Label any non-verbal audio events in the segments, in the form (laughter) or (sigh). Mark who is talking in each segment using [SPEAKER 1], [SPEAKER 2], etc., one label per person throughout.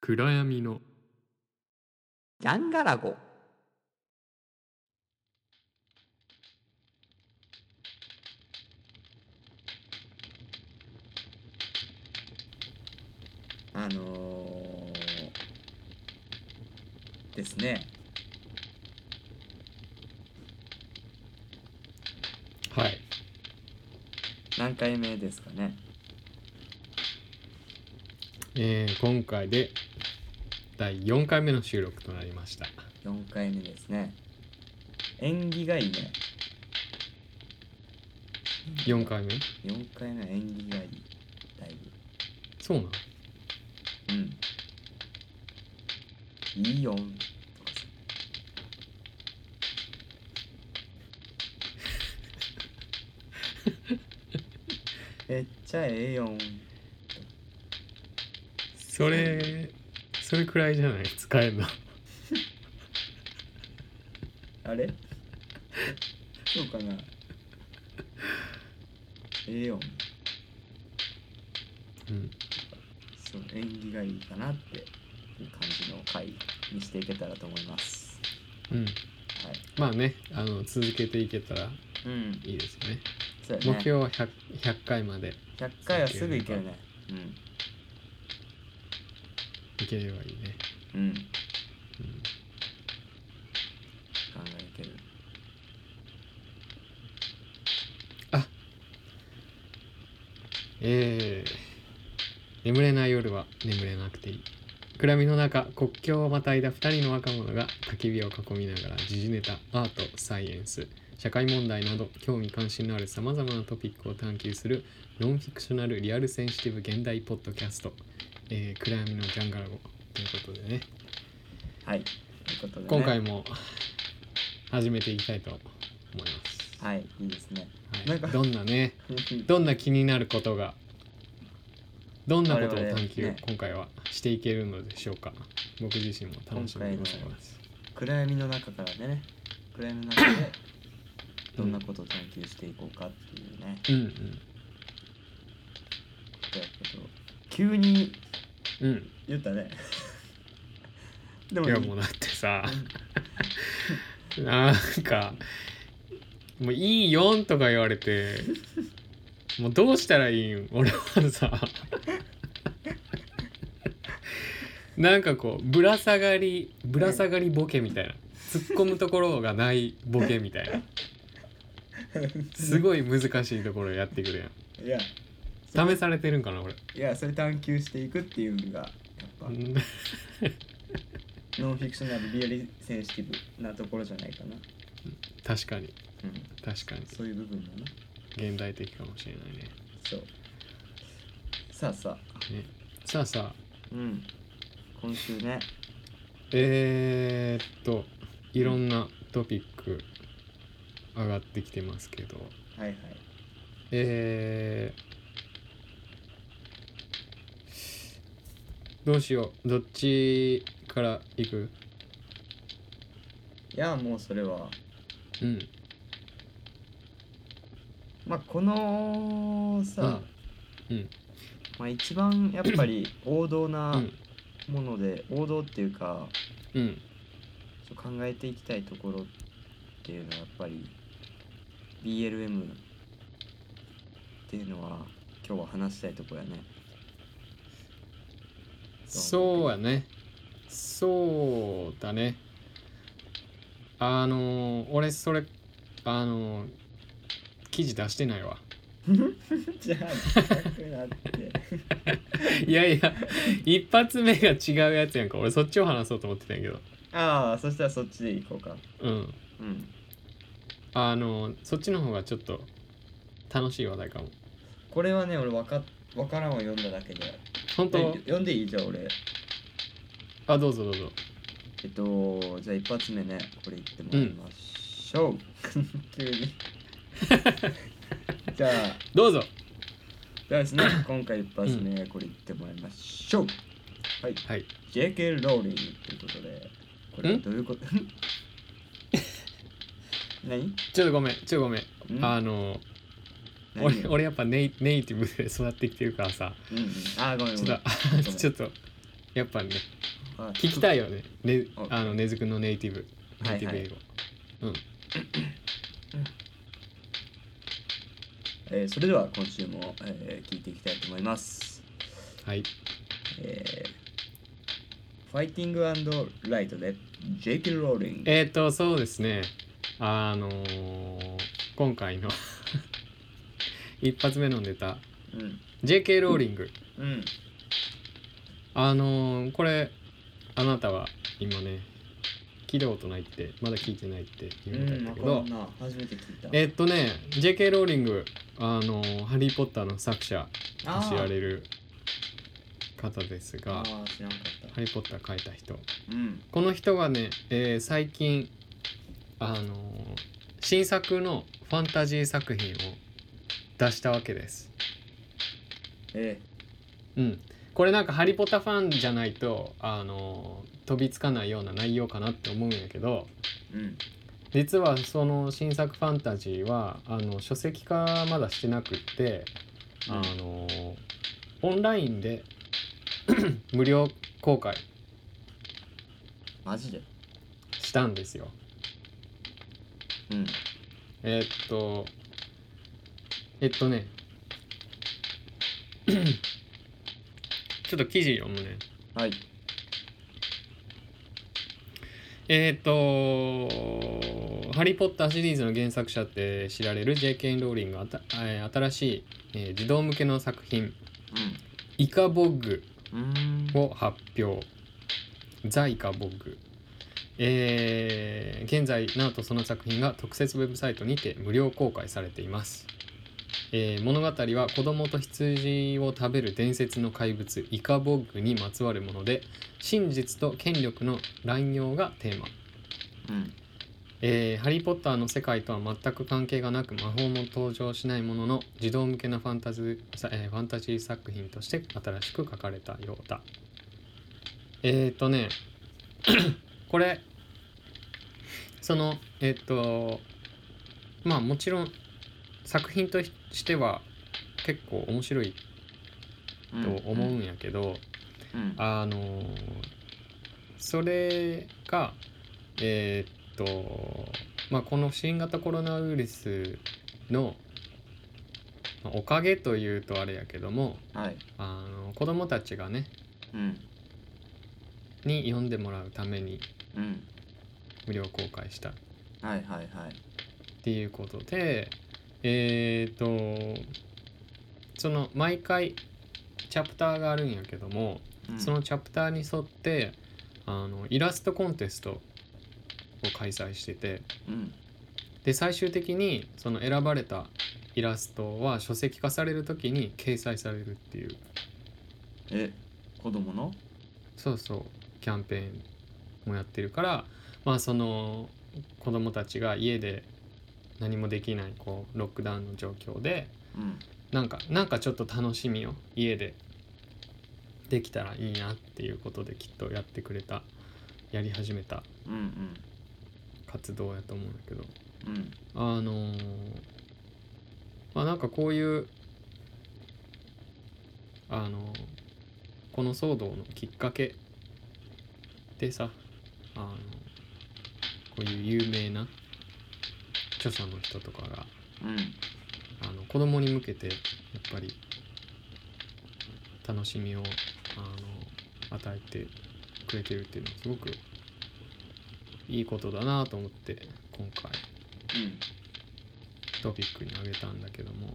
[SPEAKER 1] 暗闇の
[SPEAKER 2] ジャンガラゴ
[SPEAKER 3] あのーですね
[SPEAKER 1] はい
[SPEAKER 3] 何回目ですかね
[SPEAKER 1] えー今回で第4回目の収録となりました
[SPEAKER 3] 4回目ですね縁起がいいね
[SPEAKER 1] 4回目
[SPEAKER 3] 4回目は縁起がいいだい
[SPEAKER 1] そうなん
[SPEAKER 3] ぶうんいいよんとかさ (laughs) めっちゃええよん
[SPEAKER 1] それそれくらいじゃない使えんの
[SPEAKER 3] あれそうかなええよ
[SPEAKER 1] う
[SPEAKER 3] ん
[SPEAKER 1] ん
[SPEAKER 3] そう縁起がいいかなっていう感じの回にしていけたらと思います
[SPEAKER 1] うん
[SPEAKER 3] はい
[SPEAKER 1] まあねあの続けていけたら
[SPEAKER 3] うん
[SPEAKER 1] いいですよね
[SPEAKER 3] そうや
[SPEAKER 1] 目
[SPEAKER 3] ね
[SPEAKER 1] 標は 100, 100回まで
[SPEAKER 3] 100回はすぐいけるねうん
[SPEAKER 1] いければいいね、
[SPEAKER 3] うん
[SPEAKER 1] うん
[SPEAKER 3] 考えてる
[SPEAKER 1] えー眠れない夜は眠れなくていい暗闇の中国境をまたいだ2人の若者が焚き火を囲みながら時事ネタアートサイエンス社会問題など興味関心のあるさまざまなトピックを探求するノンフィクショナルリアルセンシティブ現代ポッドキャスト「えー暗闇のジャンガラゴ」ということでね
[SPEAKER 3] はいということで、ね、
[SPEAKER 1] 今回も始めていきたいと思います。
[SPEAKER 3] はいいいですね (laughs)
[SPEAKER 1] はい
[SPEAKER 3] なんか
[SPEAKER 1] どんなね
[SPEAKER 3] うんうん
[SPEAKER 1] どんな気になることがどんなことを
[SPEAKER 3] 我々
[SPEAKER 1] 探求、
[SPEAKER 3] ね
[SPEAKER 1] 今回はしていけるのでしょうか僕自身も楽しみにございます
[SPEAKER 3] 暗闇の中からでね暗闇の中でどんなことを探求していこうかっていうね
[SPEAKER 1] うん
[SPEAKER 3] ことやけど急に
[SPEAKER 1] うんうん
[SPEAKER 3] 言ったね (laughs) でも
[SPEAKER 1] いやもうだってさなんかもういいよんとか言われてもうどうしたらいいん俺はさなんかこうぶら下がりぶら下がりボケみたいな突っ込むところがないボケみたいなすごい難しいところやってくる
[SPEAKER 3] (laughs) いや
[SPEAKER 1] やん試されて (laughs) るんかな俺
[SPEAKER 3] いやそれ探求していくっていうのがやっぱ
[SPEAKER 1] うん
[SPEAKER 3] ノンフィクショナルリアリセンシティブなところじゃないかな、
[SPEAKER 1] 確かに
[SPEAKER 3] うん、
[SPEAKER 1] 確かに
[SPEAKER 3] そういう部分だな
[SPEAKER 1] 現代的かもしれないね
[SPEAKER 3] そうさあさあ
[SPEAKER 1] ねさあさあ
[SPEAKER 3] うん今週ね
[SPEAKER 1] えー、っといろんなトピック上がってきてますけど
[SPEAKER 3] はいはい
[SPEAKER 1] えー、どうしようどっちから行く
[SPEAKER 3] いやもうそれは
[SPEAKER 1] うん
[SPEAKER 3] まあこのさ、
[SPEAKER 1] うん
[SPEAKER 3] まあ、一番やっぱり王道
[SPEAKER 1] う
[SPEAKER 3] なんもので、王道っていうか
[SPEAKER 1] うん
[SPEAKER 3] ちょっと考えていきたいところっていうのはやっぱり BLM っていうのは今日は話したいところやね
[SPEAKER 1] そうやねそうだねあのー俺それあのー記事出してないわ
[SPEAKER 3] じゃ (laughs) あ高くなって
[SPEAKER 1] (laughs) いやいや一発目が違うやつやんか俺そっちを話そうと思ってたんやけど
[SPEAKER 3] ああそしたらそっちでいこうか
[SPEAKER 1] うん
[SPEAKER 3] うん
[SPEAKER 1] あのそっちの方がちょっと楽しい話題かも
[SPEAKER 3] これはね俺わかわからんを読んだだけで
[SPEAKER 1] 本当
[SPEAKER 3] え読んでいいじゃあ俺
[SPEAKER 1] あどうぞどうぞ
[SPEAKER 3] えっとじゃあ一発目ねこれいってもらいましょう、 (laughs) 急に
[SPEAKER 1] (laughs)
[SPEAKER 3] じゃあ
[SPEAKER 1] どうぞ
[SPEAKER 3] じゃあです
[SPEAKER 1] (laughs)
[SPEAKER 3] ね今回一発目これいってもらいましょうはい
[SPEAKER 1] はい
[SPEAKER 3] JK ローリングということでこれ
[SPEAKER 1] ん
[SPEAKER 3] どういうこと (laughs) 何
[SPEAKER 1] ちょっとごめんちょっとごめん
[SPEAKER 3] ん
[SPEAKER 1] あの
[SPEAKER 3] 何
[SPEAKER 1] 俺俺やっぱネイネイティブで育ってきてるからさ
[SPEAKER 3] うんうんあーごめん
[SPEAKER 1] ち
[SPEAKER 3] ご
[SPEAKER 1] ょっ
[SPEAKER 3] めん
[SPEAKER 1] とあ
[SPEAKER 3] ごめん
[SPEAKER 1] ちょっとやっぱね
[SPEAKER 3] はい
[SPEAKER 1] 聞きたいよねね
[SPEAKER 3] うん
[SPEAKER 1] あの根津くんのネイティブ
[SPEAKER 3] は
[SPEAKER 1] ネ
[SPEAKER 3] い
[SPEAKER 1] イティブ英語、
[SPEAKER 3] えーそれでは今週も、えー聞いていきたいと思います。
[SPEAKER 1] はい
[SPEAKER 3] えーファイティングライトでジェイキル・ローリング。
[SPEAKER 1] えっ、ー、とそうですねあのー今回の (laughs) 一発目のネタ
[SPEAKER 3] うん。
[SPEAKER 1] JK ローリング、
[SPEAKER 3] うん。
[SPEAKER 1] あのーこれあなたは今ね聞いたことないってまだ聞いてないって言われたんだけど、
[SPEAKER 3] うん、わかんな。初めて聞いた。
[SPEAKER 1] えっとね JK ローリングあの「ハリー・ポッター」の作者
[SPEAKER 3] あ
[SPEAKER 1] と
[SPEAKER 3] ー
[SPEAKER 1] 知られる方ですが
[SPEAKER 3] あー知らんかっ
[SPEAKER 1] 「
[SPEAKER 3] た。
[SPEAKER 1] ハリー・ポッター」書いた人
[SPEAKER 3] うん。
[SPEAKER 1] この人がね、えー最近あのー新作のファンタジー作品を出したわけです。
[SPEAKER 3] え
[SPEAKER 1] うん、これなんか「ハリポタ」ファンじゃないとあのー飛びつかないような内容かなって思うんやけど
[SPEAKER 3] ー、うん。
[SPEAKER 1] 実はその新作ファンタジーはあの書籍化まだしてなくってあのーオンラインで (coughs) 無料公開
[SPEAKER 3] マジで。
[SPEAKER 1] したんですよ。
[SPEAKER 3] うん。
[SPEAKER 1] えーっとえっとね (coughs) ちょっと記事読むね。
[SPEAKER 3] はい。
[SPEAKER 1] えーっと「ハリー・ポッター」シリーズの原作者って知られる J.K. ローリングがあた、えー新しい、えー児童向けの作品「イカボッグ
[SPEAKER 3] うん。うー」ん。
[SPEAKER 1] を発表「ザ・イカボッグ」えー現在なんとその作品が特設ウェブサイトにて無料公開されています、えー物語は子供と羊を食べる伝説の怪物イカボッグにまつわるもので真実と権力の乱用がテーマ
[SPEAKER 3] うん。
[SPEAKER 1] えーハリー・ポッター」の世界とは全く関係がなく魔法も登場しないものの児童向けのファンタジー,さ、えーファンタジー作品として新しく書かれたようだえっ、ー、とね (coughs) これそのえっ、とまあもちろん作品としては結構面白い
[SPEAKER 3] うん。
[SPEAKER 1] と思うんやけど、
[SPEAKER 3] うん。
[SPEAKER 1] あのーそれがえーっと、まあ、この新型コロナウイルスのまあおかげというとあれやけども
[SPEAKER 3] はい。
[SPEAKER 1] あの子供たちがね
[SPEAKER 3] うん。
[SPEAKER 1] に読んでもらうために
[SPEAKER 3] うん。
[SPEAKER 1] 無料公開したっ
[SPEAKER 3] はいはいはい。
[SPEAKER 1] ていうことでえーっとその毎回チャプターがあるんやけども、
[SPEAKER 3] うん
[SPEAKER 1] そのチャプターに沿ってあのイラストコンテストを開催してて
[SPEAKER 3] うん。
[SPEAKER 1] で最終的にその選ばれたイラストは書籍化される時に掲載されるっていう
[SPEAKER 3] え、子供の
[SPEAKER 1] そうそうキャンペーンもやってるからまあその子供たちが家で何もできないこうロックダウンの状況で
[SPEAKER 3] うん。
[SPEAKER 1] なんかなんかちょっと楽しみを家でできたらいいなっていうことできっとやってくれたやり始めた
[SPEAKER 3] うん
[SPEAKER 1] 活動やと思うんだけど
[SPEAKER 3] うん。うん。
[SPEAKER 1] あのーまあなんかこういうあのーこの騒動のきっかけでさあのこういう有名な著者の人とかが
[SPEAKER 3] うん。
[SPEAKER 1] あの子供に向けてやっぱり楽しみをあの与えてくれてるっていうのはすごくいいことだなと思って今回
[SPEAKER 3] うん。
[SPEAKER 1] トピックに挙げたんだけども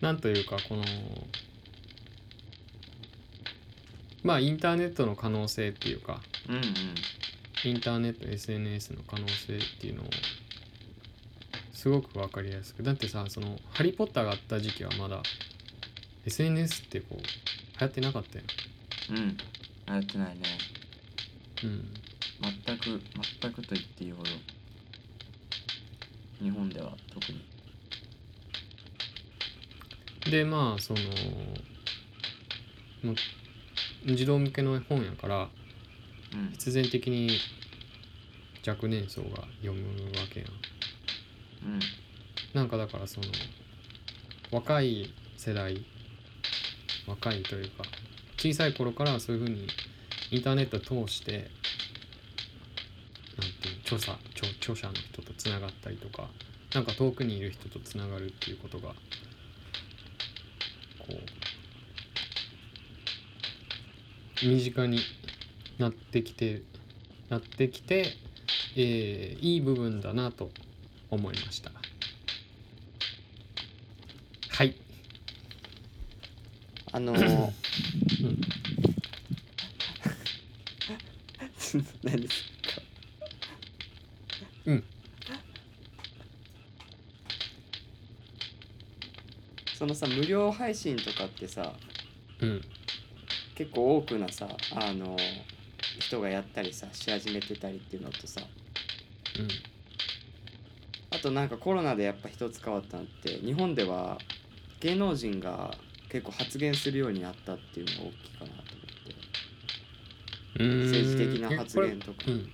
[SPEAKER 1] なんというかこのまあインターネットの可能性っていうか
[SPEAKER 3] うんうん。
[SPEAKER 1] インターネット SNS の可能性っていうのをすごく分かりやすくだってさその「ハリー・ポッター」があった時期はまだ SNS ってこう流行ってなかったよ、
[SPEAKER 3] うん。やってないね。
[SPEAKER 1] うん、
[SPEAKER 3] 全く、全くと言っていいほど。日本では特に。
[SPEAKER 1] でまあそのもう児童向けの本やから
[SPEAKER 3] うん。
[SPEAKER 1] 必然的に若年層が読むわけやん
[SPEAKER 3] うん。
[SPEAKER 1] なんかだからその若い世代若いというか小さい頃からそういうふうにインターネットを通してなんていう調査調聴者の人とつながったりとかなんか遠くにいる人とつながるっていうことがこう身近になってきてなってきて、えーいい部分だなと思いましたはい
[SPEAKER 3] あの (laughs) ー
[SPEAKER 1] うん、
[SPEAKER 3] 何ですか
[SPEAKER 1] うん
[SPEAKER 3] そのさ無料配信とかってさ
[SPEAKER 1] うん
[SPEAKER 3] 結構多くなさあの人がやったりさし始めてたりっていうのとさ
[SPEAKER 1] うん
[SPEAKER 3] あとなんかコロナでやっぱ一つ変わったのって日本では芸能人が結構発言するようになったっていうのが大きいかなと思って
[SPEAKER 1] 政
[SPEAKER 3] 政治的な発言とか
[SPEAKER 1] うん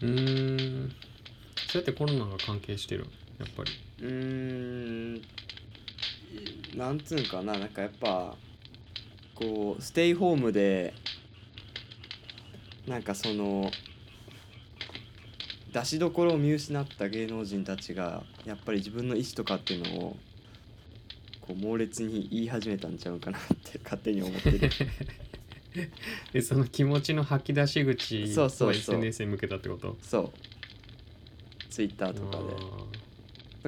[SPEAKER 1] うーんそうやってコロナが関係してるやっぱり
[SPEAKER 3] うーんなんつうんかななんかやっぱこうステイホームでなんかその出しどころを見失った芸能人たちがやっぱり自分の意思とかっていうのをこう猛烈に言い始めたんちゃうかなって勝手に思ってる
[SPEAKER 1] えその気持ちの吐き出し口
[SPEAKER 3] そうそ
[SPEAKER 1] を
[SPEAKER 3] うそう
[SPEAKER 1] SNS に向けたってこと
[SPEAKER 3] そうツイッターとかで。
[SPEAKER 1] あ
[SPEAKER 3] だか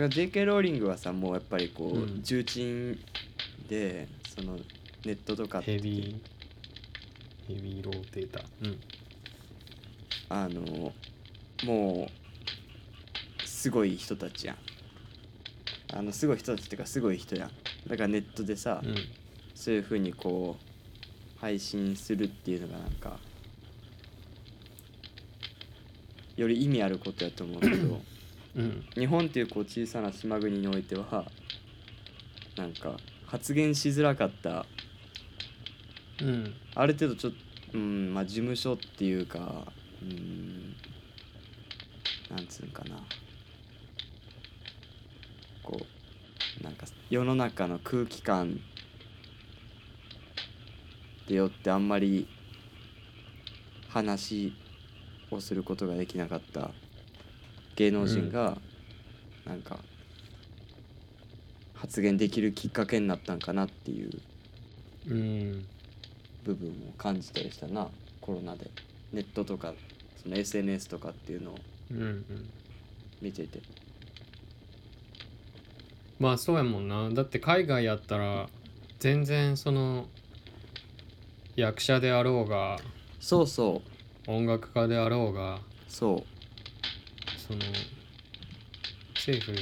[SPEAKER 3] ら JK ローリングはさもうやっぱりこう、
[SPEAKER 1] うん
[SPEAKER 3] 重鎮でそのネットとか
[SPEAKER 1] ーヘビーヘビーローテーターうん
[SPEAKER 3] あのもうすごい人たちやんあのすごい人たちっていうかすごい人やんだからネットでさ、
[SPEAKER 1] うん
[SPEAKER 3] そういうふうにこう配信するっていうのがなんかより意味あることやと思うけ
[SPEAKER 1] (coughs)
[SPEAKER 3] ど
[SPEAKER 1] うん
[SPEAKER 3] 日本っていうこう小さな島国においてはなんか発言しづらかった
[SPEAKER 1] うん
[SPEAKER 3] ある程度ちょっと、うんまあ、事務所っていうか、うん、なんつうんかなこうなんか世の中の空気感でよってあんまり話をすることができなかった芸能人が、なんか発言できるきっかけになったんかなっていう
[SPEAKER 1] うん
[SPEAKER 3] 部分を感じたりしたなコロナでネットとかその SNS とかっていうのを
[SPEAKER 1] うんうん
[SPEAKER 3] 見てて
[SPEAKER 1] まあそうやもんなだって海外やったら全然その役者であろうが
[SPEAKER 3] そうそう
[SPEAKER 1] 音楽家であろうが
[SPEAKER 3] そ
[SPEAKER 1] その政府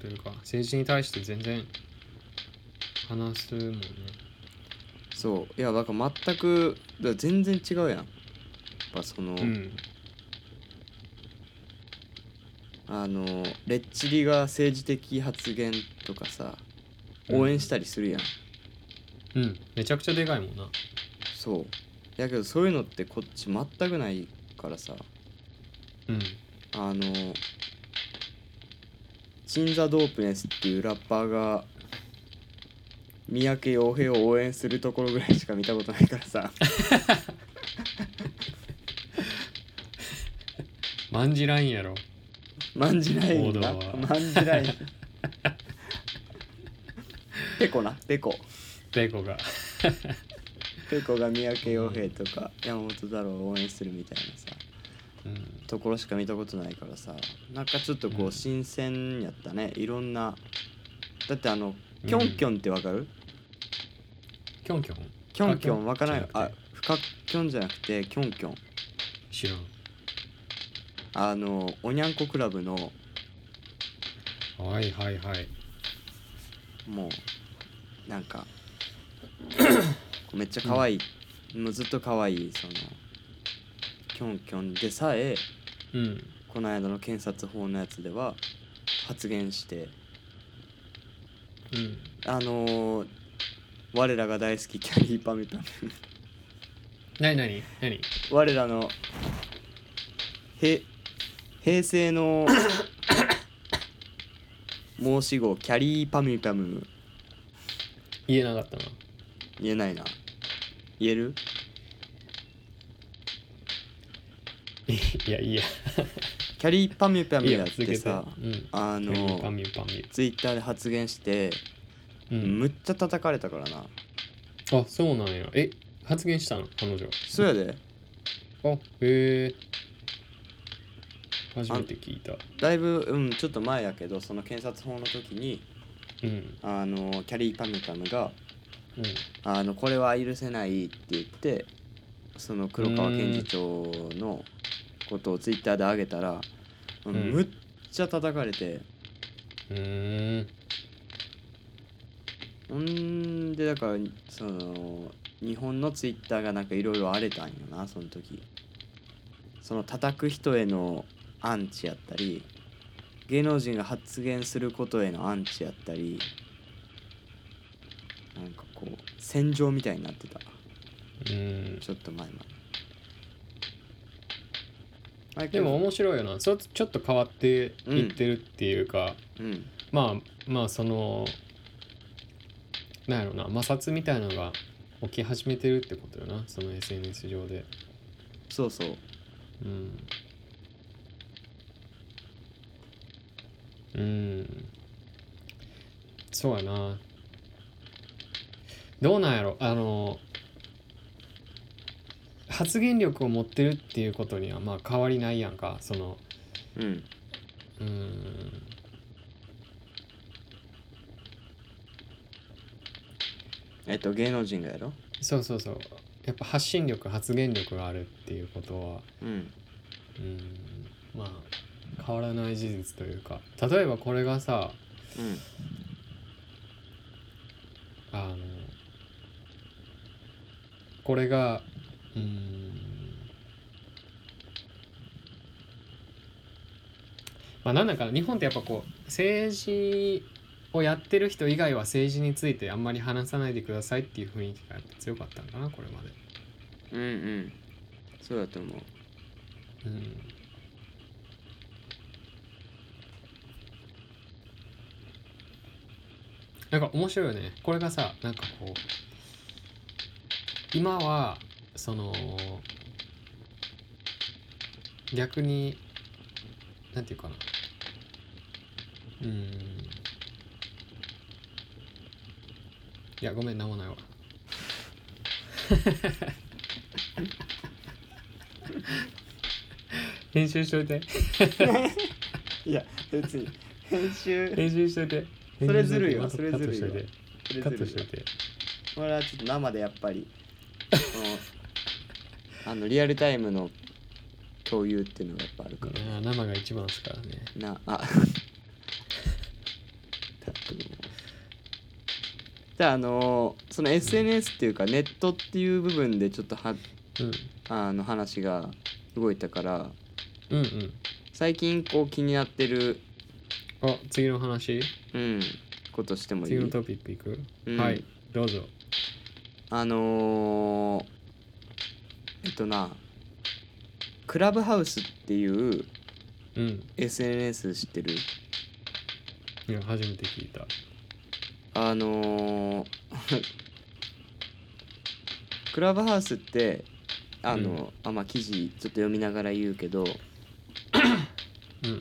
[SPEAKER 1] というか政治に対して全然話すもんね
[SPEAKER 3] うそういやだから全くだから全然違うやんやっぱその、
[SPEAKER 1] うん
[SPEAKER 3] あのレッチリが政治的発言とかさ応援したりするやん、
[SPEAKER 1] うんめちゃくちゃでかいもんな
[SPEAKER 3] そうやけどそういうのってこっち全くないからさ
[SPEAKER 1] うん
[SPEAKER 3] あのチンザ・ドープネスっていうラッパーが三宅洋平を応援するところぐらいしか見たことないからさ (laughs)
[SPEAKER 1] まんじらんやろ
[SPEAKER 3] まんじらい
[SPEAKER 1] 王道
[SPEAKER 3] な
[SPEAKER 1] は
[SPEAKER 3] まんじら
[SPEAKER 1] (laughs)
[SPEAKER 3] いペコなペコ
[SPEAKER 1] ベコが
[SPEAKER 3] ペコが三宅洋平とか山本太郎を応援するみたいなさ
[SPEAKER 1] うん
[SPEAKER 3] ところしか見たことないからさなんかちょっと
[SPEAKER 1] う
[SPEAKER 3] こ
[SPEAKER 1] ん
[SPEAKER 3] う新鮮やったねいろんなだってあの
[SPEAKER 1] うん
[SPEAKER 3] キョンキョンってわかる、
[SPEAKER 1] キョンキョン
[SPEAKER 3] キョンキョンわからない
[SPEAKER 1] じゃな
[SPEAKER 3] あ
[SPEAKER 1] くて
[SPEAKER 3] フカキョンじゃなくてキョンキョン
[SPEAKER 1] 知らん
[SPEAKER 3] あのおにゃんこクラブの
[SPEAKER 1] はいはいはい
[SPEAKER 3] もうなんかめっちゃ可愛い、もうずっと可愛いそのキョンキョンでさえ
[SPEAKER 1] うん
[SPEAKER 3] この間の検察法のやつでは発言して
[SPEAKER 1] うん
[SPEAKER 3] あのー我らが大好きキャリーパミュパミュ
[SPEAKER 1] 何何何
[SPEAKER 3] 我らの
[SPEAKER 1] (coughs)
[SPEAKER 3] へ平成の申し子キャリーパミュパム
[SPEAKER 1] 言えなかったな
[SPEAKER 3] 言えないな言える
[SPEAKER 1] いいやいいや
[SPEAKER 3] キャリーパミュパ
[SPEAKER 1] いい
[SPEAKER 3] ム
[SPEAKER 1] や
[SPEAKER 3] だっ
[SPEAKER 1] 続け
[SPEAKER 3] て
[SPEAKER 1] て
[SPEAKER 3] さ
[SPEAKER 1] うん
[SPEAKER 3] あ
[SPEAKER 1] パミュパ
[SPEAKER 3] の
[SPEAKER 1] ミュパミ
[SPEAKER 3] ツイッターで発言して、
[SPEAKER 1] ュうん
[SPEAKER 3] むっちゃ叩かれたからな
[SPEAKER 1] あそうなんやえ発言したの彼女
[SPEAKER 3] そうやで
[SPEAKER 1] あへえ初めて聞いた
[SPEAKER 3] だいぶ、うん、ちょっと前やけどその検察法の時に
[SPEAKER 1] うん
[SPEAKER 3] あのキャリーパミュパムが
[SPEAKER 1] うん
[SPEAKER 3] あのこれは許せないって言ってその黒川検事長のことをツイッターで上げたら、
[SPEAKER 1] ん
[SPEAKER 3] むっちゃ叩かれて
[SPEAKER 1] うーん
[SPEAKER 3] ほんでだからその日本のツイッターがなんかいろいろ荒れたんよなその時その叩く人へのアンチやったり芸能人が発言することへのアンチやったりなんかこう戦場みたいになってた
[SPEAKER 1] うん
[SPEAKER 3] ちょっと前まで。
[SPEAKER 1] でも面白いよなそちょっと変わっていってるっていうか、
[SPEAKER 3] うん、
[SPEAKER 1] まあまあそのなんやろな摩擦みたいなのが起き始めてるってことよなその SNS 上で
[SPEAKER 3] そうそう。
[SPEAKER 1] うんうんそうやなどうなんやろあの発言力を持ってるっていうことにはまあ変わりないやんかその
[SPEAKER 3] うん、
[SPEAKER 1] うーん
[SPEAKER 3] えっと芸能人がやろ。
[SPEAKER 1] そうそうそうやっぱ発信力発言力があるっていうことは
[SPEAKER 3] うん、
[SPEAKER 1] うーんまあ変わらない事実というか例えばこれがさ
[SPEAKER 3] うん、
[SPEAKER 1] あのこれがうーんまあなんだか日本ってやっぱこう政治をやってる人以外は政治についてあんまり話さないでくださいっていう雰囲気がやっぱ強かったんかなこれまで。
[SPEAKER 3] うん、うん。そうだと思
[SPEAKER 1] う
[SPEAKER 3] う。
[SPEAKER 1] んなんか面白いよねこれがさなんかこう今はその逆になんていうかなうんいやごめんなんもないわ編集しといて
[SPEAKER 3] いや、別 (laughs) に編集。
[SPEAKER 1] 編集しといて
[SPEAKER 3] それずるいわ
[SPEAKER 1] (laughs) 編集しとて
[SPEAKER 3] それずるいわ
[SPEAKER 1] カットしといて
[SPEAKER 3] これはちょっと生でやっぱり。そのあのリアルタイムの共有っていうのがやっぱある
[SPEAKER 1] カ
[SPEAKER 3] か
[SPEAKER 1] ットしといて
[SPEAKER 3] ら。
[SPEAKER 1] いやー生が一番ですからね
[SPEAKER 3] なあじゃああのーその SNS っていうかネットっていう部分でちょっとはあの話が動いたから
[SPEAKER 1] うん、うんうん
[SPEAKER 3] 最近こう気になってる、
[SPEAKER 1] あ次の話
[SPEAKER 3] うん、ことしてもいい
[SPEAKER 1] 次のトピックいく、
[SPEAKER 3] うん
[SPEAKER 1] はいどうぞ
[SPEAKER 3] あのーえっとなクラブハウスっていう
[SPEAKER 1] うん
[SPEAKER 3] SNS 知ってる
[SPEAKER 1] いや初めて聞いた
[SPEAKER 3] あのー (laughs) クラブハウスってあの、
[SPEAKER 1] うん
[SPEAKER 3] あまあ記事ちょっと読みながら言うけど
[SPEAKER 1] うん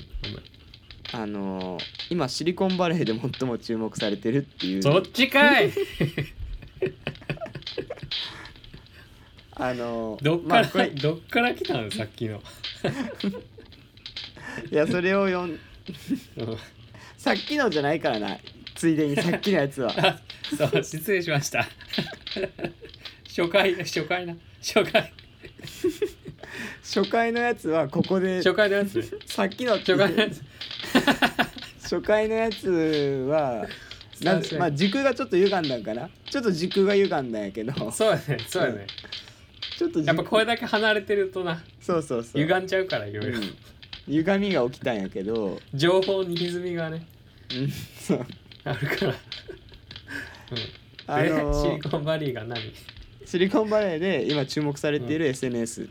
[SPEAKER 3] あのー今シリコンバレーで最も注目されてるっていう
[SPEAKER 1] ごめんそっちか
[SPEAKER 3] (laughs)
[SPEAKER 1] い
[SPEAKER 3] あのー
[SPEAKER 1] どっ
[SPEAKER 3] ま
[SPEAKER 1] か
[SPEAKER 3] あ
[SPEAKER 1] ら、
[SPEAKER 3] これ
[SPEAKER 1] どっから来たのさっきの
[SPEAKER 3] いやそれを読ん
[SPEAKER 1] うん
[SPEAKER 3] さっきのじゃないからなついでにさっきのやつ
[SPEAKER 1] (laughs)
[SPEAKER 3] は
[SPEAKER 1] あ
[SPEAKER 3] (laughs)
[SPEAKER 1] そう失礼しました (laughs) 初回初回な初回
[SPEAKER 3] 初回のやつはここで
[SPEAKER 1] 初回のやつね
[SPEAKER 3] さっきのって
[SPEAKER 1] 初回のやつ
[SPEAKER 3] 初回のやつは (laughs) なん
[SPEAKER 1] そうそう
[SPEAKER 3] まあ軸がちょっと歪んだんかなちょっと軸が歪んだんやけどち
[SPEAKER 1] そうやねそうやね
[SPEAKER 3] ょっと軸
[SPEAKER 1] やっぱこれだけ離れてるとな
[SPEAKER 3] そうそうそう
[SPEAKER 1] 歪んじゃうからいろいろ
[SPEAKER 3] うん歪みが起きたんやけど、
[SPEAKER 1] 情報に歪みがねあるから、
[SPEAKER 3] あ
[SPEAKER 1] うん、で
[SPEAKER 3] の
[SPEAKER 1] シリコンバリーが何
[SPEAKER 3] シリコンバレーで今注目されている SNS っ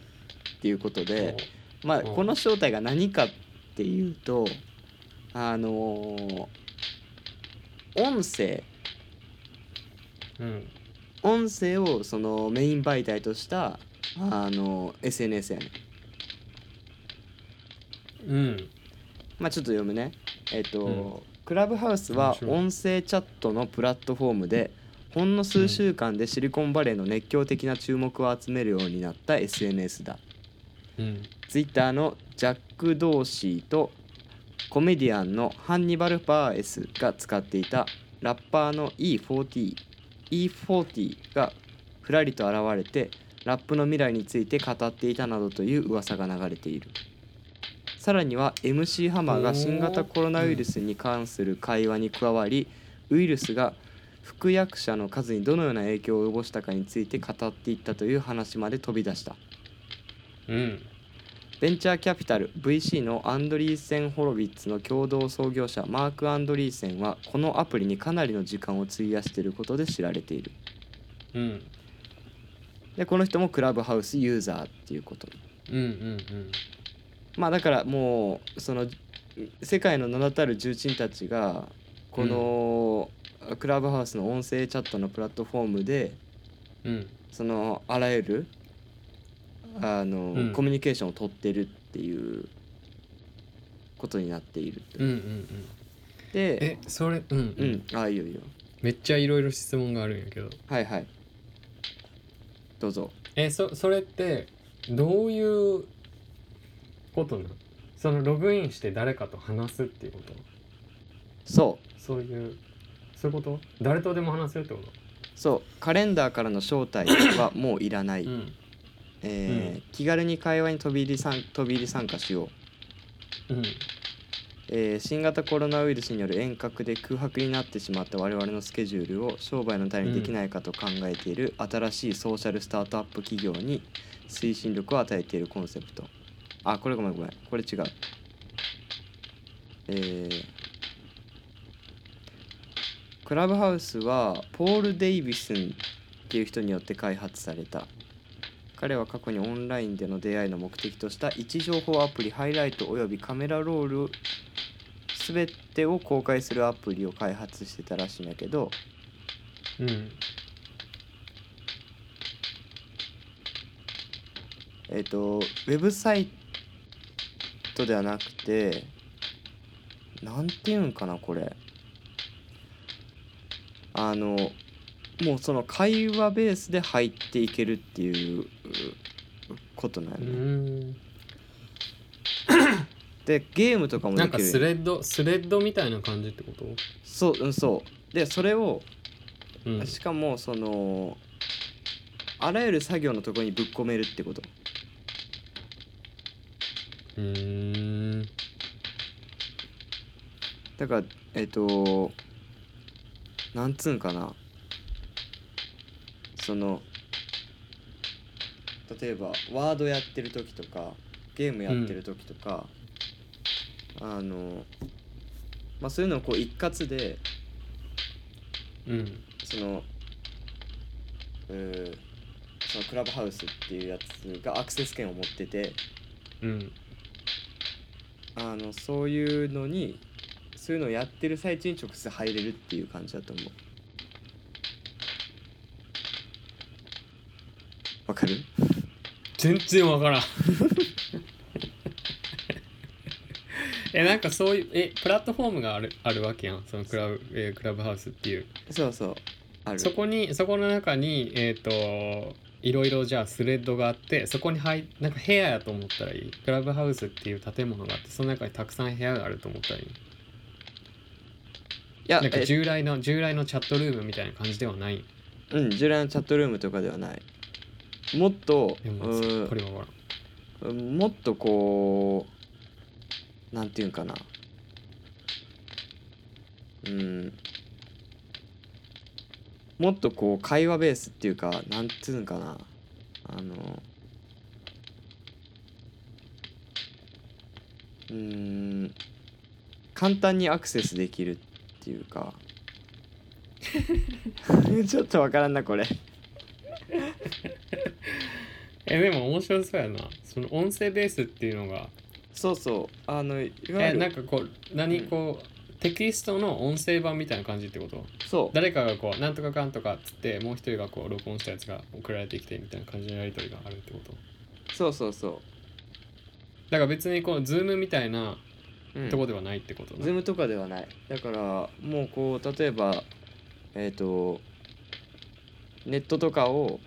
[SPEAKER 3] ていうことで、まあ
[SPEAKER 1] うん
[SPEAKER 3] この正体が何かっていうとあのー音声
[SPEAKER 1] うん
[SPEAKER 3] 音声をそのメイン媒体としたあの SNS やねん
[SPEAKER 1] うん
[SPEAKER 3] まあちょっと読むねえっ、と、
[SPEAKER 1] うん
[SPEAKER 3] クラブハウスは音声チャットのプラットフォームでほんの数週間でシリコンバレーの熱狂的な注目を集めるようになった SNS だ
[SPEAKER 1] うん
[SPEAKER 3] ツイッターのジャック・ドーシーとコメディアンのハンニバル・バーエスが使っていたラッパーの E40 E40 がふらりと現れてラップの未来について語っていたなどという噂が流れているさらには MC ハマーが新型コロナウイルスに関する会話に加わりウイルスが服薬者の数にどのような影響を及ぼしたかについて語っていったという話まで飛び出した
[SPEAKER 1] うん
[SPEAKER 3] ベンチャーキャピタル VC のアンドリーセン・ホロビッツの共同創業者マーク・アンドリーセンはこのアプリにかなりの時間を費やしていることで知られている
[SPEAKER 1] うん
[SPEAKER 3] でこの人もクラブハウスユーザーっていうこと
[SPEAKER 1] うんうん
[SPEAKER 3] まあだからもうその世界の名だたる重鎮たちがこのクラブハウスの音声チャットのプラットフォームで
[SPEAKER 1] うんうん
[SPEAKER 3] そのあらゆるあの、
[SPEAKER 1] うん
[SPEAKER 3] コミュニケーションを取ってるっていうことになっていると
[SPEAKER 1] うんうんうん
[SPEAKER 3] で
[SPEAKER 1] えそれうん、う、
[SPEAKER 3] うんん、あ、いいよいいよ。
[SPEAKER 1] めっちゃいろいろ質問があるんやけど
[SPEAKER 3] はいはい。どうぞ。
[SPEAKER 1] えそそれってどういうことなのそのログインして誰かと話すっていうこと
[SPEAKER 3] そう、
[SPEAKER 1] そういうそういうこと誰とでも話せるってこと
[SPEAKER 3] そう、カレンダーからの招待はもういらない。
[SPEAKER 1] ん
[SPEAKER 3] えー
[SPEAKER 1] うん
[SPEAKER 3] 気軽に会話に飛び入りさん飛び入り参加しよう、
[SPEAKER 1] うん
[SPEAKER 3] えー新型コロナウイルスによる遠隔で空白になってしまった我々のスケジュールを商売の種にできないかと考えている新しいソーシャルスタートアップ企業に推進力を与えているコンセプト。あ、これごめんごめん。これ違う。えークラブハウスはポール・デイビスンっていう人によって開発された彼は過去にオンラインでの出会いの目的とした位置情報アプリハイライトおよびカメラロール全てを公開するアプリを開発してたらしいんだけど
[SPEAKER 1] うん
[SPEAKER 3] えっ、とウェブサイトではなくてなんていうんかなこれあのもうその会話ベースで入っていけるっていううことなんよ
[SPEAKER 1] う
[SPEAKER 3] ね、
[SPEAKER 1] ん
[SPEAKER 3] でゲームとかも
[SPEAKER 1] な
[SPEAKER 3] で
[SPEAKER 1] んか
[SPEAKER 3] き
[SPEAKER 1] ス
[SPEAKER 3] る
[SPEAKER 1] レッドスレッドみたいな感じってこと
[SPEAKER 3] そううんそうでそれを
[SPEAKER 1] うん
[SPEAKER 3] しかもそのあらゆる作業のところにぶっ込めるってこと
[SPEAKER 1] うーん
[SPEAKER 3] だからえっ、となんつうんかなその例えばワードやってる時とかゲームやってる時とか、あのまあそういうのをこう一括で
[SPEAKER 1] うん
[SPEAKER 3] そのうーそのクラブハウスっていうやつがアクセス権を持ってて
[SPEAKER 1] うん
[SPEAKER 3] あのそういうのにそういうのをやってる最中に直接入れるっていう感じだと思うわかる
[SPEAKER 1] 全然わからん (laughs) えなんかそういうえプラットフォームがあるあるわけやんそのクラブ、えークラブハウスっていう
[SPEAKER 3] そうそうある
[SPEAKER 1] そこにそこの中にえっ、といろいろじゃあスレッドがあってそこに入なんか部屋やと思ったらいいクラブハウスっていう建物があってその中にたくさん部屋があると思ったらいい
[SPEAKER 3] いや
[SPEAKER 1] なんか
[SPEAKER 3] え
[SPEAKER 1] 従来の従来のチャットルームみたいな感じではない
[SPEAKER 3] うん従来のチャットルームとかではないもっと
[SPEAKER 1] でも
[SPEAKER 3] うー
[SPEAKER 1] これはわか
[SPEAKER 3] もっとこうなんていうんかなうんもっとこう会話ベースっていうかなんていうんかなあのうん簡単にアクセスできるっていうか (laughs) ちょっとわからんなこれ
[SPEAKER 1] らんえでも面白そうやなその音声ベースっていうのが
[SPEAKER 3] そうそうあのいわゆ
[SPEAKER 1] え
[SPEAKER 3] る
[SPEAKER 1] なんかこう何こう、テキストの音声版みたいな感じってこと
[SPEAKER 3] そう
[SPEAKER 1] 誰かがこうなんとかかんとかっつってもう一人がこう録音したやつが送られてきてみたいな感じのやり取りがあるってこと
[SPEAKER 3] そうそうそ
[SPEAKER 1] だから別にこうズームみたいな
[SPEAKER 3] う、うん
[SPEAKER 1] とこではないってこと
[SPEAKER 3] ズームとかではないだからもうこう例えばえっ、とネットとかを、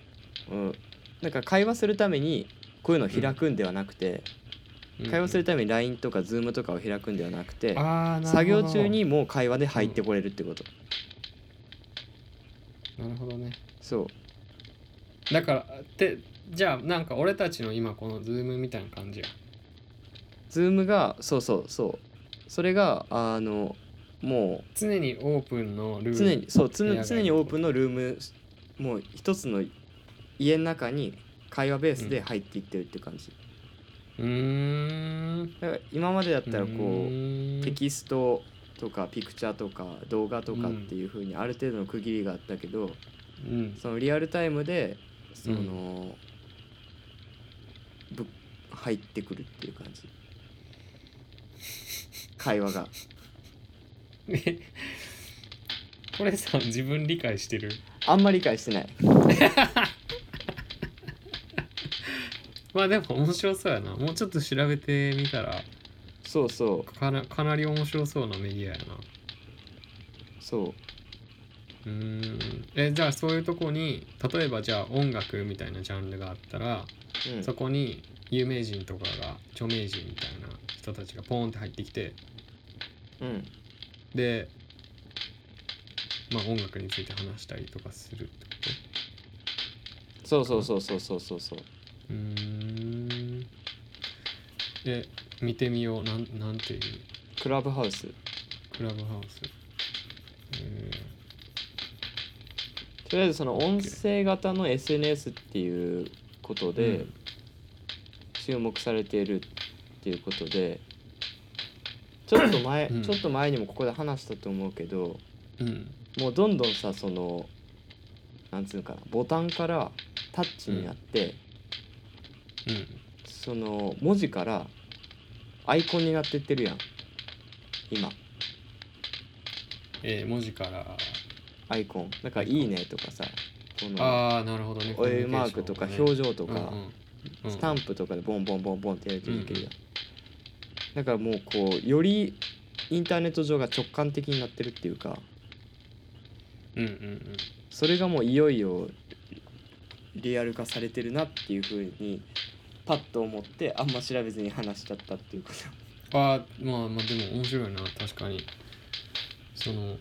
[SPEAKER 3] うん、なんか会話するためにこういうのを開くんではなくて、会話する
[SPEAKER 1] と
[SPEAKER 3] ために LINE とか Zoom とかを開くんではなくて、
[SPEAKER 1] あーな
[SPEAKER 3] 作
[SPEAKER 1] るほ
[SPEAKER 3] 業
[SPEAKER 1] ど
[SPEAKER 3] 中にもう会話で入ってこれるってこと、
[SPEAKER 1] なるほどね
[SPEAKER 3] そう
[SPEAKER 1] だからってじゃあなんか俺たちの今このズームみたいな感じや
[SPEAKER 3] Zoom がそうそうそうそれがあのも
[SPEAKER 1] 常にオープンのルー
[SPEAKER 3] う
[SPEAKER 1] ル
[SPEAKER 3] 常にそう常
[SPEAKER 1] 部屋が
[SPEAKER 3] 常にオープンのルームもう一つの家の中に会話ベースで入っていってるって感じ、
[SPEAKER 1] うーん
[SPEAKER 3] だから今までだったらこう、
[SPEAKER 1] ーん
[SPEAKER 3] テキストとかピクチャーとか動画とかっていう風にある程度の区切りがあったけど、
[SPEAKER 1] うん
[SPEAKER 3] そのリアルタイムでその、
[SPEAKER 1] う
[SPEAKER 3] ぶ入ってくるっていう感じ会話が
[SPEAKER 1] え (laughs) これさ自分理解してる
[SPEAKER 3] あんまり理解してない
[SPEAKER 1] まあでも面白そうやなもうちょっと調べてみたら
[SPEAKER 3] そうそ
[SPEAKER 1] かなかなり面白そうなメディアやな
[SPEAKER 3] うそ
[SPEAKER 1] う
[SPEAKER 3] う
[SPEAKER 1] ーんえじゃあそういうとこに例えばじゃあ音楽みたいなジャンルがあったら、
[SPEAKER 3] うん
[SPEAKER 1] そこに有名人とかが著名人みたいな人たちがポーンって入ってきて
[SPEAKER 3] うん
[SPEAKER 1] でまあ音楽について話したりとかするってこ
[SPEAKER 3] そうそうそうそうそうそうそう
[SPEAKER 1] とうーんで見てみようなんなんていう
[SPEAKER 3] クラブハウス
[SPEAKER 1] クラブハウス、え
[SPEAKER 3] とりあえずその音声型の SNS っていうこと
[SPEAKER 1] ー
[SPEAKER 3] で注目されているっていうことでちょっと前、
[SPEAKER 1] うん
[SPEAKER 3] ちょっと前にもここで話したと思うけど
[SPEAKER 1] うん、うん
[SPEAKER 3] もうどんどんさそのなんつうのかなボタンからタッチになって、
[SPEAKER 1] うん
[SPEAKER 3] その文字からアイコンになってってるやん今
[SPEAKER 1] えー文字から
[SPEAKER 3] アイコンだから「いいね」とかさこの
[SPEAKER 1] ああなるほどね
[SPEAKER 3] オイルマークとか表情と
[SPEAKER 1] と
[SPEAKER 3] か、スタンプとかでボンボンボンボンってやるとできるやん、だからもうこうよりインターネット上が直感的になってるっていうか
[SPEAKER 1] うんうんうん
[SPEAKER 3] それがもういよいよリアル化されてるなっていうふうにパッと思ってあんま調べずに話しちゃったっていうこと
[SPEAKER 1] あーまあまあでも面白いな確かにその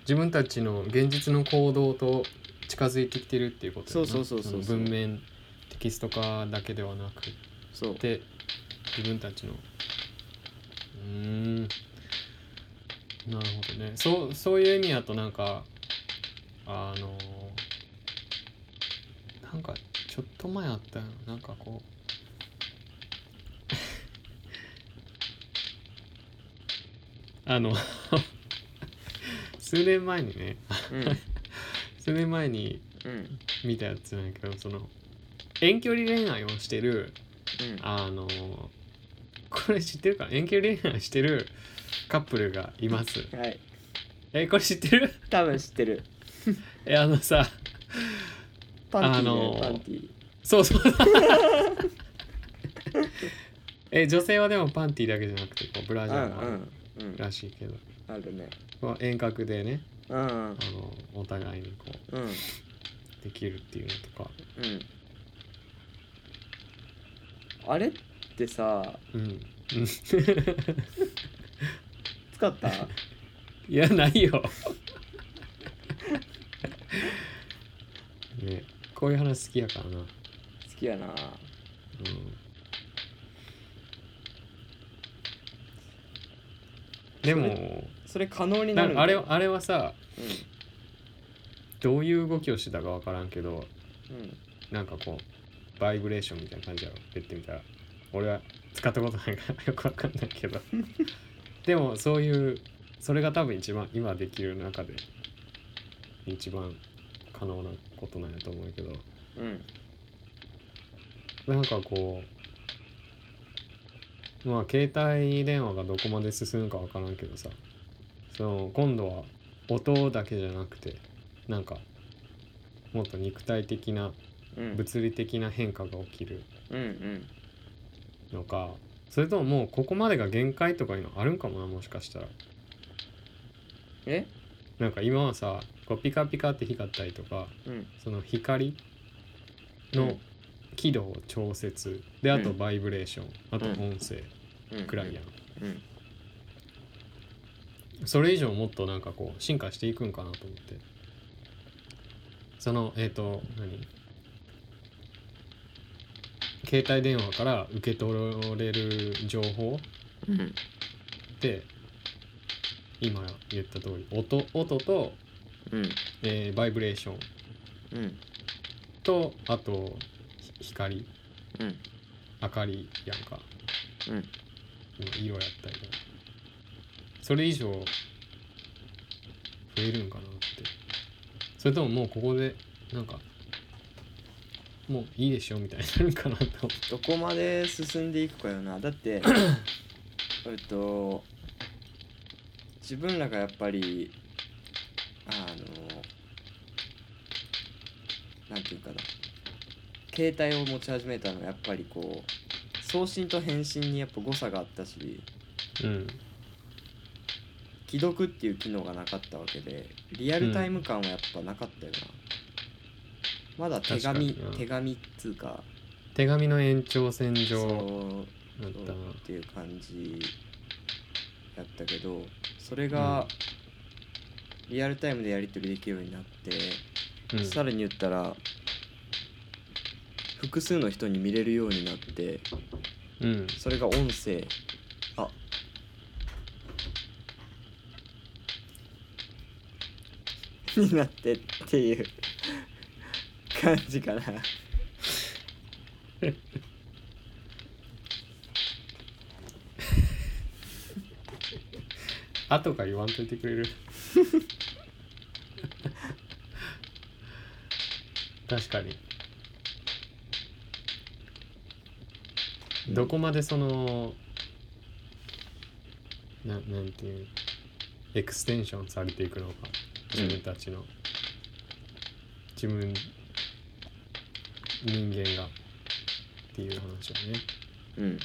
[SPEAKER 1] 自分たちの現実の行動と近づいてきてるっていうことやな
[SPEAKER 3] そうそうそうそう
[SPEAKER 1] の文面テキスト化だけではなく
[SPEAKER 3] そう
[SPEAKER 1] て自分たちのうーんなるほどねそうそういう意味だとなんかあのなんかちょっと前あったよなんかこう (laughs) あの数年前にね
[SPEAKER 3] (laughs) う
[SPEAKER 1] 数年前に
[SPEAKER 3] んうん
[SPEAKER 1] 見たやつなんやけどその遠距離恋愛をしてる
[SPEAKER 3] うん
[SPEAKER 1] あのこれ知ってるか遠距離恋愛してるカップルがいます
[SPEAKER 3] はい
[SPEAKER 1] えこれ知ってる
[SPEAKER 3] 多分知ってる
[SPEAKER 1] えあのさ
[SPEAKER 3] パンティー、ね
[SPEAKER 1] あのー
[SPEAKER 3] パンティー
[SPEAKER 1] そうそう (laughs) え女性はでもパンティだけじゃなくてこうブラジャーもあ
[SPEAKER 3] う
[SPEAKER 1] る
[SPEAKER 3] んうんうん
[SPEAKER 1] らしいけど、
[SPEAKER 3] あるね
[SPEAKER 1] まあ、遠隔でね
[SPEAKER 3] うんうん
[SPEAKER 1] あのお互いにこ
[SPEAKER 3] うん
[SPEAKER 1] うできるっていうのとか
[SPEAKER 3] あれってさ
[SPEAKER 1] うんうん
[SPEAKER 3] 使った
[SPEAKER 1] いやないよ (laughs) ねこういう話好きやからな
[SPEAKER 3] 好きやな
[SPEAKER 1] でも
[SPEAKER 3] それ可能にな
[SPEAKER 1] な
[SPEAKER 3] る
[SPEAKER 1] ん
[SPEAKER 3] ん
[SPEAKER 1] か
[SPEAKER 3] だ
[SPEAKER 1] あれあれはさどういう動きをしてたかわからんけど
[SPEAKER 3] うんうん
[SPEAKER 1] なんかこうバイブレーションみたいな感じやろ言ってみたら俺は使ったことないからよくわかんない
[SPEAKER 3] (laughs)
[SPEAKER 1] けどでもそういうそれが多分一番今できる中で一番可能なことなんやと思うけど
[SPEAKER 3] うん
[SPEAKER 1] なんかこうまあ携帯電話がどこまで進むかわからんけどさそう今度は音だけじゃなくてなんかもっと肉体的な
[SPEAKER 3] うん
[SPEAKER 1] 物理的な変化が起きる
[SPEAKER 3] うんうん
[SPEAKER 1] のかそれとももうここまでが限界とかいうのあるんかもなもしかしたら
[SPEAKER 3] え
[SPEAKER 1] なんか今はさこうピカピカって光ったりとか
[SPEAKER 3] うん
[SPEAKER 1] その光
[SPEAKER 3] う
[SPEAKER 1] の
[SPEAKER 3] ん
[SPEAKER 1] 輝度を調節であと
[SPEAKER 3] うん
[SPEAKER 1] バイブレーションあと
[SPEAKER 3] うん
[SPEAKER 1] 音声
[SPEAKER 3] うん
[SPEAKER 1] くらいやん
[SPEAKER 3] うん
[SPEAKER 1] それ以上もっとなんかこう進化していくんかなと思ってそのえっ、と何携帯電話から受け取れる情報
[SPEAKER 3] うん
[SPEAKER 1] って今言った通り音音と、
[SPEAKER 3] うん
[SPEAKER 1] えーバイブレーション
[SPEAKER 3] うん
[SPEAKER 1] とあとひ光
[SPEAKER 3] うん
[SPEAKER 1] 明かりやんか
[SPEAKER 3] うん
[SPEAKER 1] 色やったりとかそれ以上増えるんかなってそれとももうここでなんかもういいでしょみたいになるんかなと思
[SPEAKER 3] どこまで進んでいくかよなだって
[SPEAKER 1] (coughs)
[SPEAKER 3] えっと自分らがやっぱりあのなんていうかな携帯を持ち始めたのはやっぱりこう送信と返信にやっぱ誤差があったし
[SPEAKER 1] ううん
[SPEAKER 3] 既読っていう機能がなかったわけでリアルタイム感はやっぱなかったよな、まだ手紙
[SPEAKER 1] 確かにな
[SPEAKER 3] 手紙っつうか
[SPEAKER 1] 手紙の延長線上
[SPEAKER 3] そう
[SPEAKER 1] だっ
[SPEAKER 3] そう
[SPEAKER 1] たな
[SPEAKER 3] っていう感じやったけどそれがリアルタイムでやり取りできるようになって、
[SPEAKER 1] うん
[SPEAKER 3] さらに言ったら複数の人に見れるようになって
[SPEAKER 1] うん
[SPEAKER 3] それが音声あになってっていう感じかな
[SPEAKER 1] あとか言わんといてくれる (laughs) 確かにどこまでそのななんていうエクステンションされていくのか
[SPEAKER 3] うん
[SPEAKER 1] 自分たちの、自分人間がっていう話をね
[SPEAKER 3] うん。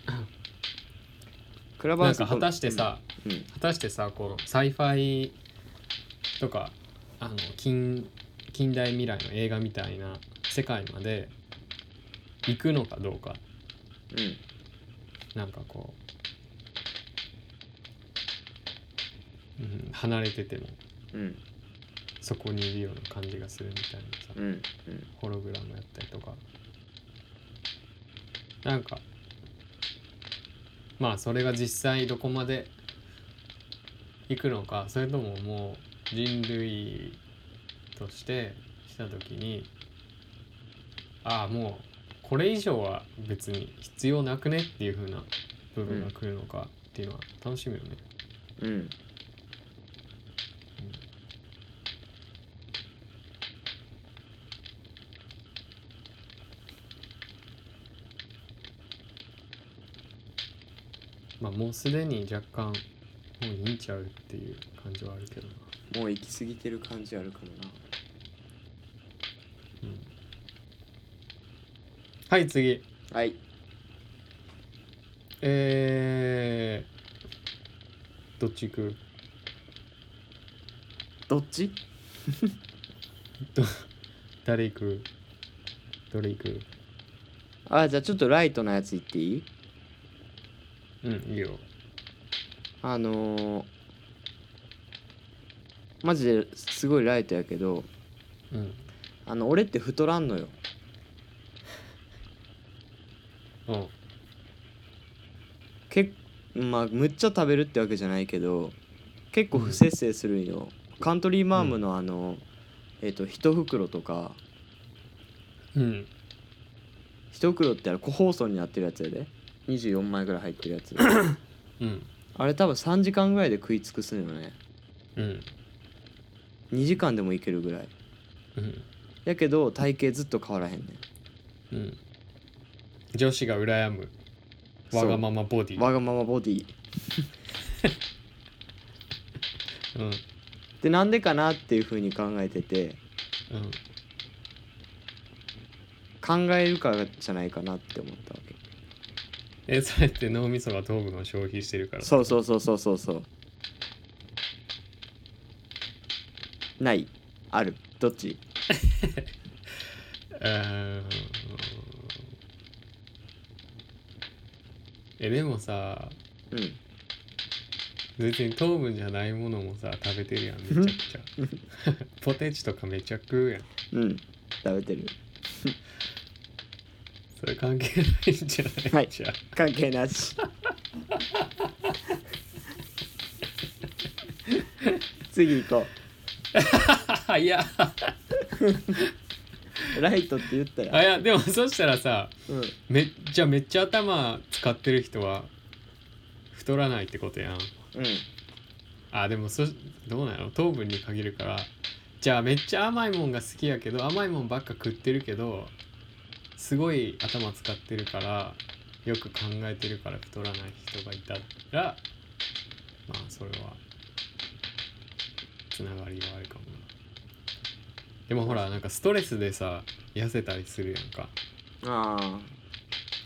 [SPEAKER 3] (coughs) クラブハ
[SPEAKER 1] な
[SPEAKER 3] ウ
[SPEAKER 1] ん
[SPEAKER 3] ス
[SPEAKER 1] か果たしてさ、
[SPEAKER 3] うん、うん
[SPEAKER 1] 果たしてさこうサイファイとかあの近近代未来の映画みたいな世界まで行くのかどうか
[SPEAKER 3] うん
[SPEAKER 1] なんかこう、うん、離れてても
[SPEAKER 3] うん
[SPEAKER 1] そこにいるような感じがするみたいなさ、
[SPEAKER 3] うんうん
[SPEAKER 1] ホログラムやったりとかなんかまあそれが実際どこまで行くのかそれとももう人類としてした時にああもうこれ以上は別に必要なくねっていう風な部分が来るのかっていうのは楽しみよね。
[SPEAKER 3] うん
[SPEAKER 1] まあもうすでに若干もういいんちゃうっていう感じはあるけどな。
[SPEAKER 3] もう行き過ぎてる感じあるかもな
[SPEAKER 1] うんはい次。
[SPEAKER 3] はい
[SPEAKER 1] えー、どっち行く
[SPEAKER 3] どっち
[SPEAKER 1] 誰行くどれ行く
[SPEAKER 3] あじゃあちょっとライトなやつ言っていい
[SPEAKER 1] うん、いいよ。
[SPEAKER 3] あのー、マジですごいライトやけど
[SPEAKER 1] うん。
[SPEAKER 3] あの俺って太らんのよ
[SPEAKER 1] うん。
[SPEAKER 3] けまあむっちゃ食べるってわけじゃないけど結構不節制するんよ、カントリーマームのあの、えっ、と一袋とか
[SPEAKER 1] うん。
[SPEAKER 3] 一袋ってあれ個包装になってるやつやで24枚ぐらい入ってるやつ
[SPEAKER 1] うん。
[SPEAKER 3] あれ多分3時間ぐらいで食い尽くすのよね
[SPEAKER 1] うん。
[SPEAKER 3] 2時間でもいけるぐらい
[SPEAKER 1] うん。
[SPEAKER 3] やけど体型ずっと変わらへんねん
[SPEAKER 1] うん。女子が羨む。
[SPEAKER 3] そう
[SPEAKER 1] わがままボディ。
[SPEAKER 3] わがままボディ
[SPEAKER 1] うんうん
[SPEAKER 3] でなんでかなっていうふうに考えてて考えるからじゃないかなって思ったわけ
[SPEAKER 1] えそれって脳みそが糖分を消費してるから
[SPEAKER 3] そう
[SPEAKER 1] う
[SPEAKER 3] そうそうそうそうそうないあるどっち
[SPEAKER 1] んえでもさ
[SPEAKER 3] うん
[SPEAKER 1] 別に糖分じゃないものもさ食べてるやんめちゃくち
[SPEAKER 3] (laughs)
[SPEAKER 1] ゃポテチとかめちゃ食うやん
[SPEAKER 3] うん食べてる
[SPEAKER 1] それ関係ないんじゃない、
[SPEAKER 3] はい
[SPEAKER 1] じゃあ
[SPEAKER 3] 関係な (laughs) し次行こ
[SPEAKER 1] いや
[SPEAKER 3] うライトって言ったら
[SPEAKER 1] あいやでもそしたらさ
[SPEAKER 3] うん
[SPEAKER 1] めっちゃめっちゃ頭使ってる人は太らないってことやん
[SPEAKER 3] うん
[SPEAKER 1] あでもそどうなの糖分に限るからじゃあめっちゃ甘いもんが好きやけど甘いもんばっか食ってるけどすごい頭使ってるからよく考えてるから太らない人がいたらまあそれはつながりはあるかもなでもほらなんかストレスでさ痩せたりするやんか
[SPEAKER 3] あ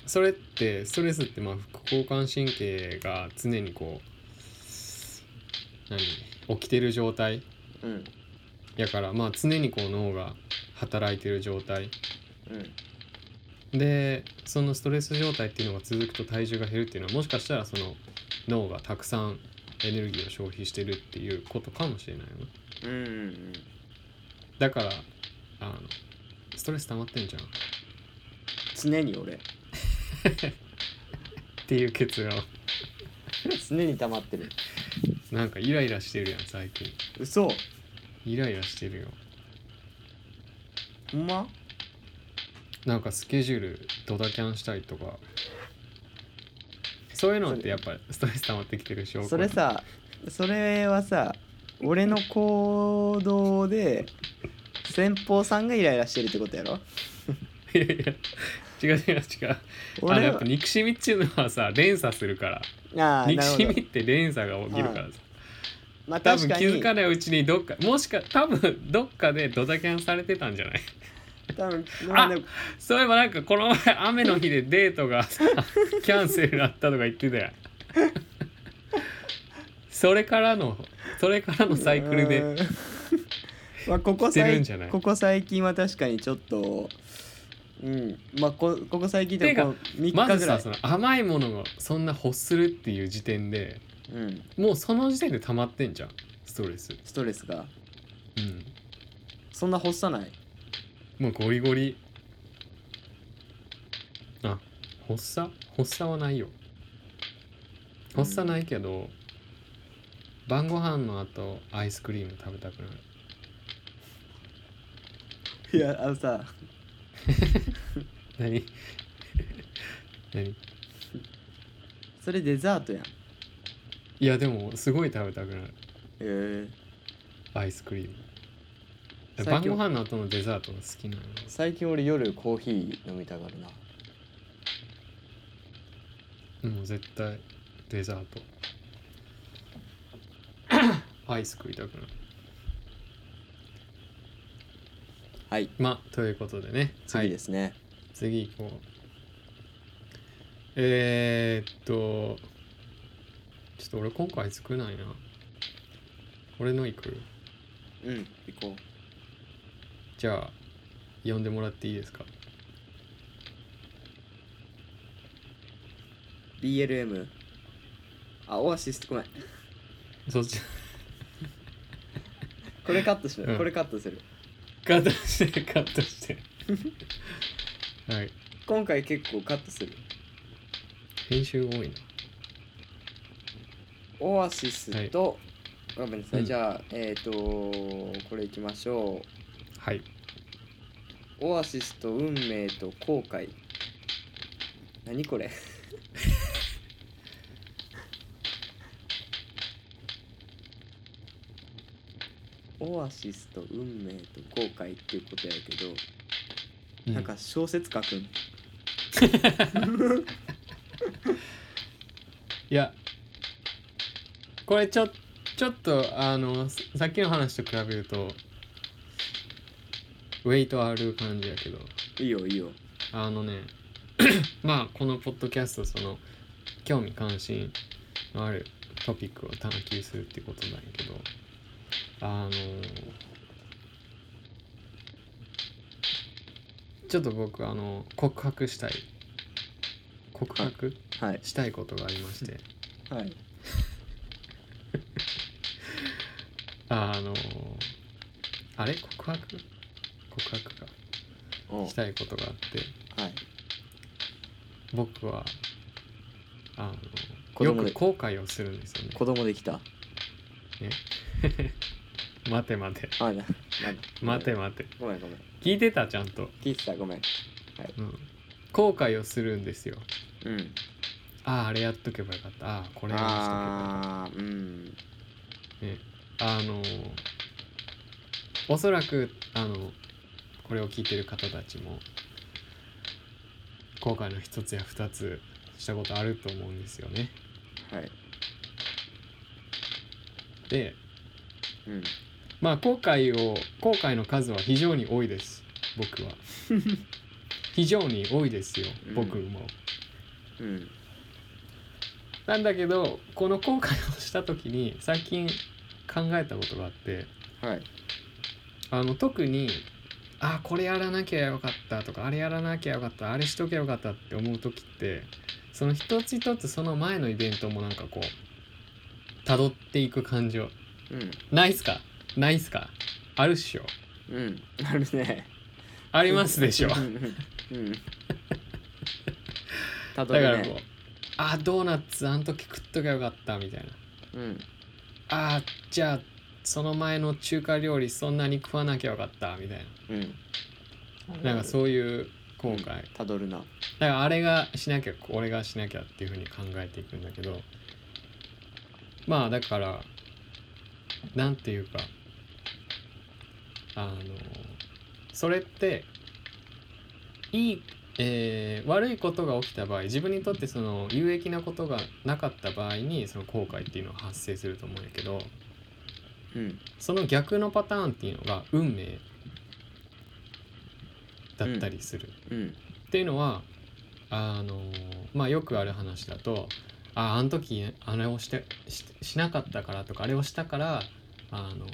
[SPEAKER 1] それってストレスってまあ副交感神経が常にこう何起きてる状態
[SPEAKER 3] あうん
[SPEAKER 1] やからまあ常にこう脳が働いてる状態
[SPEAKER 3] うん
[SPEAKER 1] でそのストレス状態っていうのが続くと体重が減るっていうのはもしかしたらその脳がたくさんエネルギーを消費してるっていうことかもしれないよね
[SPEAKER 3] うんうん
[SPEAKER 1] だからあのストレス溜まってんじゃんっ
[SPEAKER 3] 常に俺
[SPEAKER 1] ていう結論
[SPEAKER 3] 常に溜まってる
[SPEAKER 1] なんかイライラしてるやん最近
[SPEAKER 3] 嘘
[SPEAKER 1] イライラしてるよ
[SPEAKER 3] ほんま
[SPEAKER 1] なんかスケジュールドタキャンしたりとかそういうのってやっぱストレス溜まってきてる証拠
[SPEAKER 3] それさそれはさ俺の行動で先方さんがイライラしてるってことやろ
[SPEAKER 1] いやいや違う違う違うあの
[SPEAKER 3] 俺
[SPEAKER 1] やっ
[SPEAKER 3] は
[SPEAKER 1] ぱ憎しみっていうのはさ連鎖するから
[SPEAKER 3] ああ
[SPEAKER 1] 憎
[SPEAKER 3] なるほ
[SPEAKER 1] しみ
[SPEAKER 3] ど
[SPEAKER 1] って連鎖が起きるからさ
[SPEAKER 3] まあ
[SPEAKER 1] 多
[SPEAKER 3] 確
[SPEAKER 1] 分
[SPEAKER 3] か
[SPEAKER 1] 気づ
[SPEAKER 3] に
[SPEAKER 1] かないうちにどっかもしか多分どっかでドタキャンされてたんじゃない
[SPEAKER 3] 多分
[SPEAKER 1] あ
[SPEAKER 3] でも
[SPEAKER 1] そういえばなんかこの前雨の日でデートが
[SPEAKER 3] (laughs)
[SPEAKER 1] さキャンセルだったとか言ってたやんそれからのそれからのサイクルで
[SPEAKER 3] うーん (laughs) まあここ
[SPEAKER 1] してる
[SPEAKER 3] 最
[SPEAKER 1] んじゃない
[SPEAKER 3] ここ最近は確かにちょっとうんまあこここ最近でもこう3
[SPEAKER 1] ま
[SPEAKER 3] 日
[SPEAKER 1] ず
[SPEAKER 3] ぐら
[SPEAKER 1] さ
[SPEAKER 3] い、
[SPEAKER 1] その甘いものをそんな欲するっていう時点で
[SPEAKER 3] うん、
[SPEAKER 1] もうその時点で溜まってんじゃんストレス、
[SPEAKER 3] ストレスが
[SPEAKER 1] うん、
[SPEAKER 3] そんな欲さない
[SPEAKER 1] もうゴリゴリあ発作発作はないよ発作ないけど、晩ご飯の後アイスクリーム食べたくなる
[SPEAKER 3] いやあのさ
[SPEAKER 1] 何 (laughs) 何
[SPEAKER 3] それデザートやんへ
[SPEAKER 1] いやでもすごい食べたくなる
[SPEAKER 3] え
[SPEAKER 1] アイスクリーム
[SPEAKER 3] 最
[SPEAKER 1] 晩
[SPEAKER 3] 近
[SPEAKER 1] ご飯の後のデザートが好きなの
[SPEAKER 3] 最近俺夜コーヒー飲みたがるな
[SPEAKER 1] もう絶対デザート (coughs) アイス食いたくなる
[SPEAKER 3] はい
[SPEAKER 1] まあということでね
[SPEAKER 3] 次ですね、
[SPEAKER 1] 次行こうえー、っとちょっと俺今回少ないな俺の行く
[SPEAKER 3] うん行こ
[SPEAKER 1] じゃあ呼んでもらっていいですか
[SPEAKER 3] う BLM あオアシスごめん
[SPEAKER 1] そっち (laughs)
[SPEAKER 3] これカットしろ、
[SPEAKER 1] うん
[SPEAKER 3] これカットする
[SPEAKER 1] カットしてカットして
[SPEAKER 3] (laughs)
[SPEAKER 1] はい
[SPEAKER 3] 今回結構カットする
[SPEAKER 1] 編集多いな
[SPEAKER 3] オアシスと、ごめんなさい、
[SPEAKER 1] うん
[SPEAKER 3] じゃあえっ、とこれいきましょ
[SPEAKER 1] はい、
[SPEAKER 3] うオアシスと運命と後悔何これ (laughs) オアシスと運命と後悔っていうことやけど、
[SPEAKER 1] う
[SPEAKER 3] なんか小説書くん
[SPEAKER 1] いやこれちょちょっとあのささっきの話と比べるとウェイトある感じやけど
[SPEAKER 3] いいよいいよ
[SPEAKER 1] あのね (coughs) まあこのポッドキャストその興味関心のあるトピックを探求するってことなんやけどあのちょっと僕あの告白したい告白
[SPEAKER 3] はい
[SPEAKER 1] したいことがありまして
[SPEAKER 3] はい
[SPEAKER 1] あのあれ告白告白か
[SPEAKER 3] おう
[SPEAKER 1] したいことがあって
[SPEAKER 3] はい
[SPEAKER 1] 僕はあ
[SPEAKER 3] 子
[SPEAKER 1] のよ
[SPEAKER 3] 供で
[SPEAKER 1] く後悔をするんですよね
[SPEAKER 3] 子供できた
[SPEAKER 1] 待て待て
[SPEAKER 3] あな
[SPEAKER 1] 待て待て
[SPEAKER 3] ごめんごめん
[SPEAKER 1] 聞いてたちゃんと、
[SPEAKER 3] 聞いてたごめん
[SPEAKER 1] うん、後悔をするんですよ
[SPEAKER 3] うん
[SPEAKER 1] あああれやっとけばよかったああこれやりま
[SPEAKER 3] ああーうん
[SPEAKER 1] しとけばよかったねあのおそらくあのこれを聞いてる方たちも後悔の一つや二つしたことあると思うんですよね
[SPEAKER 3] はい
[SPEAKER 1] で
[SPEAKER 3] うん
[SPEAKER 1] まあ後悔を後悔の数は非常に多いです僕 (laughs) は非常に多いですよ
[SPEAKER 3] うん
[SPEAKER 1] 僕も、
[SPEAKER 3] うん
[SPEAKER 1] なんだけどこの後悔をした時に最近考えたことがあって
[SPEAKER 3] はい
[SPEAKER 1] あの特にあこれやらなきゃよかったとかあれやらなきゃよかったあれしとけばよかったって思う時ってその一つ一つその前のイベントもなんかこう辿っていく感情
[SPEAKER 3] うん
[SPEAKER 1] ないっすかないっすかあるっしょ
[SPEAKER 3] うんある (laughs) ね
[SPEAKER 1] ありますでしょ
[SPEAKER 3] うんうんたど
[SPEAKER 1] だ
[SPEAKER 3] り
[SPEAKER 1] からこう
[SPEAKER 3] ね、
[SPEAKER 1] あドーナツあの時食っときゃよかったみたいな
[SPEAKER 3] うん
[SPEAKER 1] あじゃあその前の中華料理そんなに食わなきゃよかったみたい
[SPEAKER 3] うん
[SPEAKER 1] ななんか
[SPEAKER 3] う
[SPEAKER 1] そういう後悔だか
[SPEAKER 3] たどるな
[SPEAKER 1] らあれがしなきゃこれがしなきゃっていうふうに考えていくんだけどまあだからなんていうかあのそれっていい、えー悪いことが起きた場合自分にとってその有益なことがなかった場合にその後悔っていうのは発生すると思うんやけど
[SPEAKER 3] うん
[SPEAKER 1] その逆のパターンっていうのが運命だったりする、
[SPEAKER 3] うん
[SPEAKER 1] っていうのはあのまあよくある話だとああの時あれをしてししなかったからとかあれをしたからあの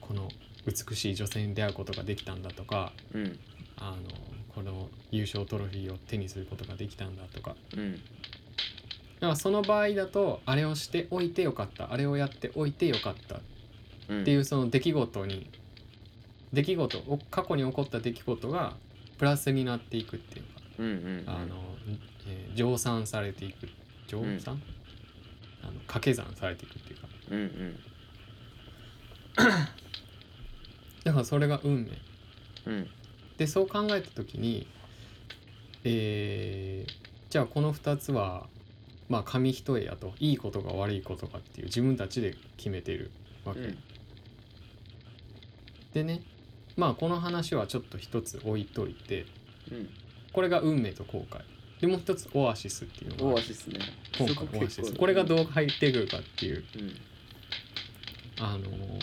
[SPEAKER 1] この美しい女性に出会うことができたんだとか
[SPEAKER 3] うん
[SPEAKER 1] あのこの優勝トロフィーを手にすることができたんだとか
[SPEAKER 3] うん
[SPEAKER 1] だからその場合だとあれをしておいてよかったあれをやっておいてよかった
[SPEAKER 3] うん
[SPEAKER 1] っていうその出来事に出来事お過去に起こった出来事がプラスになっていくっていうか
[SPEAKER 3] うんうん
[SPEAKER 1] あの、えー乗算されていく乗算、あの掛け算されていくっていうか
[SPEAKER 3] うんうん
[SPEAKER 1] だからそれが運命
[SPEAKER 3] うん
[SPEAKER 1] でそう考えた時にえーじゃあこの2つはまあ紙一重やといいことが悪いことかっていう自分たちで決めてるわけ、
[SPEAKER 3] うん
[SPEAKER 1] でねまあこの話はちょっと一つ置いといて、
[SPEAKER 3] うん
[SPEAKER 1] これが運命と後悔でもう一つオアシスっていうの
[SPEAKER 3] オ
[SPEAKER 1] が
[SPEAKER 3] アシスね
[SPEAKER 1] 今
[SPEAKER 3] そ
[SPEAKER 1] 回オア
[SPEAKER 3] 結
[SPEAKER 1] シ
[SPEAKER 3] 構
[SPEAKER 1] スこれがどう入ってくるかっていう
[SPEAKER 3] うん
[SPEAKER 1] あのー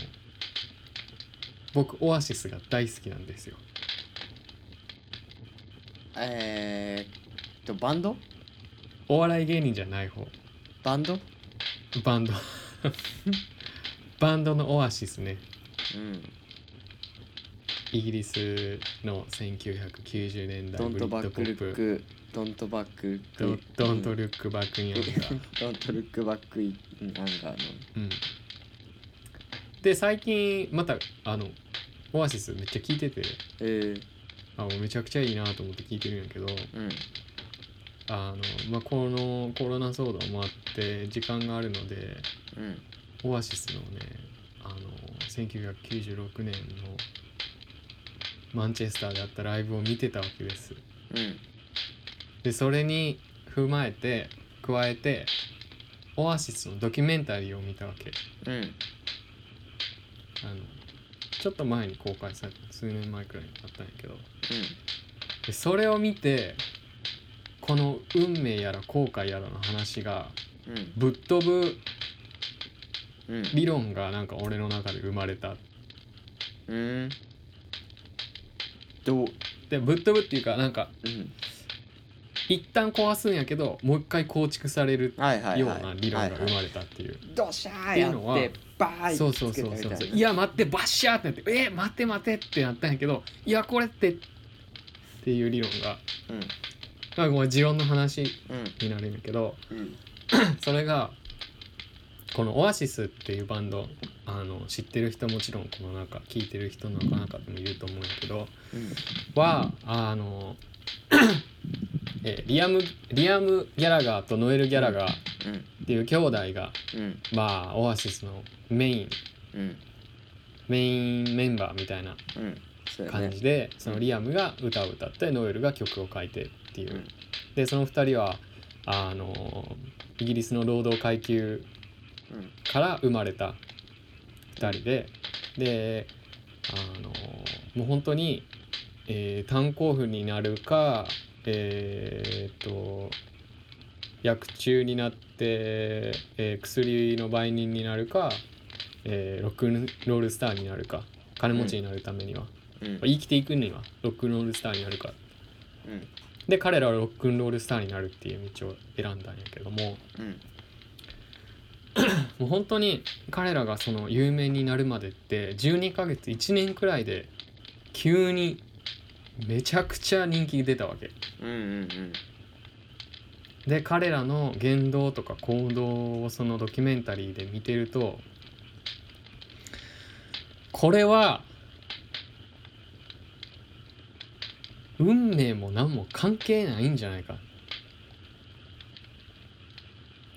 [SPEAKER 1] 僕オアシスが大好きなんですよ
[SPEAKER 3] えーっとバンド
[SPEAKER 1] お笑い芸人じゃない方
[SPEAKER 3] バンド
[SPEAKER 1] バンド (laughs) バンドのオアシスね
[SPEAKER 3] うん
[SPEAKER 1] イギリスの1990年代
[SPEAKER 3] ドン
[SPEAKER 1] ブリッド
[SPEAKER 3] トバッ
[SPEAKER 1] ポ
[SPEAKER 3] クル
[SPEAKER 1] ッ
[SPEAKER 3] ッ
[SPEAKER 1] プ
[SPEAKER 3] クドントバックルッ
[SPEAKER 1] ド
[SPEAKER 3] ク
[SPEAKER 1] ドントルックバックインアンガー
[SPEAKER 3] ドントルックバックインアンガーの
[SPEAKER 1] うんで最近またあのオアシスめっちゃ聞いてて
[SPEAKER 3] え
[SPEAKER 1] あもうめちゃくちゃいいなと思って聞いてるんやけど
[SPEAKER 3] ーうん
[SPEAKER 1] あの、まあ、このコロナ騒動もあって時間があるので
[SPEAKER 3] うん
[SPEAKER 1] オアシスのねあの1996年のマンチェスターであったライブを見てたわけです
[SPEAKER 3] うん
[SPEAKER 1] でそれに踏まえて加えてオアシスのドキュメンタリーを見たわけ
[SPEAKER 3] うん
[SPEAKER 1] あのちょっと前に公開された数年前くらいにあったんやけどでそれを見てこの運命やら後悔やらの話が
[SPEAKER 3] うんうん
[SPEAKER 1] ぶっ飛ぶ
[SPEAKER 3] うん
[SPEAKER 1] 理論がなんか俺の中で生まれた
[SPEAKER 3] うんどう
[SPEAKER 1] でぶっ飛ぶっていうかなんか
[SPEAKER 3] うん
[SPEAKER 1] 一旦壊すんやけどもう一回構築される
[SPEAKER 3] はいはいはい
[SPEAKER 1] ような理論が
[SPEAKER 3] は
[SPEAKER 1] 生
[SPEAKER 3] いは
[SPEAKER 1] ま
[SPEAKER 3] い
[SPEAKER 1] れたっていう、
[SPEAKER 3] ドシャ
[SPEAKER 1] っ
[SPEAKER 3] ー
[SPEAKER 1] ていう
[SPEAKER 3] や
[SPEAKER 1] のは
[SPEAKER 3] ってバー
[SPEAKER 1] そう
[SPEAKER 3] イ
[SPEAKER 1] そう
[SPEAKER 3] つけ
[SPEAKER 1] そう
[SPEAKER 3] たみ
[SPEAKER 1] そう
[SPEAKER 3] た
[SPEAKER 1] そう
[SPEAKER 3] い
[SPEAKER 1] い
[SPEAKER 3] な
[SPEAKER 1] や待ってバッシャーってなってえー、待って待ってってなったんやけどいやこれってっていう理論が
[SPEAKER 3] う
[SPEAKER 1] なんかこれ持論の話
[SPEAKER 3] ん
[SPEAKER 1] になるんやけど
[SPEAKER 3] (laughs) うん
[SPEAKER 1] それがこのオアシスっていうバンドあの知ってる人もちろんこの中聞いてる人の中でもいると思うんやけど
[SPEAKER 3] うん
[SPEAKER 1] はあの (coughs) えリアムリアム・ギャラガーとノエル・ギャラガーっていう兄弟が
[SPEAKER 3] うん
[SPEAKER 1] まあオアシスのメイン
[SPEAKER 3] うん
[SPEAKER 1] メインメンバーみたいな
[SPEAKER 3] うんそうや
[SPEAKER 1] 感
[SPEAKER 3] ね
[SPEAKER 1] じで、そのリアムが歌を歌ってノエルが曲を書いてっていう、
[SPEAKER 3] うん
[SPEAKER 1] でその2人はあのイギリスの労働階級
[SPEAKER 3] うん
[SPEAKER 1] から生まれた2人でであのもう本当に、えー炭鉱夫になるかえーっと薬中になって、えー薬の売人になるか、えーロックンロールスターになるか金持ちになるためには、
[SPEAKER 3] うん
[SPEAKER 1] 生きていくにはロックンロールスターになるか
[SPEAKER 3] うん
[SPEAKER 1] で彼らはロックンロールスターになるっていう道を選んだんやけども。
[SPEAKER 3] うん
[SPEAKER 1] もう本当に彼らがその有名になるまでって12ヶ月1年くらいで急にめちゃくちゃ人気出たわけ
[SPEAKER 3] うんうんうん
[SPEAKER 1] で彼らの言動とか行動をそのドキュメンタリーで見てるとこれは運命も何も関係ないんじゃないか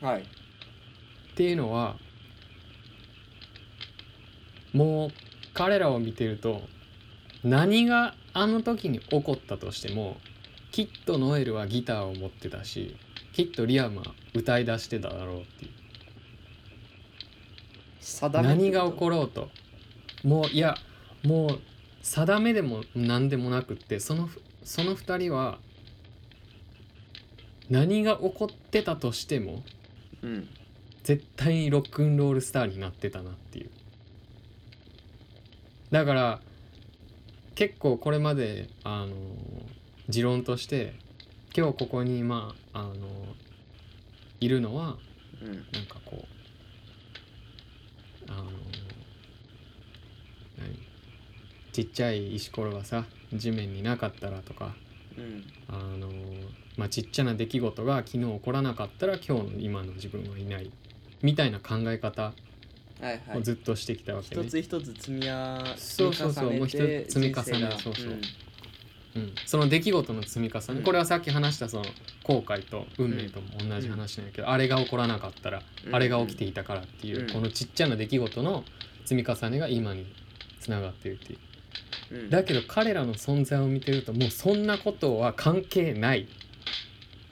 [SPEAKER 3] はい
[SPEAKER 1] っていうのはもう彼らを見てると何があの時に起こったとしてもきっとノエルはギターを持ってたしきっとリアムは歌い出してただろうっていう
[SPEAKER 3] 定め
[SPEAKER 1] 何が起こ
[SPEAKER 3] る
[SPEAKER 1] ろうともういやもう定めでも何でもなくってそのふその2人は何が起こってたとしても
[SPEAKER 3] うん
[SPEAKER 1] 絶対にロックンロールスターになってたなっていうだから結構これまであの持論として今日ここにまああのいるのは
[SPEAKER 3] うん
[SPEAKER 1] なんかこうあの何ちっちゃい石ころがさ地面になかったらとか
[SPEAKER 3] うん
[SPEAKER 1] あのまあ、ちっちゃな出来事が昨日起こらなかったら今日の今の自分はいないみたいな考え方
[SPEAKER 3] はいは
[SPEAKER 1] を
[SPEAKER 3] い
[SPEAKER 1] ずっとしてきたわけね、
[SPEAKER 3] 一つ一つ積み重ねて
[SPEAKER 1] そうそうそうもう一つ積み重ね
[SPEAKER 3] 人生が
[SPEAKER 1] そうそうんうん、その出来事の積み重ね、
[SPEAKER 3] うん
[SPEAKER 1] これはさっき話したその後悔と運命とも同じ話なんやけど、あれが起こらなかったら、
[SPEAKER 3] うん
[SPEAKER 1] あれが起きていたからっていう、
[SPEAKER 3] うん
[SPEAKER 1] このちっちゃな出来事の積み重ねが今につながってるっていう
[SPEAKER 3] うん
[SPEAKER 1] だけど彼らの存在を見てるともうそんなことは関係ない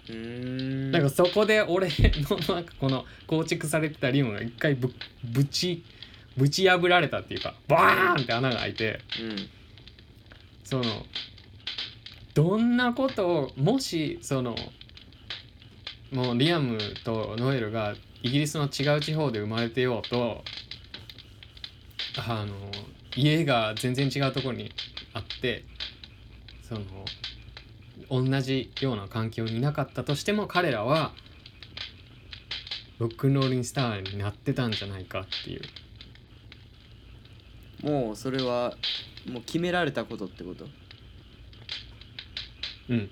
[SPEAKER 3] うん
[SPEAKER 1] なんかそこで俺のなんかこの構築されてた理論が一回ぶぶちぶち破られたっていうかバーンって穴が開いて
[SPEAKER 3] うん
[SPEAKER 1] そのどんなことをもしそのもうリアムとノエルがイギリスの違う地方で生まれてようとあの家が全然違うところにあってその同じような環境にいなかったとしても彼らはロックンロールスターになってたんじゃないかっていう
[SPEAKER 3] もうそれはもう決められたことってこと
[SPEAKER 1] うん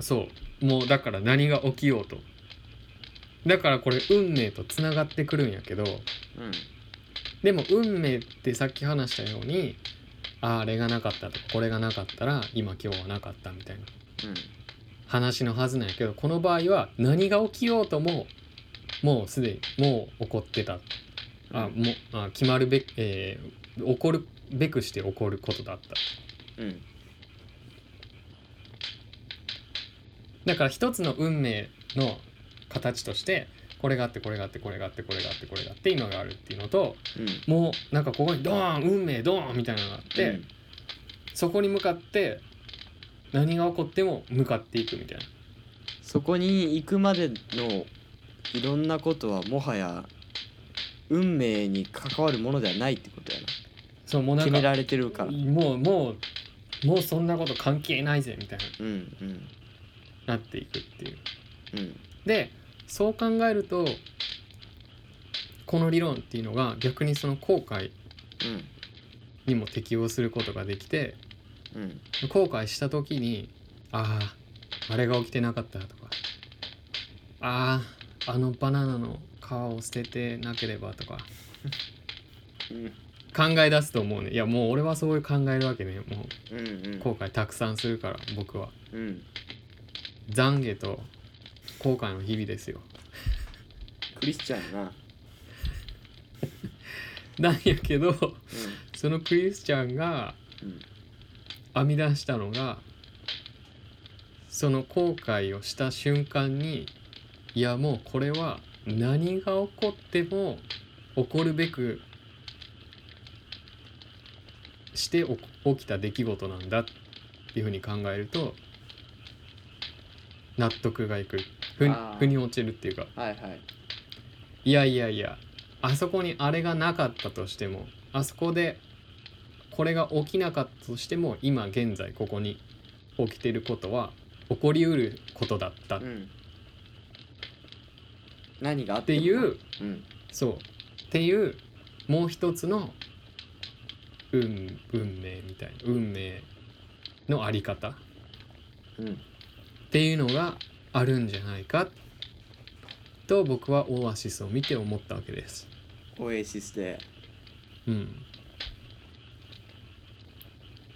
[SPEAKER 1] そうもうだから何が起きようとだからこれ運命とつながってくるんやけど
[SPEAKER 3] うん
[SPEAKER 1] でも運命ってさっき話したようにああれがなかったとかこれがなかったら今今日はなかったみたいな話のはずなんやけどこの場合は何が起きようとももうすでにもう起こってたあもうあ決まるべく、えー起こるべくして起こることだった
[SPEAKER 3] うん
[SPEAKER 1] だから一つの運命の形としてこれがあってこれがあってこれがあってこれがあってこれがあって今があるっていうのと
[SPEAKER 3] うん
[SPEAKER 1] もうなんかここにドーン運命ドーンみたいなのがあって、
[SPEAKER 3] うん
[SPEAKER 1] そこに向かって何が起こっても向かっていくみたいな
[SPEAKER 3] そこに行くまでのいろんなことはもはや運命に関わるものではないってことやな
[SPEAKER 1] そうもうな
[SPEAKER 3] 決
[SPEAKER 1] ん
[SPEAKER 3] め
[SPEAKER 1] から
[SPEAKER 3] れてるから
[SPEAKER 1] もうもうもうそんなこと関係ないぜみたい
[SPEAKER 3] うんうん
[SPEAKER 1] ななっていくっていう
[SPEAKER 3] うん
[SPEAKER 1] でそう考えるとこの理論っていうのが逆にその後悔にも適応することができて
[SPEAKER 3] うんうん
[SPEAKER 1] 後悔した時にあああれが起きてなかったとかあああのバナナの皮を捨ててなければとか
[SPEAKER 3] うん
[SPEAKER 1] 考え出すと思うねいやもう俺はそういう考えるわけねも
[SPEAKER 3] うんう
[SPEAKER 1] うん後悔たくさんするから僕は
[SPEAKER 3] うん
[SPEAKER 1] 懺悔と後悔の日々ですよ (laughs)
[SPEAKER 3] クリスチャンやな
[SPEAKER 1] なんやけどそのクリスチャンが
[SPEAKER 3] うんうん
[SPEAKER 1] 編み出したのがその後悔をした瞬間にいやもうこれは何が起こっても起こるべくして起こ起きた出来事なんだっていうふうに考えると納得がいくふに
[SPEAKER 3] あー
[SPEAKER 1] ふに落ちるっていうか
[SPEAKER 3] はいはい
[SPEAKER 1] いやいやいやあそこにあれがなかったとしてもあそこでこれが起きなかったとしても今現在ここに起きてることは起こりうることだったっ
[SPEAKER 3] うん何があってても
[SPEAKER 1] いう、
[SPEAKER 3] うん
[SPEAKER 1] そうっていうもう一つの運運命みたいな運命のあり方っ
[SPEAKER 3] うん
[SPEAKER 1] ていうのがあるんじゃないかと僕はオアシスを見て思ったわけです。
[SPEAKER 3] オエシスで
[SPEAKER 1] うん、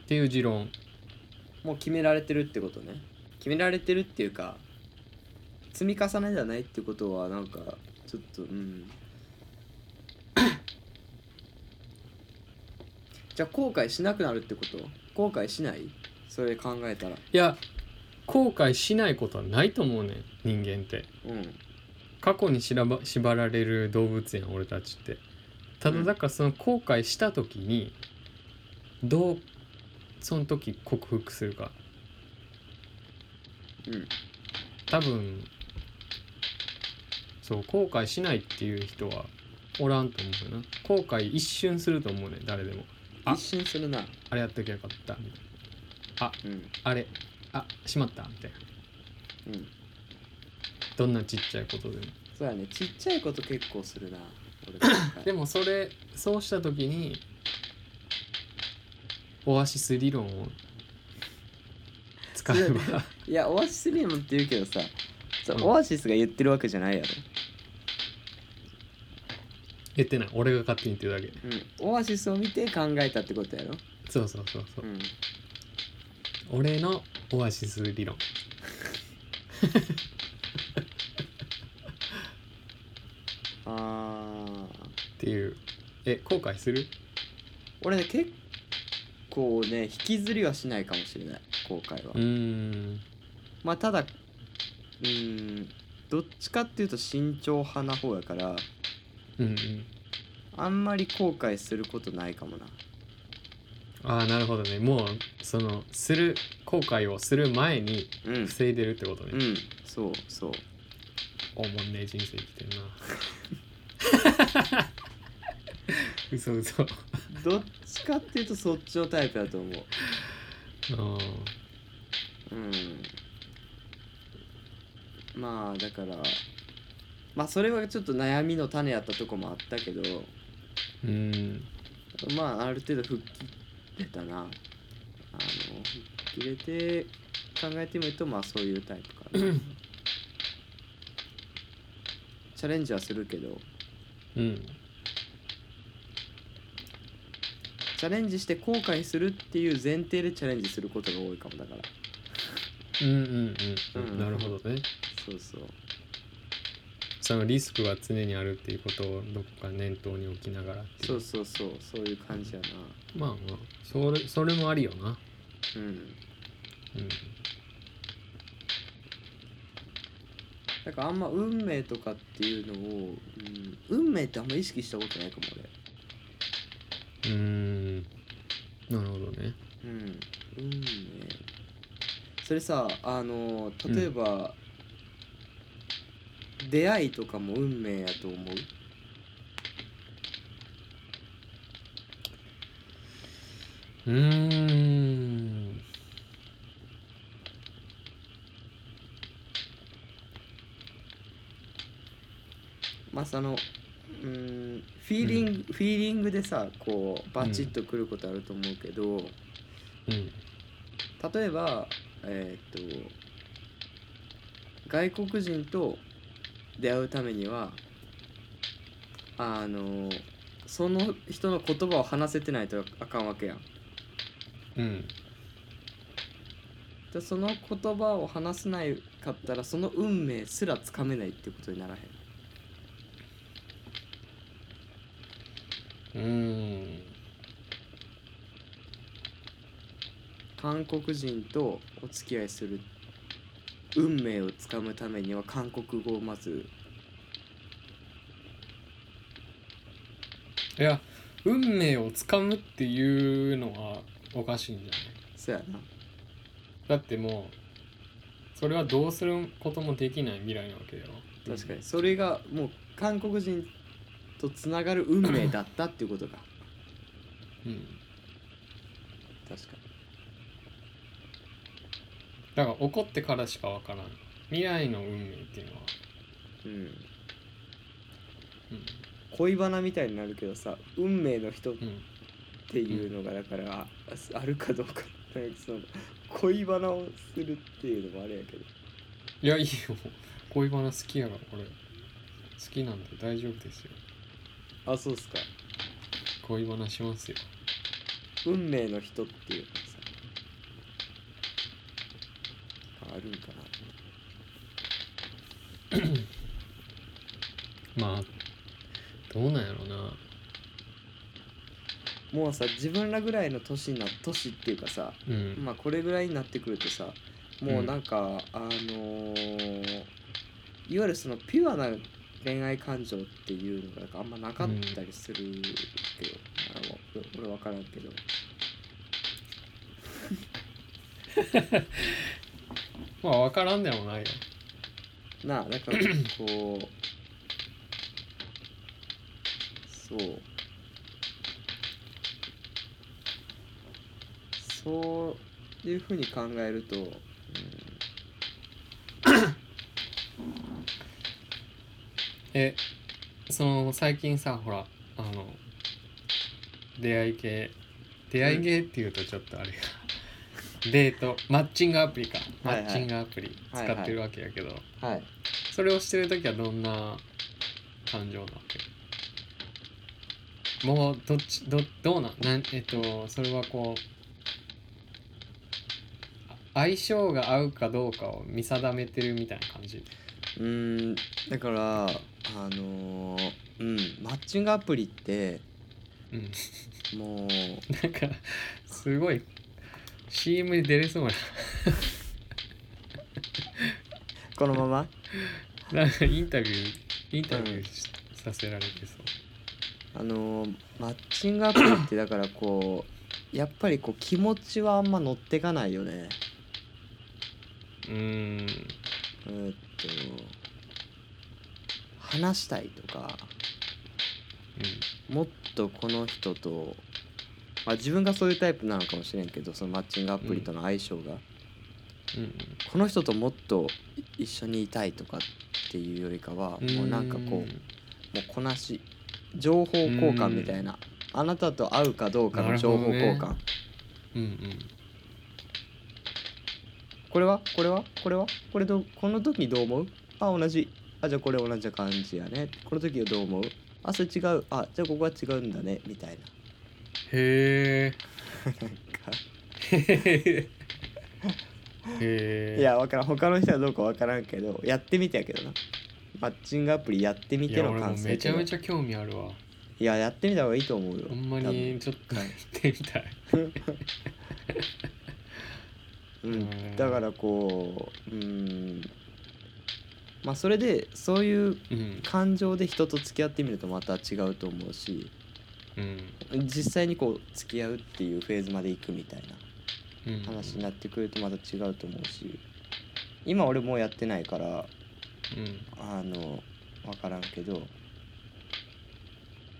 [SPEAKER 1] っていう持論
[SPEAKER 3] もう決められてるってことね決められてるっていうか積み重ねじゃないってことはなんかちょっとうんじゃあ後悔しなくなるってこと後悔しないそれ考えたら
[SPEAKER 1] いや後悔しないことはないと思うねん人間って
[SPEAKER 3] うん
[SPEAKER 1] 過去にしらば縛られる動物園俺たちってた
[SPEAKER 3] う
[SPEAKER 1] だ
[SPEAKER 3] ん
[SPEAKER 1] だからその後悔した時にどうその時克服するか
[SPEAKER 3] うん
[SPEAKER 1] 多分そう後悔しないっていう人はおらんと思うよな後悔一瞬すると思うねん誰でもあ
[SPEAKER 3] 一瞬するな
[SPEAKER 1] あれやっときゃよかったみたいな
[SPEAKER 3] うん
[SPEAKER 1] あれあしまったみたいな
[SPEAKER 3] うん
[SPEAKER 1] どんなちっちゃいことでも
[SPEAKER 3] そうやねちっちゃいこと結構するな (coughs) 俺なんか
[SPEAKER 1] でもそれそうした時にオアシス理論を使えば
[SPEAKER 3] いやオアシスリームって言うけどさそう
[SPEAKER 1] うん
[SPEAKER 3] オアシスが言ってるわけじゃないやろ
[SPEAKER 1] 言ってない俺が勝手に言ってるだ
[SPEAKER 3] うん、オアシスを見て考えたってことやろ、
[SPEAKER 1] けそうそうそうそう、
[SPEAKER 3] ん、
[SPEAKER 1] 俺のオアシス理論
[SPEAKER 3] あー
[SPEAKER 1] っていうえ後悔する
[SPEAKER 3] 俺ね結構ね引きずりはしないかもしれない後悔は、
[SPEAKER 1] うーん
[SPEAKER 3] まあただうーんどっちかっていうと慎重派な方やから
[SPEAKER 1] うんうん
[SPEAKER 3] あんまり後悔することないかもな
[SPEAKER 1] ああなるほどねもうそのする後悔をする前に
[SPEAKER 3] うん
[SPEAKER 1] 防いでるってことね、
[SPEAKER 3] うんそうそう
[SPEAKER 1] おもんねえ人生生きてんな
[SPEAKER 3] (laughs)
[SPEAKER 1] 嘘嘘
[SPEAKER 3] どっちかっていうとそっちのタイプだと思う
[SPEAKER 1] うん
[SPEAKER 3] うんまあだからまあそれはちょっと悩みの種やったとこもあったけど
[SPEAKER 1] うん
[SPEAKER 3] まあある程度吹っ切れたなあの吹っ切れて考えてみるとまあそういうタイプかなチャレンジはするけど
[SPEAKER 1] うん
[SPEAKER 3] チャレンジして後悔するっていう前提でチャレンジすることが多いかもだから
[SPEAKER 1] うんうんう
[SPEAKER 3] うんん
[SPEAKER 1] なるほどね
[SPEAKER 3] そうそう
[SPEAKER 1] そのリスクは常にあるっていうことをどこか念頭に置きながらってい
[SPEAKER 3] そううそうそうそういう感じやな
[SPEAKER 1] まあまあそれそれもありよな
[SPEAKER 3] うん
[SPEAKER 1] うん
[SPEAKER 3] だからあんま運命とかっていうのを、うん、運命ってあんま意識したことないかも
[SPEAKER 1] うーんなるほどね
[SPEAKER 3] 俺うん運命それさあの例えば、出会いとかも運命やと思う
[SPEAKER 1] うーん
[SPEAKER 3] まあそのうんフィーリング、フィーリングでさこうバチッとくることあると思うけど、
[SPEAKER 1] うん
[SPEAKER 3] 例えばえーっと外国人と出会うためにはあのその人の言葉を話せてないとあかんわけやん。
[SPEAKER 1] うん
[SPEAKER 3] でその言葉を話せないかったらその運命すらつかめないってことにならへん。
[SPEAKER 1] うーん
[SPEAKER 3] 韓国人とお付き合いする運命をつかむためには韓国語をまず
[SPEAKER 1] いや運命をつかむっていうのはおかしいんじゃない
[SPEAKER 3] そうやな
[SPEAKER 1] だってもうそれはどうすることもできない未来なわけだよ
[SPEAKER 3] 確かにそれがもう韓国人とつながる運命だったっていうことか
[SPEAKER 1] うん
[SPEAKER 3] 確か
[SPEAKER 1] だから怒ってからしかわからん未来の運命っていうのは、
[SPEAKER 3] にうん
[SPEAKER 1] うん
[SPEAKER 3] 恋バナみたいになるけどさ運命の人っ
[SPEAKER 1] うん、
[SPEAKER 3] ていうのがだから、ああるかどうかなんかその恋バナをするっていうのもあれやけど
[SPEAKER 1] いやいいよ恋バナ好きやからこれ好きなんで大丈夫ですよ
[SPEAKER 3] あそうっすか
[SPEAKER 1] 恋バナしますよ
[SPEAKER 3] 運命の人っていうのがさあるんかな
[SPEAKER 1] まあどうなんやろうな
[SPEAKER 3] もうさ自分らぐらいの年にな年っていうかさ
[SPEAKER 1] うん、
[SPEAKER 3] まあこれぐらいになってくるとさもうなんか、あのーいわゆるそのピュアな恋愛感情っていうのがなんかあんまなかったりするけど、あの俺分からんけど
[SPEAKER 1] まあ分からんでもないよ
[SPEAKER 3] なあなんかこうそうそういうふうに考えると、うん
[SPEAKER 1] えその最近さほらあの出会い系出会い系っていうとちょっとあれがデートマッチングアプリかマ
[SPEAKER 3] はいはい
[SPEAKER 1] ッチングアプリ使ってるわけやけど、
[SPEAKER 3] はい
[SPEAKER 1] それをしてる時はどんな感情なわけもうどっちどどうなんなんえっとそれはこうあ相性が合うかどうかを見定めてるみたいな感じ
[SPEAKER 3] うーんだからあのーうんマッチングアプリって
[SPEAKER 1] うん
[SPEAKER 3] もう
[SPEAKER 1] なんかすごい CM に出れそうな
[SPEAKER 3] このまま
[SPEAKER 1] なんかインタビューインタビューしさせられてそう
[SPEAKER 3] あのーマッチングアプリってだからこうやっぱりこう気持ちはあんま乗ってかないよね
[SPEAKER 1] うーん
[SPEAKER 3] えーっと話したいとかもっとこの人と、まあ、自分がそういうタイプなのかもしれんけどそのマッチングアプリとの相性が、
[SPEAKER 1] うんうん
[SPEAKER 3] この人ともっと一緒にいたいとかっていうよりかは
[SPEAKER 1] うん
[SPEAKER 3] もうなんかこうもうこなし情報交換みたいなあなたと会うかどうかの情報交
[SPEAKER 1] なるほ
[SPEAKER 3] 換、
[SPEAKER 1] どうんうん
[SPEAKER 3] これはこれはこれはこれどうこの時どう思うあ同じあじゃあこれ同じ感じやねこの時はどう思うあそれ違うあじゃあここは違うんだねみたい
[SPEAKER 1] へ
[SPEAKER 3] な (laughs) なんか
[SPEAKER 1] えへえ
[SPEAKER 3] いやわからん他の人はどうかわからんけどやってみてやけどなマッチングアプリやってみ
[SPEAKER 1] い
[SPEAKER 3] て
[SPEAKER 1] や
[SPEAKER 3] の
[SPEAKER 1] 俺も
[SPEAKER 3] 感想や
[SPEAKER 1] め
[SPEAKER 3] け
[SPEAKER 1] ち
[SPEAKER 3] ど
[SPEAKER 1] ゃめちゃ興味あるわ
[SPEAKER 3] いややってみた方がいいと思うよ
[SPEAKER 1] ほんま
[SPEAKER 3] 多分
[SPEAKER 1] にちょっ
[SPEAKER 3] (laughs)
[SPEAKER 1] とやってみたい
[SPEAKER 3] うん、だからこううんまあそれでそういう
[SPEAKER 1] うん
[SPEAKER 3] 感情で人と付き合ってみるとまた違うと思うし
[SPEAKER 1] うん
[SPEAKER 3] 実際にこう付き合うっていうフェーズまで行くみたい
[SPEAKER 1] うん
[SPEAKER 3] な話になってくるとまた違うと思うし今俺もうやってないから
[SPEAKER 1] うん
[SPEAKER 3] あの分からんけど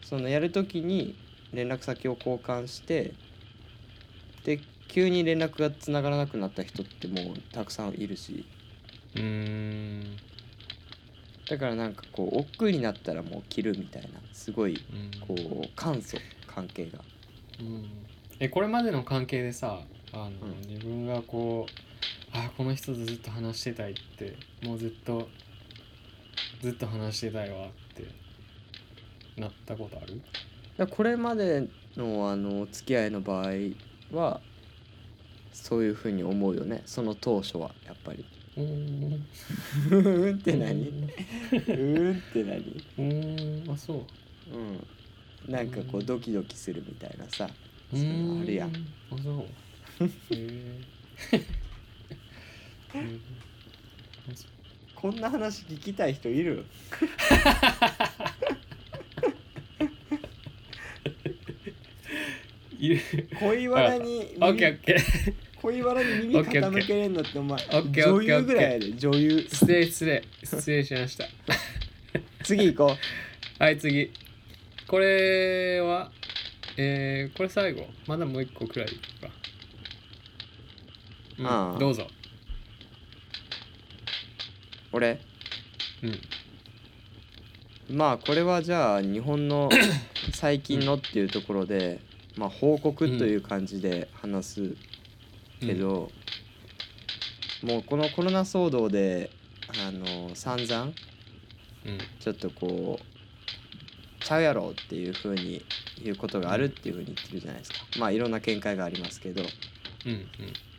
[SPEAKER 3] そのやる時に連絡先を交換してで急に連絡がつながらなくなった人ってもうたくさんいるし
[SPEAKER 1] うーん
[SPEAKER 3] だからなんかこう億劫になったらもう切るみたいなすごい
[SPEAKER 1] うん
[SPEAKER 3] こう簡素関係が
[SPEAKER 1] うんえこれまでの関係でさあの、
[SPEAKER 3] うん
[SPEAKER 1] 自分がこうあこの人とずっと話してたいってもうずっとずっと話してたいわってなったことある
[SPEAKER 3] だからこれまでのあのお付き合いの場合はそういうふうに思うよねその当初はやっぱり。
[SPEAKER 1] うーんっ
[SPEAKER 3] うーんって何う
[SPEAKER 1] う
[SPEAKER 3] ーんって何
[SPEAKER 1] ーんあそう
[SPEAKER 3] うん。なんか
[SPEAKER 1] う
[SPEAKER 3] こうんドキドキするみたいなさ。
[SPEAKER 1] う
[SPEAKER 3] それは
[SPEAKER 1] ー
[SPEAKER 3] あるやん
[SPEAKER 1] あそうへ
[SPEAKER 3] (laughs)
[SPEAKER 1] えうんあそう
[SPEAKER 3] こんな話聞きたい人いる
[SPEAKER 1] いる
[SPEAKER 3] 恋バラに
[SPEAKER 1] オッケーオッケー
[SPEAKER 3] 恋バラに耳
[SPEAKER 1] オッケーオッケー
[SPEAKER 3] 傾けれんのってお前
[SPEAKER 1] ッケーオッ
[SPEAKER 3] 女
[SPEAKER 1] ケー
[SPEAKER 3] 優ぐらいやで女優。
[SPEAKER 1] 失礼失礼失礼しました
[SPEAKER 3] 次行こ
[SPEAKER 1] はい次これはえー、これ最後まだもう一個くらいいくか、うん、
[SPEAKER 3] ああ
[SPEAKER 1] どうぞ
[SPEAKER 3] う。俺
[SPEAKER 1] うん
[SPEAKER 3] まあこれはじゃあ日本の最近のっていうところで、まあ、報告という感じで話すけど、もうこのコロナ騒動であの散々
[SPEAKER 1] うん
[SPEAKER 3] ちょっとこうちゃうやろっていうふうに言うことがあるっていうふうに言ってるじゃないですかまあいろんな見解がありますけど、
[SPEAKER 1] うん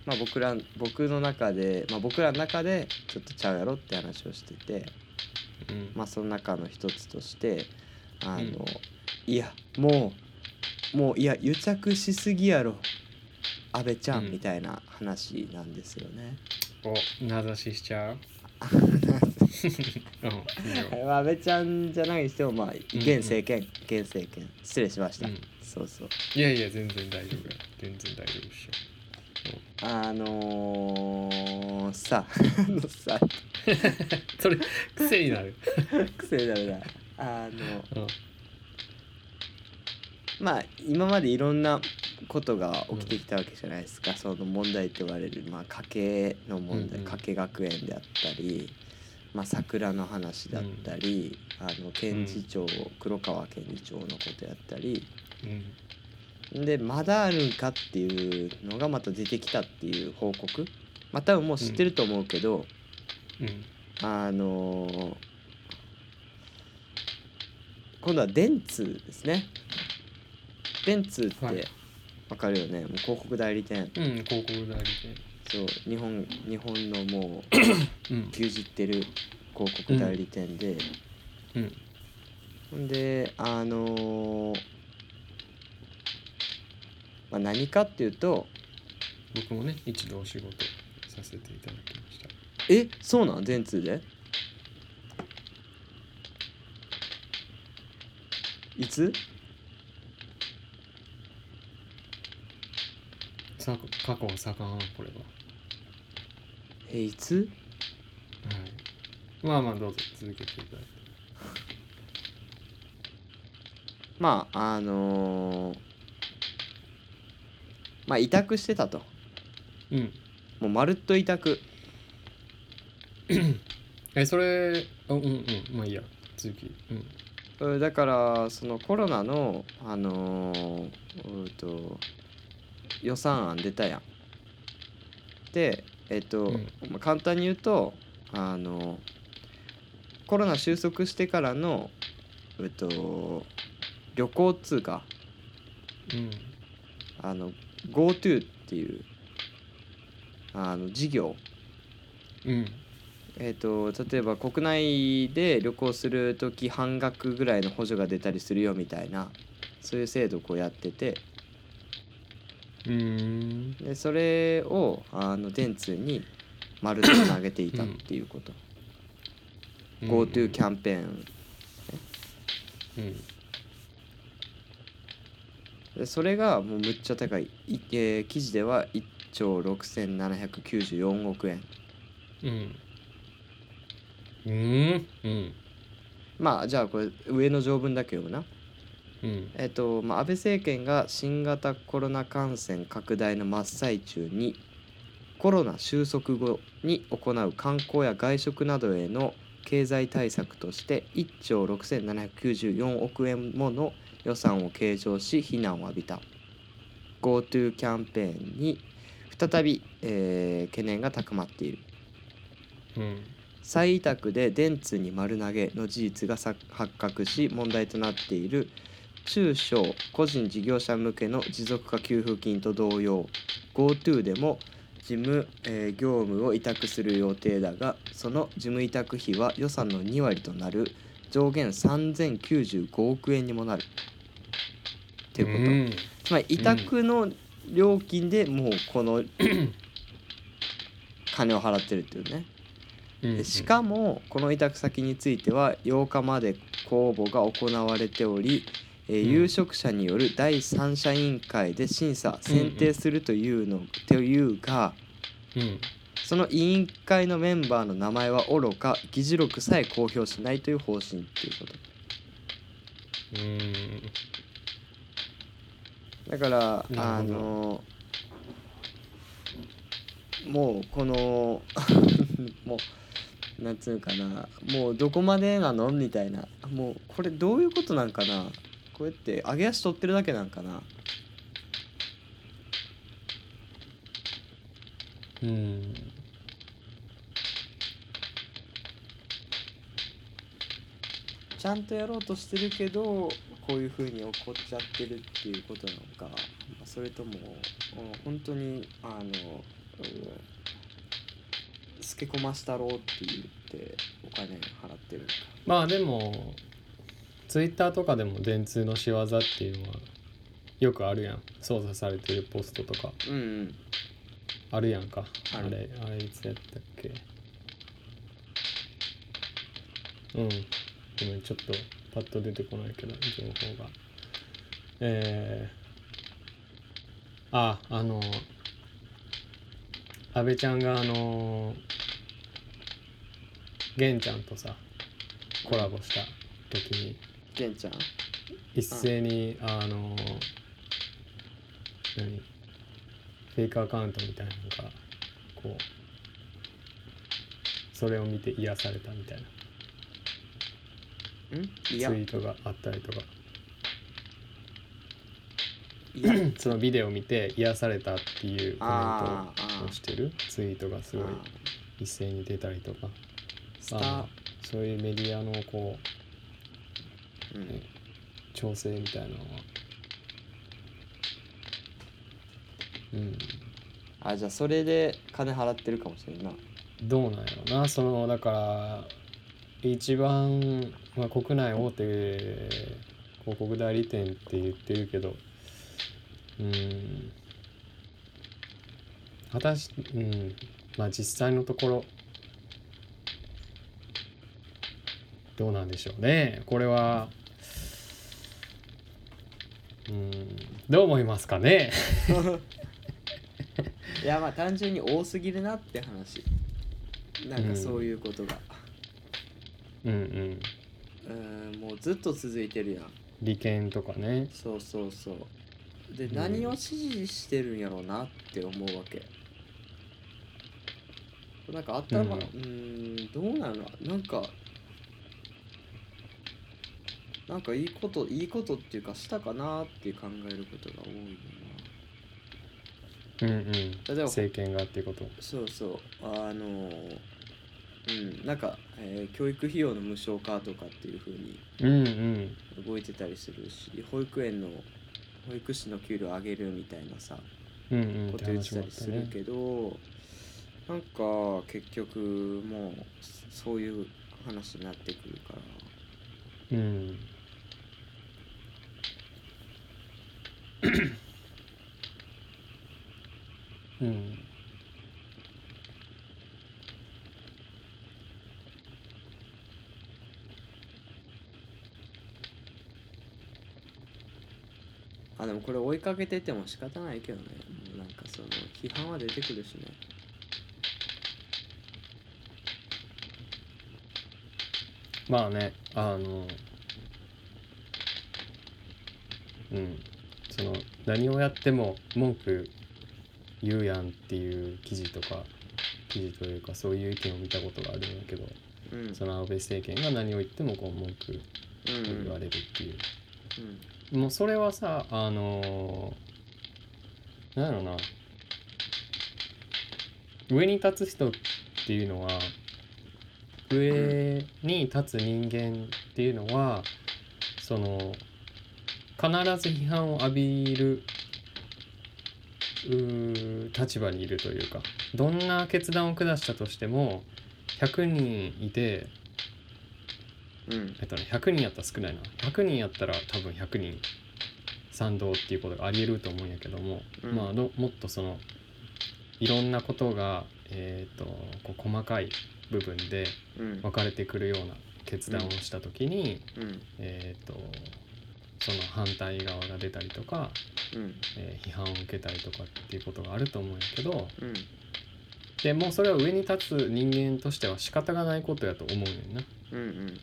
[SPEAKER 3] まあ、僕ら僕の中で、まあ、僕らの中でちょっとちゃうやろって話をしてて。
[SPEAKER 1] うんうん
[SPEAKER 3] まあ、その中の一つとしてあ
[SPEAKER 1] う
[SPEAKER 3] の、
[SPEAKER 1] ん
[SPEAKER 3] いやもうもういや癒着しすぎやろ安倍ちゃ
[SPEAKER 1] うん
[SPEAKER 3] んみたいな話なんですよね。
[SPEAKER 1] お名指ししちゃ
[SPEAKER 3] (laughs)
[SPEAKER 1] ううんいいよ
[SPEAKER 3] まあ安倍ちゃんじゃないにしてもまあ現政権、現政権失礼しまし
[SPEAKER 1] う
[SPEAKER 3] た、
[SPEAKER 1] ん
[SPEAKER 3] そうそう
[SPEAKER 1] いやいや全然大丈夫全然大丈夫っし
[SPEAKER 3] あのー、さ (laughs) あのさ
[SPEAKER 1] ょそれ癖になる
[SPEAKER 3] 癖だめだあの
[SPEAKER 1] うん
[SPEAKER 3] まあ今までいろんなことが起きてきたわけじゃないですか、その問題と言われる、まあ、家計の問題、
[SPEAKER 1] うんうん
[SPEAKER 3] 家計学園であったり、まあ、桜の話だったり、あの県知長、黒川県知長のことやったり
[SPEAKER 1] うん
[SPEAKER 3] でまだあるんかっていうのがまた出てきたっていう報告まあ多分もう知ってると思うけど、
[SPEAKER 1] うん
[SPEAKER 3] あのー今度は電通ですね電通って
[SPEAKER 1] はい
[SPEAKER 3] わかるよね、もう広告代理店
[SPEAKER 1] うん高校代理
[SPEAKER 3] そう日本日本のもう
[SPEAKER 1] 店うん
[SPEAKER 3] 牛耳ってる広告代理店で、
[SPEAKER 1] うん
[SPEAKER 3] ほんであのーまあ、何かっていうと
[SPEAKER 1] 僕もね一度お仕事させていただきました
[SPEAKER 3] えそうなん電通でいつ
[SPEAKER 1] さ過去は遡らんこれは
[SPEAKER 3] えいつ
[SPEAKER 1] はい。まあまあどうぞ続けていただいて。
[SPEAKER 3] まああのーまあ委託してたと
[SPEAKER 1] うん。
[SPEAKER 3] もうまるっと委託
[SPEAKER 1] えそれあうんうんまあいいや続き。うん
[SPEAKER 3] うんだからそのコロナのあのーうんと予算案出たやんでえっと、
[SPEAKER 1] うん
[SPEAKER 3] まあ簡単に言うとあのコロナ収束してからのうんと旅行っつうか
[SPEAKER 1] うん
[SPEAKER 3] あの GoTo っていうあの事業
[SPEAKER 1] うん
[SPEAKER 3] えー、と例えば国内で旅行する時半額ぐらいの補助が出たりするよみたいなそういう制度をこうやってて
[SPEAKER 1] うーん
[SPEAKER 3] でそれをあの電通に丸で投げていたっていうこと、
[SPEAKER 1] うん。
[SPEAKER 3] GoTo キャンペーン
[SPEAKER 1] うん
[SPEAKER 3] でそれがもうむっちゃ高いい、えー記事では1兆6794億円
[SPEAKER 1] うん。うんうん
[SPEAKER 3] まあじゃあこれ上の条文だけ読むな
[SPEAKER 1] うん
[SPEAKER 3] えっとまあ、安倍政権が新型コロナ感染拡大の真っ最中にコロナ収束後に行う観光や外食などへの経済対策として1兆6794億円もの予算を計上し非難を浴びた GoTo キャンペーンに再び、えー懸念が高まっている
[SPEAKER 1] うん
[SPEAKER 3] 再委託で電通に丸投げの事実がさ発覚し問題となっている中小個人事業者向けの持続化給付金と同様 GoTo でも事務、えー業務を委託する予定だがその事務委託費は予算の2割となる上限3095億円にもなるということ、
[SPEAKER 1] うん
[SPEAKER 3] つまり委託の料金でもうこの金を払ってるっていうね。
[SPEAKER 1] うん
[SPEAKER 3] でしかもこの委託先については8日まで公募が行われており、えー
[SPEAKER 1] うん
[SPEAKER 3] 有職者による第三者委員会で審査選定するというの、というが
[SPEAKER 1] うん
[SPEAKER 3] その委員会のメンバーの名前はおろか議事録さえ公表しないという方針っていうこと
[SPEAKER 1] うん
[SPEAKER 3] だからあ
[SPEAKER 1] なるほ
[SPEAKER 3] のもうこの (laughs) もうなんつうかなもうどこまでなのみたいなもうこれどういうことなんかなこうやって上げ足取ってるだけなんかな
[SPEAKER 1] うん
[SPEAKER 3] ちゃんとやろうとしてるけどこういうふうに怒っちゃってるっていうことなのかまあそれともうん本当にあのうん透け込ましたろうって言ってお金払ってるのか。
[SPEAKER 1] まあでもツイッターとかでも電通の仕業っていうのはよくあるやん操作されてるポストとか
[SPEAKER 3] うんうん
[SPEAKER 1] あるやんか
[SPEAKER 3] あ
[SPEAKER 1] あ
[SPEAKER 3] る
[SPEAKER 1] れあれいつやったっけうんごめんちょっとパッと出てこないけど情報がえー、ああの安倍ちゃんがあの玄ちゃんとさコラボした時に
[SPEAKER 3] ケンちゃん
[SPEAKER 1] 一斉にあの何フェイクアカウントみたいなのがこうそれを見て癒されたみたいなん
[SPEAKER 3] い
[SPEAKER 1] ツイ
[SPEAKER 3] や
[SPEAKER 1] ートがあったりとか (coughs)
[SPEAKER 3] いや
[SPEAKER 1] そのビデオを見て癒されたっていうコメン
[SPEAKER 3] あー
[SPEAKER 1] トをしてるツイートがすごい
[SPEAKER 3] あー
[SPEAKER 1] 一斉に出たりとか
[SPEAKER 3] スター
[SPEAKER 1] あーそういうメディアのこう
[SPEAKER 3] うん
[SPEAKER 1] 調整みたいなのはうん
[SPEAKER 3] あじゃあそれで金払ってるかもしれんな
[SPEAKER 1] どうなんやろなそのだから一番、まあ、国内大手広告代理店って言ってるけどうん果たしうんまあ実際のところどうなんでしょうねこれはうんどう思いますかね
[SPEAKER 3] いやまあ単純に多すぎるなって話なんかそういうことが
[SPEAKER 1] うんうん
[SPEAKER 3] うんもうずっと続いてるやん
[SPEAKER 1] 利権とかね
[SPEAKER 3] そうそうそうで
[SPEAKER 1] うん
[SPEAKER 3] 何を支持してるんやろうなって思うわけなんか頭う
[SPEAKER 1] うん
[SPEAKER 3] んどうなのなんかなんかいいこといいことっていうかしたかなって考えることが多いよな
[SPEAKER 1] うんうん
[SPEAKER 3] 例えば
[SPEAKER 1] 政権がっていうこと
[SPEAKER 3] そうそうあのーうんなんか、えー教育費用の無償化とかっていう風に
[SPEAKER 1] うんうん
[SPEAKER 3] 動いてたりするし保育園の保育士の給料上げるみたいなさ
[SPEAKER 1] うんうん
[SPEAKER 3] こ
[SPEAKER 1] って
[SPEAKER 3] と言っ
[SPEAKER 1] 話
[SPEAKER 3] て
[SPEAKER 1] もあっ
[SPEAKER 3] たり
[SPEAKER 1] た
[SPEAKER 3] する
[SPEAKER 1] ね
[SPEAKER 3] けどなんか結局もうそそういう話になってくるから
[SPEAKER 1] うんうん
[SPEAKER 3] あでもこれ追いかけてても仕方ないけどねもうなんかその批判は出てくるしね
[SPEAKER 1] まあねあのうん、その何をやっても文句言うやんっていう記事とか記事というかそういう意見を見たことがあるんだけど
[SPEAKER 3] うん
[SPEAKER 1] その安倍政権が何を言ってもこう文句
[SPEAKER 3] うん
[SPEAKER 1] を言われるっていう、
[SPEAKER 3] うん
[SPEAKER 1] もうそれはさあのー、なんやろな上に立つ人っていうのは上に立つ人間っていうのはその必ず批判を浴びるうー立場にいるというかどんな決断を下したとしても100人いて
[SPEAKER 3] うん
[SPEAKER 1] えっとね、100人やったら少ないな100人やったら多分100人賛同っていうことがありえると思うんやけども、
[SPEAKER 3] うん
[SPEAKER 1] まあどもっとそのいろんなことが、えー、とこう細かい部分で
[SPEAKER 3] うん
[SPEAKER 1] 分かれてくるような決断をした時に、
[SPEAKER 3] うん
[SPEAKER 1] えー、とその反対側が出たりとか、
[SPEAKER 3] うん
[SPEAKER 1] えー批判を受けたりとかっていうことがあると思うんやけど
[SPEAKER 3] うん
[SPEAKER 1] でもうそれは上に立つ人間としては仕方がないことやと思うねんな。
[SPEAKER 3] うんうん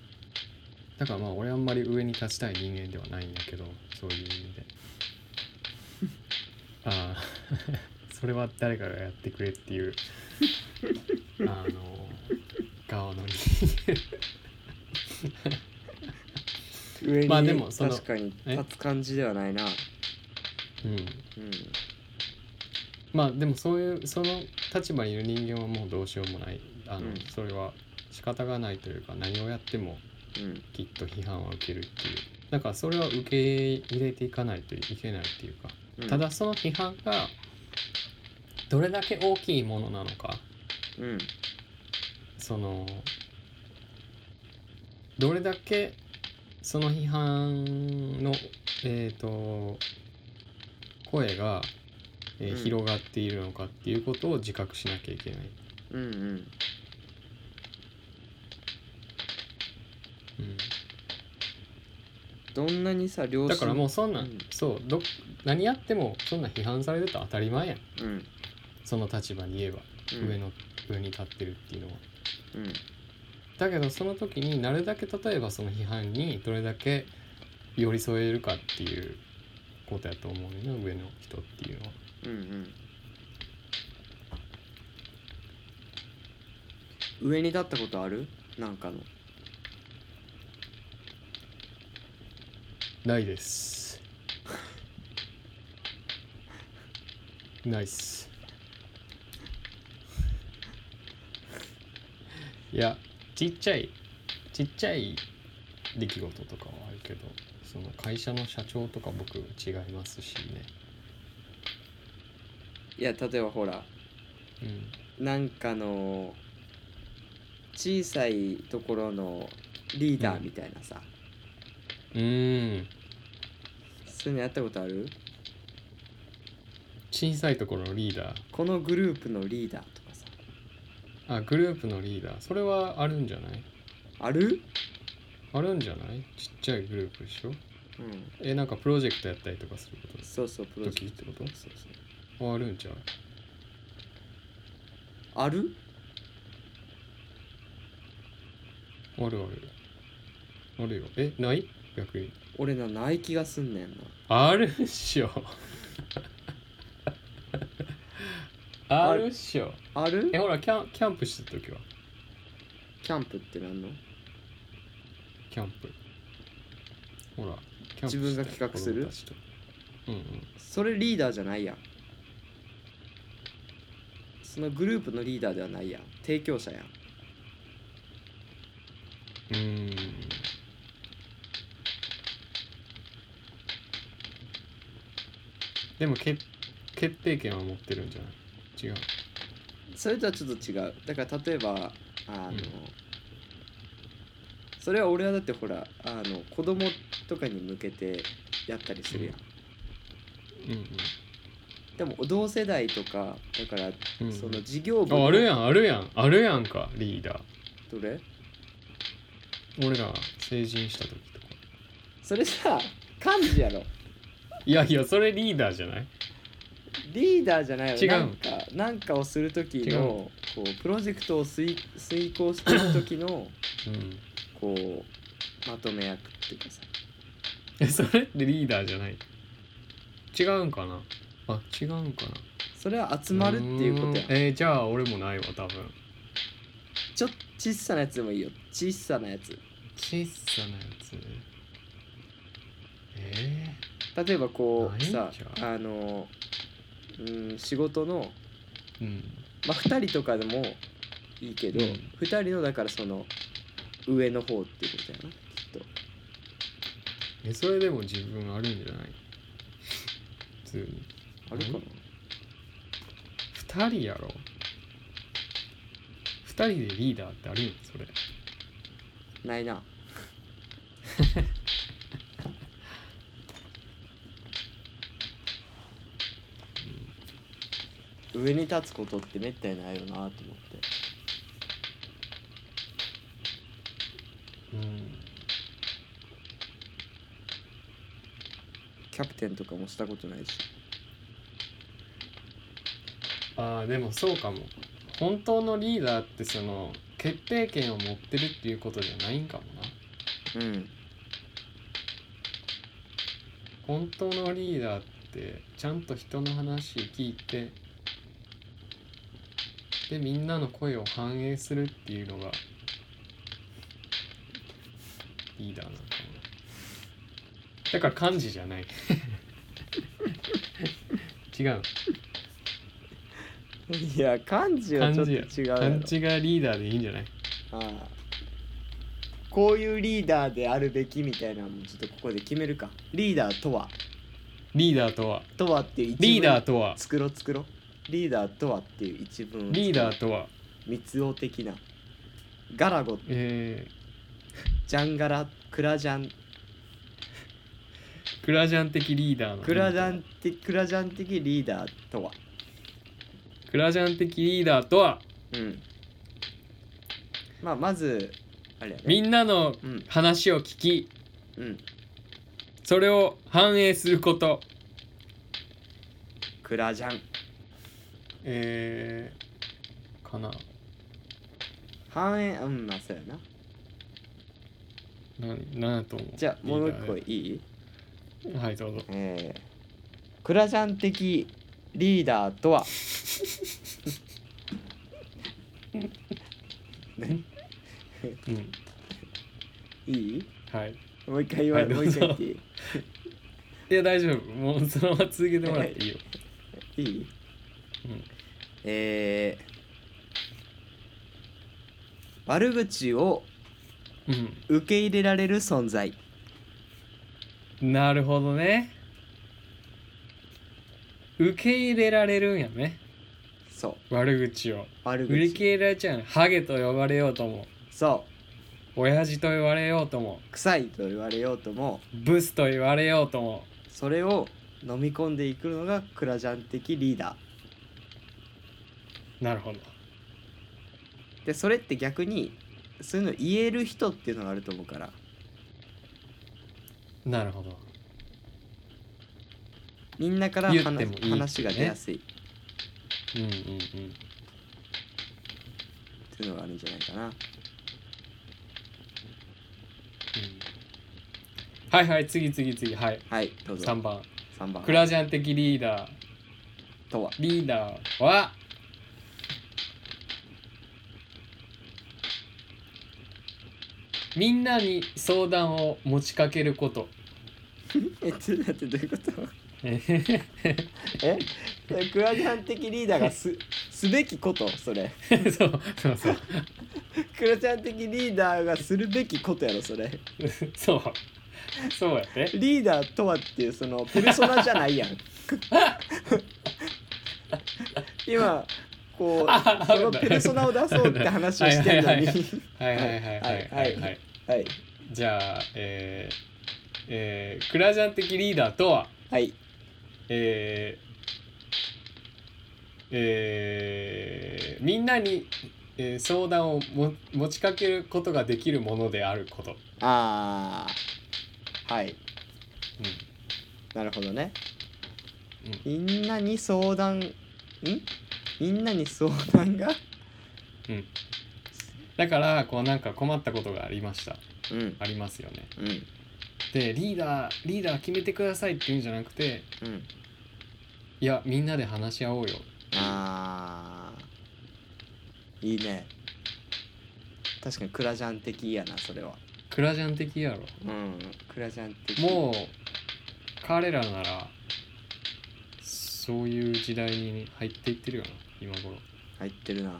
[SPEAKER 1] だからまあ俺あんまり上に立ちたい人間ではないんだけどそういう意味
[SPEAKER 3] (laughs)
[SPEAKER 1] でああ (laughs) それは誰かがやってくれって
[SPEAKER 3] (laughs)
[SPEAKER 1] いうあの顔の人間
[SPEAKER 3] 上に
[SPEAKER 1] まあでもその
[SPEAKER 3] 確かに立つ感じではないな
[SPEAKER 1] うん
[SPEAKER 3] うん
[SPEAKER 1] まあでもそういうその立場にいる人間はもうどうしようもないあの、
[SPEAKER 3] うん
[SPEAKER 1] それは仕方がないというか何をやっても
[SPEAKER 3] うん
[SPEAKER 1] きっと批判は受けるっていうだからそれは受け入れていかないといけないっていうか
[SPEAKER 3] うん
[SPEAKER 1] ただその批判がどれだけ大きいものなのか
[SPEAKER 3] うん
[SPEAKER 1] そのどれだけその批判のえっ、と声が、えー
[SPEAKER 3] うん
[SPEAKER 1] 広がっているのかっていうことを自覚しなきゃいけない。
[SPEAKER 3] うんうん
[SPEAKER 1] うん
[SPEAKER 3] どんなにさ両
[SPEAKER 1] だからもうそんなん、
[SPEAKER 3] うん
[SPEAKER 1] そうど何やってもそんな批判されると当たり前やん
[SPEAKER 3] うん
[SPEAKER 1] その立場に言えば、
[SPEAKER 3] うん
[SPEAKER 1] 上の上に立ってるっていうのは。
[SPEAKER 3] うん
[SPEAKER 1] だけどその時になるだけ例えばその批判にどれだけ寄り添えるかっていうことやと思うねんな上の人っていうのは。
[SPEAKER 3] うんうん上に立ったことあるなんかの
[SPEAKER 1] ないです。ないっす。いやちっちゃいちっちゃい出来事とかはあるけどその会社の社長とか僕違いますしね。
[SPEAKER 3] いや例えばほら
[SPEAKER 1] うん
[SPEAKER 3] なんかの小さいところのリーダーみたいなさ、
[SPEAKER 1] うーん
[SPEAKER 3] そういうのやったことある
[SPEAKER 1] 小さいところのリーダー。
[SPEAKER 3] このグループのリーダーとかさ
[SPEAKER 1] あグループのリーダーそれはあるんじゃない
[SPEAKER 3] ある
[SPEAKER 1] あるんじゃないちっちゃいグループでしょ
[SPEAKER 3] うん
[SPEAKER 1] えなんかプロジェクトやったりとかすることです
[SPEAKER 3] そうそうプロジェク
[SPEAKER 1] 時ってこと
[SPEAKER 3] トそうそう
[SPEAKER 1] ああるんちゃう
[SPEAKER 3] ある
[SPEAKER 1] あるあるあるよえない逆に
[SPEAKER 3] 俺なない気がすんねんな
[SPEAKER 1] あるっしょ (laughs) あるっしょ
[SPEAKER 3] ある
[SPEAKER 1] えほらキャンキャンプしてた時は
[SPEAKER 3] キャンプってなんの
[SPEAKER 1] キャンプほらキャンプ
[SPEAKER 3] 自分が
[SPEAKER 1] してた
[SPEAKER 3] 企画する
[SPEAKER 1] 子供たちとうんうん
[SPEAKER 3] それリーダーじゃないやんそのグループのリーダーではないやん提供者やん
[SPEAKER 1] うーんでも決決定権は持ってるんじゃない違う
[SPEAKER 3] それとはちょっと違うだから例えばあの、
[SPEAKER 1] うん
[SPEAKER 3] それは俺はだってほらあの子供とかに向けてやったりするやん、
[SPEAKER 1] うん
[SPEAKER 3] でも同世代とかだから
[SPEAKER 1] うんうん
[SPEAKER 3] その事業部
[SPEAKER 1] ああるや
[SPEAKER 3] ん
[SPEAKER 1] んあるやんあるやんかリーダー
[SPEAKER 3] どれ
[SPEAKER 1] 俺ら成人した時とか
[SPEAKER 3] それさ幹事やろ
[SPEAKER 1] いやいやそれリーダーじゃない
[SPEAKER 3] リーダーじゃないよ
[SPEAKER 1] 違う
[SPEAKER 3] なんかなんかをする時
[SPEAKER 1] 違う
[SPEAKER 3] のこうプロジェクトを遂遂行していく時の
[SPEAKER 1] うん
[SPEAKER 3] こうまとめ役っていうかさ
[SPEAKER 1] えそれってリーダーじゃない違うんかなあ違うんかな
[SPEAKER 3] それは集まるっていうこと
[SPEAKER 1] ー
[SPEAKER 3] や
[SPEAKER 1] んえーじゃあ俺もないわ多分
[SPEAKER 3] ちょっと小さなやつでもいいよ小さなやつ
[SPEAKER 1] 小さなやつねえ
[SPEAKER 3] 例えばこう
[SPEAKER 1] ないん
[SPEAKER 3] さ
[SPEAKER 1] ちゃ
[SPEAKER 3] あのうん仕事の、
[SPEAKER 1] えうん
[SPEAKER 3] まあ、2人とかでもいいけど、
[SPEAKER 1] う
[SPEAKER 3] 二
[SPEAKER 1] ん
[SPEAKER 3] 2人のだからその上の方っていうことやなきっと
[SPEAKER 1] えそれでも自分あるんじゃない普通に
[SPEAKER 3] あるかな
[SPEAKER 1] うん2人やろ2人でリーダーってあるよそれ
[SPEAKER 3] ないな上に立つことってめったにないよなと思って
[SPEAKER 1] うん
[SPEAKER 3] キャプテンとかもしたことないし
[SPEAKER 1] あーでもそうかも本当のリーダーってその決定権を持ってるっていうことじゃないんかもな
[SPEAKER 3] うん
[SPEAKER 1] 本当のリーダーってちゃんと人の話聞いてでみんなの声を反映するっていうのがリーダーなのかなだから漢字じゃない (laughs) 違う
[SPEAKER 3] いや漢字はちょっと違うやろ
[SPEAKER 1] 漢字がリーダーでいいんじゃない
[SPEAKER 3] ああこういうリーダーであるべきみたいなのもちょっとここで決めるかリーダーとは
[SPEAKER 1] リーダーとは
[SPEAKER 3] とはっていう一文
[SPEAKER 1] リーダーとは
[SPEAKER 3] 作ろう作ろうリーダーとはっていう一文を作ろう
[SPEAKER 1] リーダーとは
[SPEAKER 3] 密王的なガラゴ
[SPEAKER 1] え
[SPEAKER 3] ジャンガラクラジャン
[SPEAKER 1] ー、クラジャン的リーダーの
[SPEAKER 3] クラジャン的クラジャン的リーダーとは
[SPEAKER 1] クラジャン的リーダーとは
[SPEAKER 3] うんまあまずあれやね
[SPEAKER 1] みんなの
[SPEAKER 3] うん
[SPEAKER 1] 話を聞き
[SPEAKER 3] うん
[SPEAKER 1] それを反映すること
[SPEAKER 3] クラジャン
[SPEAKER 1] えー、かな
[SPEAKER 3] 反映うんまあそうやな
[SPEAKER 1] 何何やと思う
[SPEAKER 3] じゃあもう一個
[SPEAKER 1] リ
[SPEAKER 3] いい
[SPEAKER 1] ーダーはいどうぞ
[SPEAKER 3] えークラジャン的リーダーとはね
[SPEAKER 1] うん
[SPEAKER 3] いい
[SPEAKER 1] はい
[SPEAKER 3] もう一回言わ、
[SPEAKER 1] はいど
[SPEAKER 3] も
[SPEAKER 1] う
[SPEAKER 3] う一
[SPEAKER 1] ぞ
[SPEAKER 3] 回言っていい
[SPEAKER 1] いや大丈夫もうそのまま続けてもらっていいよ、
[SPEAKER 3] いい
[SPEAKER 1] うん、
[SPEAKER 3] えー悪口を
[SPEAKER 1] うん
[SPEAKER 3] 受け入れられる存在
[SPEAKER 1] なるほどね受け入れられるんやね
[SPEAKER 3] そう
[SPEAKER 1] 悪口を
[SPEAKER 3] 悪
[SPEAKER 1] 受け
[SPEAKER 3] 口
[SPEAKER 1] 入れられちゃうのハゲと呼ばれようとも
[SPEAKER 3] そ
[SPEAKER 1] 親父と言われようとも
[SPEAKER 3] う臭いと言われようとも
[SPEAKER 1] ブスと言われようとも
[SPEAKER 3] それを飲み込んでいくのがクラジャン的リーダ
[SPEAKER 1] なるほど
[SPEAKER 3] ーでそれって逆にそういうの言える人っていうのがあると思うから
[SPEAKER 1] なるほど
[SPEAKER 3] みんなから
[SPEAKER 1] 言
[SPEAKER 3] 話
[SPEAKER 1] ってもいい
[SPEAKER 3] 話が出やすいっ
[SPEAKER 1] うんうんうん
[SPEAKER 3] ていうのがあるんじゃないかな
[SPEAKER 1] はいはい次次次はい
[SPEAKER 3] はいどうぞ
[SPEAKER 1] 3番
[SPEAKER 3] 三番
[SPEAKER 1] クラジャン的リーダー
[SPEAKER 3] とは (laughs)
[SPEAKER 1] リーダーはみんなに相談を持ちかけること (laughs)
[SPEAKER 3] えちょっと待ってどういうこと
[SPEAKER 1] え
[SPEAKER 3] (laughs) えクラジャン的リーダーがすすべきことそれ (laughs)
[SPEAKER 1] そうそうそう
[SPEAKER 3] クラジャン的リーダーがするべきことやろそれ
[SPEAKER 1] そうそうやって
[SPEAKER 3] リーダーとはっていうそのペルソナじゃないやん今こうそのペルソナを出そうって話をしてるのに
[SPEAKER 1] はいはいはいはいはいはい
[SPEAKER 3] はい
[SPEAKER 1] じゃあえーえークラジャン的リーダーとは
[SPEAKER 3] はい
[SPEAKER 1] えーえーみんなに、えー相談をも持ちかけることができるものであること、
[SPEAKER 3] あーはいなるほどね
[SPEAKER 1] うんうん
[SPEAKER 3] みんなに相談んみんなに相談が
[SPEAKER 1] だからこうなんか困ったことがありました
[SPEAKER 3] うん
[SPEAKER 1] ありますよね
[SPEAKER 3] うん
[SPEAKER 1] でリーダーリーダー決めてくださいって言うんじゃなくて
[SPEAKER 3] うん
[SPEAKER 1] いやみんなで話し合おうよ
[SPEAKER 3] あーいいね確かにクラジャン的やなそれは
[SPEAKER 1] クラジャン的やろ
[SPEAKER 3] うんクラジャン的
[SPEAKER 1] もう彼らならそういう時代に入っていってるよな今頃、
[SPEAKER 3] 入ってるな
[SPEAKER 1] うん、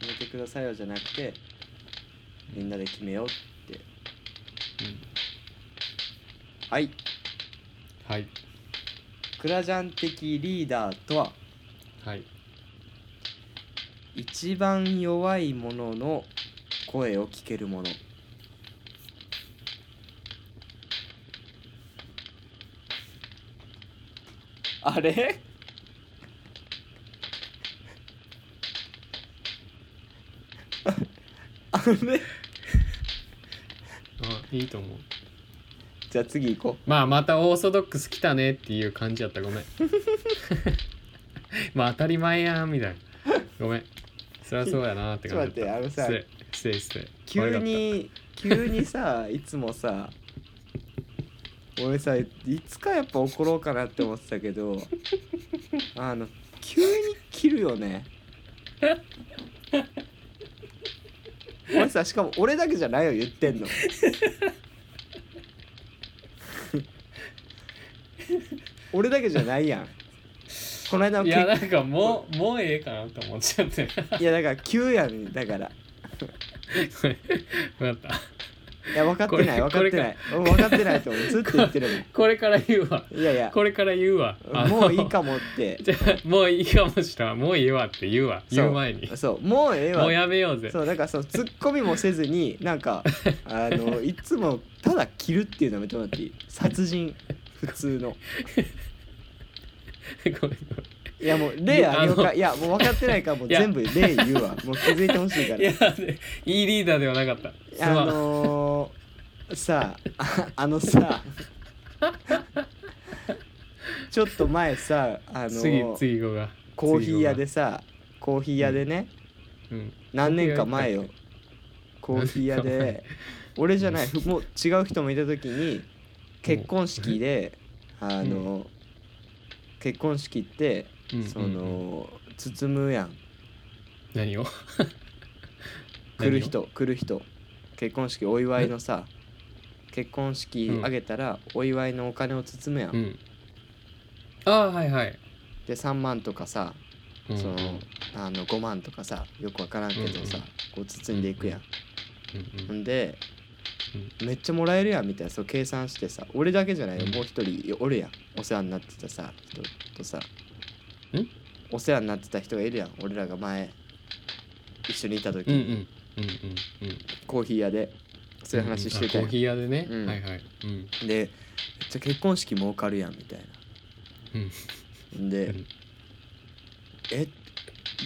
[SPEAKER 3] 決めてくださいよじゃなくてみんなで決めようって
[SPEAKER 1] うん
[SPEAKER 3] はい
[SPEAKER 1] はい
[SPEAKER 3] クラジャン的リーダーとは
[SPEAKER 1] はい
[SPEAKER 3] 一番弱い者の声を聞ける者あれ (laughs) あれ
[SPEAKER 1] あいいと思う
[SPEAKER 3] じゃあ次行こ
[SPEAKER 1] まあまたオーソドックス来たねっていう感じやったごめん (laughs) まあ当たり前やんみたいなごめんそりゃそうやなって感じだ
[SPEAKER 3] ちょっと待ってあのさ
[SPEAKER 1] 失礼失礼失礼
[SPEAKER 3] う急に急にさいつもさ俺さいつかやっぱ怒ろうかなって思ってたけどあの急に切るよね俺さしかも俺だけじゃないよ言ってんの俺だけじゃないやんこの間
[SPEAKER 1] 悪かったい
[SPEAKER 3] の
[SPEAKER 1] や
[SPEAKER 3] 結
[SPEAKER 1] なんかもうもうええかなと思っちゃって
[SPEAKER 3] いやだから急やねんだから
[SPEAKER 1] 分かった
[SPEAKER 3] いや分かってない分
[SPEAKER 1] こ
[SPEAKER 3] かっ
[SPEAKER 1] れ
[SPEAKER 3] てない俺分かってないと思うずっと言ってるもん
[SPEAKER 1] これから言うわ
[SPEAKER 3] いやいや、
[SPEAKER 1] これから言うわあの
[SPEAKER 3] もういいかもって。
[SPEAKER 1] じゃあ (laughs) もういいかもしれんもういいわって言うわ
[SPEAKER 3] そう
[SPEAKER 1] 言う前に
[SPEAKER 3] そう、もうええわ。
[SPEAKER 1] もうやめようぜ
[SPEAKER 3] そう、だからそう、ツッコミもせずに、なんか、あ
[SPEAKER 1] (laughs)
[SPEAKER 3] の、いつもただ切るっていうのやめてもらっていい殺人、普通の。
[SPEAKER 1] (laughs) ごめんご
[SPEAKER 3] いや、もう例あげ
[SPEAKER 1] いやあ
[SPEAKER 3] ようか。
[SPEAKER 1] の
[SPEAKER 3] いや、もう分かってないから、もう
[SPEAKER 1] いや
[SPEAKER 3] 全部例言うわ。もう気づいてほしいか
[SPEAKER 1] めんいや
[SPEAKER 3] ら。
[SPEAKER 1] でいいリーダーではなかったすまん
[SPEAKER 3] あのー、さあ、あのさ、ちょっと前さ、あの
[SPEAKER 1] 次次行こうか
[SPEAKER 3] コーヒー屋で
[SPEAKER 1] 次
[SPEAKER 3] さ、コーヒー屋で
[SPEAKER 1] 行
[SPEAKER 3] ね、
[SPEAKER 1] こうかうん
[SPEAKER 3] 何年か前よコーヒー屋
[SPEAKER 1] 何年
[SPEAKER 3] で俺じゃないもう違う人もいた時に結婚式であの結婚式って
[SPEAKER 1] うんうんうん
[SPEAKER 3] その包むやん
[SPEAKER 1] 何を
[SPEAKER 3] (laughs) 来る
[SPEAKER 1] 何を
[SPEAKER 3] 人来る人結婚式お祝いのさ結婚式あげたらお祝いのお金を包むや
[SPEAKER 1] うんんああはいはい
[SPEAKER 3] で3万とかさ
[SPEAKER 1] うん
[SPEAKER 3] その
[SPEAKER 1] うんうん
[SPEAKER 3] あの5万とかさよくわからんけどさ
[SPEAKER 1] うんうん
[SPEAKER 3] こう包んでいくやん
[SPEAKER 1] うん
[SPEAKER 3] ほんで、めっちゃもらえるやんみたいなそう計算してさ俺だけじゃないよ、
[SPEAKER 1] うん
[SPEAKER 3] もう一人おるやんお世話になってたさ人とさ
[SPEAKER 1] ん
[SPEAKER 3] お世話になってた人がいるやん俺らが前一緒にいた時、
[SPEAKER 1] うんうんうんうんうん
[SPEAKER 3] コーヒー屋でそういう話し
[SPEAKER 1] うん
[SPEAKER 3] てたや
[SPEAKER 1] あコー
[SPEAKER 3] ん
[SPEAKER 1] ヒー屋でね、
[SPEAKER 3] うん
[SPEAKER 1] はいはいうん
[SPEAKER 3] でめっちゃ結婚式儲かるやんみたいな
[SPEAKER 1] うん
[SPEAKER 3] で、
[SPEAKER 1] うん
[SPEAKER 3] え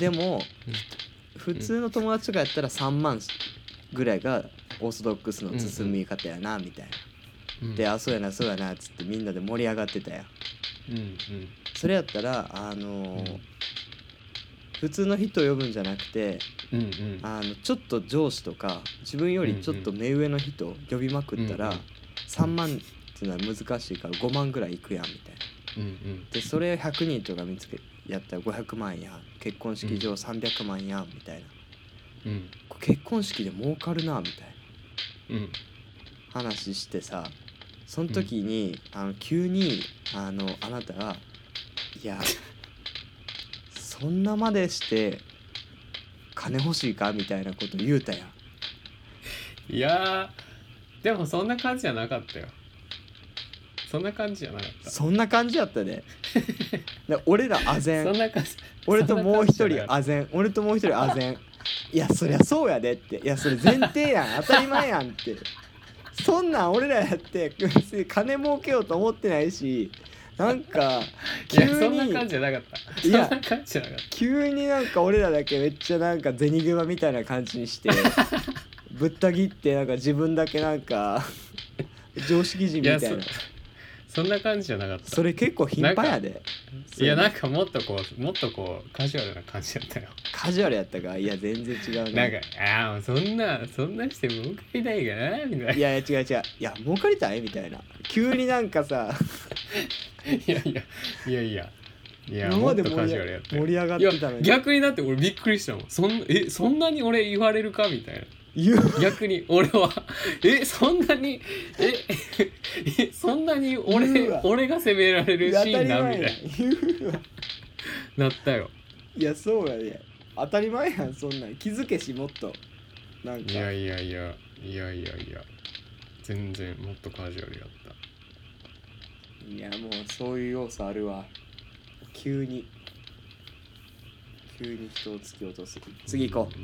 [SPEAKER 3] でも、
[SPEAKER 1] うん
[SPEAKER 3] 普通の友達とかやったら3万ぐらいがオーソドックスの包み方やなみたいな、
[SPEAKER 1] うん
[SPEAKER 3] で「あそうやなそうやな」っつってみんなで盛り上がってたやん
[SPEAKER 1] うんうん
[SPEAKER 3] それやったらあのー
[SPEAKER 1] うん
[SPEAKER 3] 普通の人を呼ぶんじゃなくて
[SPEAKER 1] うんうん
[SPEAKER 3] あのちょっと上司とか自分よりちょっと目上の人を呼びまくったら、
[SPEAKER 1] うんうん
[SPEAKER 3] 3万っていうのは難しいから5万ぐらいいくやんみたいな。
[SPEAKER 1] うんうん
[SPEAKER 3] でそれ100人とか見つけやったら500万やん結婚式場300万やんみたいな、
[SPEAKER 1] うん
[SPEAKER 3] これ結婚式で儲かるなみたいな
[SPEAKER 1] うん
[SPEAKER 3] 話してさその時に、あの急にあのあなたが「いやそんなまでして金欲しいか?」みたいなこと言うたやん
[SPEAKER 1] いやーでもそんな感じじゃなかったよそんな感じじゃなかった
[SPEAKER 3] そんな感じやった
[SPEAKER 1] (laughs)
[SPEAKER 3] でで俺らあぜ
[SPEAKER 1] そん
[SPEAKER 3] ん
[SPEAKER 1] な感じ
[SPEAKER 3] 俺ともう一
[SPEAKER 1] そんな感じじゃな
[SPEAKER 3] 人
[SPEAKER 1] かっ
[SPEAKER 3] あぜん俺ともう一人あぜんいやそりゃそうやでっていやそれ前提やん当たり前やんってそんなん俺らやって別に金儲けようと思ってないしなんか
[SPEAKER 1] たいや
[SPEAKER 3] (laughs) 急
[SPEAKER 1] そんな
[SPEAKER 3] に
[SPEAKER 1] 感じじゃなかった
[SPEAKER 3] い
[SPEAKER 1] そん
[SPEAKER 3] や
[SPEAKER 1] な感じじゃなかっ
[SPEAKER 3] 急になんか俺らだけめっちゃなんか銭グマみたいな感じにして
[SPEAKER 1] (laughs)
[SPEAKER 3] ぶった切ってなんか自分だけなんか常識人みたい
[SPEAKER 1] い
[SPEAKER 3] な
[SPEAKER 1] やそんな感じじゃなかった
[SPEAKER 3] それ結構頻繁やで
[SPEAKER 1] いやなんかもっとこうもっとこうカジュアルな感じだったよ
[SPEAKER 3] カジュアルやったかいや全然違う
[SPEAKER 1] なんかああそんなそんなして儲かりたいかなみたいない
[SPEAKER 3] いやいや違う違ういや儲かりたいみたいな急になんかさ
[SPEAKER 1] やいやいやいやいや
[SPEAKER 3] 今
[SPEAKER 1] も
[SPEAKER 3] ま
[SPEAKER 1] っ
[SPEAKER 3] で
[SPEAKER 1] と
[SPEAKER 3] 盛り
[SPEAKER 1] カジュアルやった
[SPEAKER 3] 盛
[SPEAKER 1] よ
[SPEAKER 3] り上がっ
[SPEAKER 1] いや
[SPEAKER 3] てたのに
[SPEAKER 1] 逆にだって俺びっくりしたもんそんえそんなに俺言われるかみたいな
[SPEAKER 3] 言う
[SPEAKER 1] 逆に俺はえそんなにええそんなに
[SPEAKER 3] 言う
[SPEAKER 1] 俺
[SPEAKER 3] わ
[SPEAKER 1] 俺が責められるシ
[SPEAKER 3] 当たり
[SPEAKER 1] ーン
[SPEAKER 3] 前
[SPEAKER 1] な
[SPEAKER 3] や
[SPEAKER 1] ん
[SPEAKER 3] ん
[SPEAKER 1] みたい
[SPEAKER 3] 言うわ
[SPEAKER 1] ななったよ
[SPEAKER 3] いやそうやね当たり前やんそんなん気づけしもっとなんか
[SPEAKER 1] いやいやいやいやいやいや全然もっとカジュアルやった
[SPEAKER 3] いやもうそういう要素あるわ急に急に人を突き落とす次行こう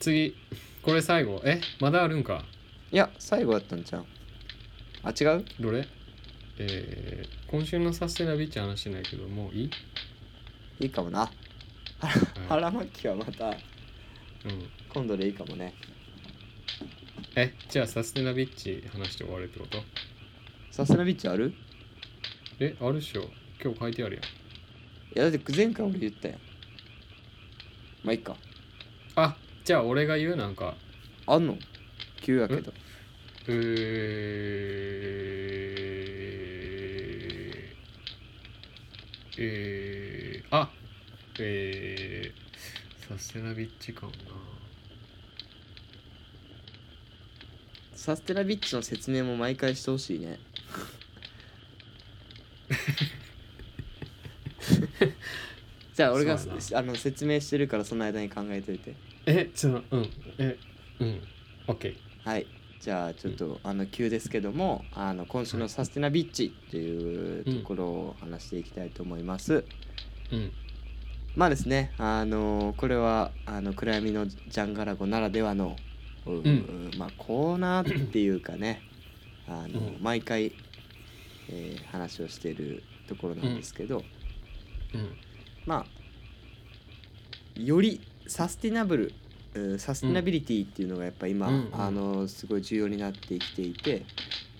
[SPEAKER 1] 次これ最後えまだあるんか
[SPEAKER 3] いや最後やったんじゃんあ違う
[SPEAKER 1] どれえー、今週のサステナビーチ話してないけどもういい、
[SPEAKER 3] いいかもな
[SPEAKER 1] はい
[SPEAKER 3] 腹巻きはまた
[SPEAKER 1] うん、
[SPEAKER 3] 今度でいいかもね
[SPEAKER 1] えじゃあサステナビッチ話して終わるってこと
[SPEAKER 3] さすがビッチある
[SPEAKER 1] えあるっしょ今日書いてあるやん
[SPEAKER 3] いやだって前回俺言ったやんまあいいか
[SPEAKER 1] あじゃあ俺が言うなんか
[SPEAKER 3] あんの急やけど
[SPEAKER 1] えー、えー、あえー、サステナビッチ感な
[SPEAKER 3] サステナビッチの説明も毎回してほしい
[SPEAKER 1] (laughs)
[SPEAKER 3] ねじゃあ俺が
[SPEAKER 1] そうや
[SPEAKER 3] あの説明してるからその間に考えといて
[SPEAKER 1] えちょうんえうんオッケー
[SPEAKER 3] はいじゃあちょっと、あの急ですけどもあの今週の「サステナビッチ」っていうところを話していきたいと思います、
[SPEAKER 1] うん
[SPEAKER 3] まあですねあのこれはあの暗闇のジャンガラゴならではの、う
[SPEAKER 1] うん
[SPEAKER 3] まあ、コーナーっていうかねあの、
[SPEAKER 1] うん
[SPEAKER 3] 毎回、えー話をしているところなんですけど、
[SPEAKER 1] うん
[SPEAKER 3] まあよりサスティナブルうんサスティナビリティっていうのがやっぱ今、
[SPEAKER 1] うんうん
[SPEAKER 3] あのすごい重要になってきていて、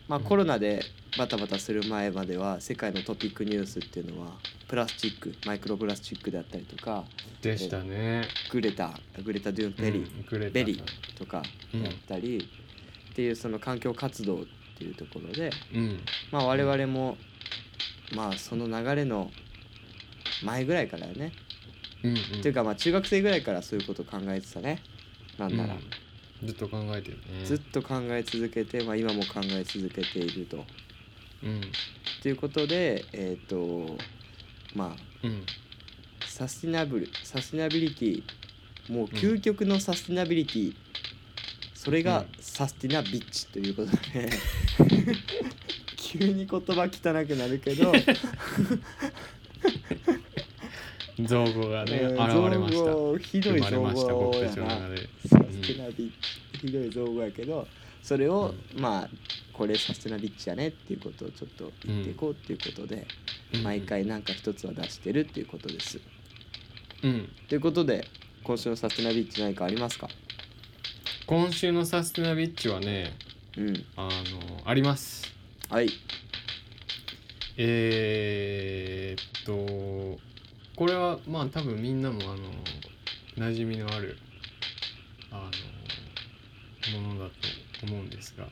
[SPEAKER 3] まあ、
[SPEAKER 1] うん
[SPEAKER 3] コロナでバタバタする前までは世界のトピックニュースっていうのはプラスチックマイクロプラスチックだったりとか
[SPEAKER 1] でしたね
[SPEAKER 3] グレタグレタ・デューン・ペリ
[SPEAKER 1] うん、グレタさん
[SPEAKER 3] ベリとか
[SPEAKER 1] うん
[SPEAKER 3] やったり、っていうその環境活動っていうところで、
[SPEAKER 1] うん
[SPEAKER 3] まあ、我々も、まあその流れの前ぐらいからよね
[SPEAKER 1] うん
[SPEAKER 3] っ
[SPEAKER 1] ん
[SPEAKER 3] ていうかまあ中学生ぐらいからそういうこと考えてたねなんなら、
[SPEAKER 1] うんずっと考えてるね
[SPEAKER 3] ずっと考え続けて、まあ、今も考え続けていると。
[SPEAKER 1] うん
[SPEAKER 3] ということでえっ、とまあ
[SPEAKER 1] うん
[SPEAKER 3] サスティナブルサスティナビリティもう究極のサスティナビリティ、それ
[SPEAKER 1] う
[SPEAKER 3] が
[SPEAKER 1] ん
[SPEAKER 3] サスティナビッチということ
[SPEAKER 1] (laughs)
[SPEAKER 3] で、急に言葉汚くなるけど
[SPEAKER 1] 造語がね、
[SPEAKER 3] えー
[SPEAKER 1] 現れまし
[SPEAKER 3] 造
[SPEAKER 1] た
[SPEAKER 3] 語ひど
[SPEAKER 1] 生
[SPEAKER 3] い
[SPEAKER 1] まれ
[SPEAKER 3] 造
[SPEAKER 1] ました
[SPEAKER 3] 語
[SPEAKER 1] 僕た
[SPEAKER 3] や
[SPEAKER 1] ちの
[SPEAKER 3] な
[SPEAKER 1] 中で
[SPEAKER 3] サステナビッチ、ひどい造語やけどそれを、まあこれサステナビッチやねっていうことをちょっと言っていこうっていうことで、
[SPEAKER 1] うん
[SPEAKER 3] 毎回なんか一つは出してるっていうことです。
[SPEAKER 1] うん
[SPEAKER 3] ということで今週のサステナビッチ何かありますか
[SPEAKER 1] 今週のサステナビッチはね
[SPEAKER 3] うん
[SPEAKER 1] あのあります
[SPEAKER 3] はい
[SPEAKER 1] えー、っとこれはまあ多分みんなもあの馴染みのあるあのものだと思うんですが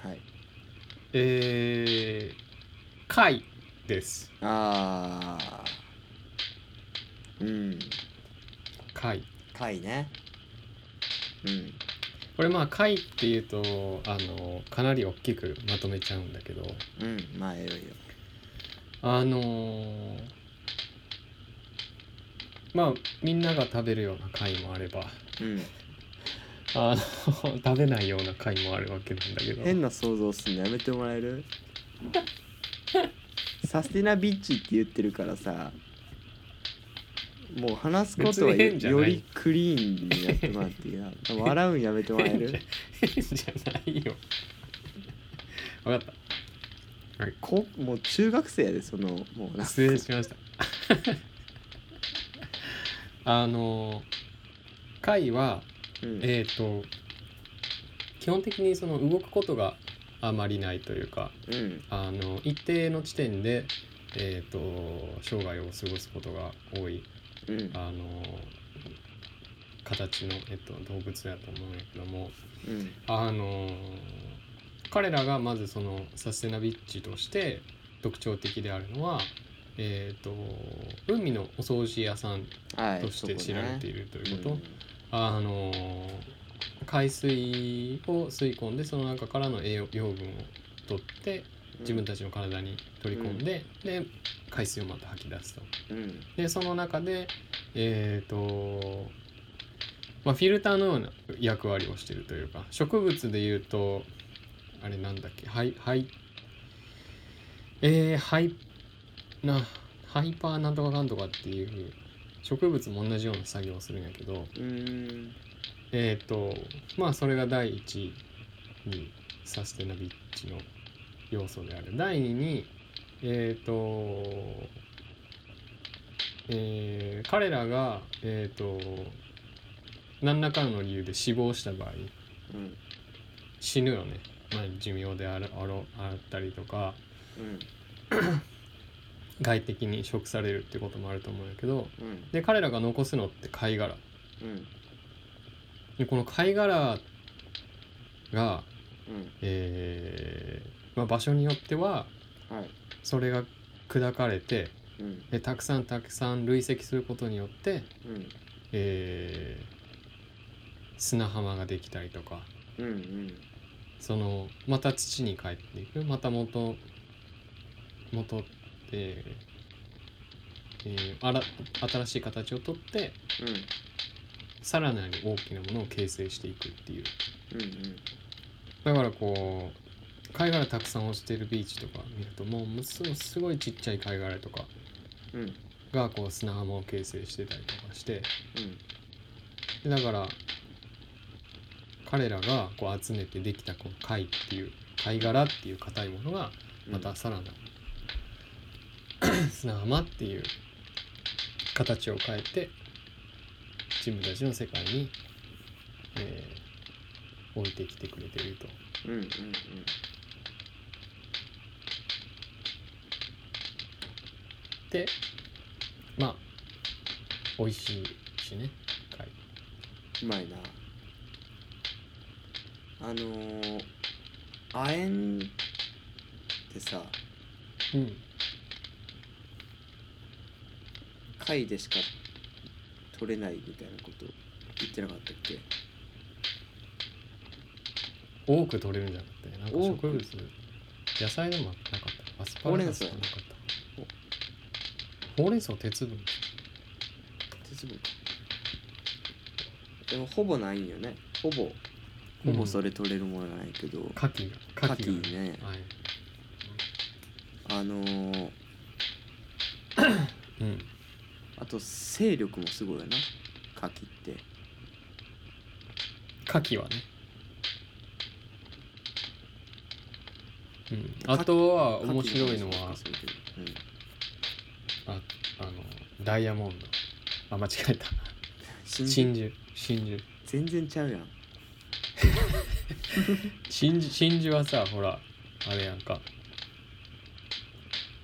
[SPEAKER 3] はい
[SPEAKER 1] えー、貝です
[SPEAKER 3] あーうん
[SPEAKER 1] 貝
[SPEAKER 3] 貝ねうん
[SPEAKER 1] これまあ貝っていうとあのかなり大きくまとめちゃうんだけど
[SPEAKER 3] うんまあええよいいよ
[SPEAKER 1] あのーまあみんなが食べるような貝もあれば
[SPEAKER 3] うん
[SPEAKER 1] あの食べないような貝もあるわけなんだけど
[SPEAKER 3] 変な想像すんのやめてもら
[SPEAKER 1] (laughs)
[SPEAKER 3] えるサスティナビッチって言ってるからさもう話すこと
[SPEAKER 1] 別
[SPEAKER 3] は
[SPEAKER 1] に変じゃない
[SPEAKER 3] よりクリーンにやってもらっていいな笑うんやめてもら
[SPEAKER 1] (laughs)
[SPEAKER 3] える
[SPEAKER 1] 変じゃないよ分かっ
[SPEAKER 3] こもう中学生やでそのもう
[SPEAKER 1] た
[SPEAKER 3] な
[SPEAKER 1] 失礼しました (laughs) あのー貝は
[SPEAKER 3] うん
[SPEAKER 1] えー、と基本的にその動くことがあまりないというか
[SPEAKER 3] うん
[SPEAKER 1] あの一定の地点で、えー、と生涯を過ごすことが多い
[SPEAKER 3] うん
[SPEAKER 1] あの形の、えっと、動物だと思うんやけども
[SPEAKER 3] うん
[SPEAKER 1] あの彼らがまずそのサステナビッチとして特徴的であるのは、えー、と海のお掃除屋さん
[SPEAKER 3] はい
[SPEAKER 1] として知られて
[SPEAKER 3] い
[SPEAKER 1] いるということ、あの海水を吸い込んでその中からの栄養養分を取って自分たちの体に取り込んで、で海水をまた吐き出すと。
[SPEAKER 3] うん
[SPEAKER 1] でその中でえっ、とまあフィルターのような役割をしているというか植物でいうとあれなんだっけはいはいえー、ハイなハイパーなんとかかんとかっていう植物も同じような作業をするんやけど
[SPEAKER 3] うん
[SPEAKER 1] えっ、とまあそれが第一にサステナビッチの要素である第二にえっ、とえー彼らがえっ、と何らかの理由で死亡した場合
[SPEAKER 3] うん
[SPEAKER 1] 死ぬよね、まあ、寿命であるあろあったりとか
[SPEAKER 3] うん
[SPEAKER 1] 外敵に移植されるってこともあると思うんやけど
[SPEAKER 3] うん
[SPEAKER 1] で彼らが残すのって貝殻
[SPEAKER 3] うん
[SPEAKER 1] でこの貝殻が
[SPEAKER 3] うん
[SPEAKER 1] えーまあ、場所によっては
[SPEAKER 3] はい
[SPEAKER 1] それが砕かれて
[SPEAKER 3] うん
[SPEAKER 1] でたくさんたくさん累積することによって、
[SPEAKER 3] うん
[SPEAKER 1] えー砂浜ができたりとか
[SPEAKER 3] うんうん
[SPEAKER 1] そのまた土に帰っていくまた元元って、えーあら新しい形をとってさらなり大きなものを形成していくっていう
[SPEAKER 3] うんうん
[SPEAKER 1] だからこう貝殻たくさん落ちてるビーチとか見るともうものすごいすごいちっちゃい貝殻とか
[SPEAKER 3] うんうん
[SPEAKER 1] がこう砂浜を形成してたりとかしてでだから彼らがこう集めてできたこの貝っていう貝殻っていう硬いものが
[SPEAKER 3] うん
[SPEAKER 1] またさらなる、砂浜っていう形を変えて自分たちの世界に、えー置いてきてくれていると。
[SPEAKER 3] うんうんうん
[SPEAKER 1] でまあ美味しいしね貝
[SPEAKER 3] うまいなあのー亜鉛ってさ
[SPEAKER 1] うん
[SPEAKER 3] 貝でしか取れないみたいなこと言ってなかったっけ
[SPEAKER 1] 多く取れるんじゃなくてなんか
[SPEAKER 3] 多
[SPEAKER 1] 植
[SPEAKER 3] く
[SPEAKER 1] 物野菜でもなかったアスパラガスもなかったほうれん草鉄分
[SPEAKER 3] 鉄分かでもほぼないんよねほぼほぼそれ取れるものがないけど、
[SPEAKER 1] 牡蠣が
[SPEAKER 3] 牡蠣ね
[SPEAKER 1] はい
[SPEAKER 3] あのー
[SPEAKER 1] うん
[SPEAKER 3] あと勢力もすごいよな牡蠣って
[SPEAKER 1] 牡蠣はねうん、あとは面白いのは
[SPEAKER 3] 牡蠣もそうかそうだけど
[SPEAKER 1] ああのダイヤモンドあ間違えた
[SPEAKER 3] うん、
[SPEAKER 1] 真珠真珠
[SPEAKER 3] 全然ちゃうやん
[SPEAKER 1] 真珠真珠はさほらあれやんか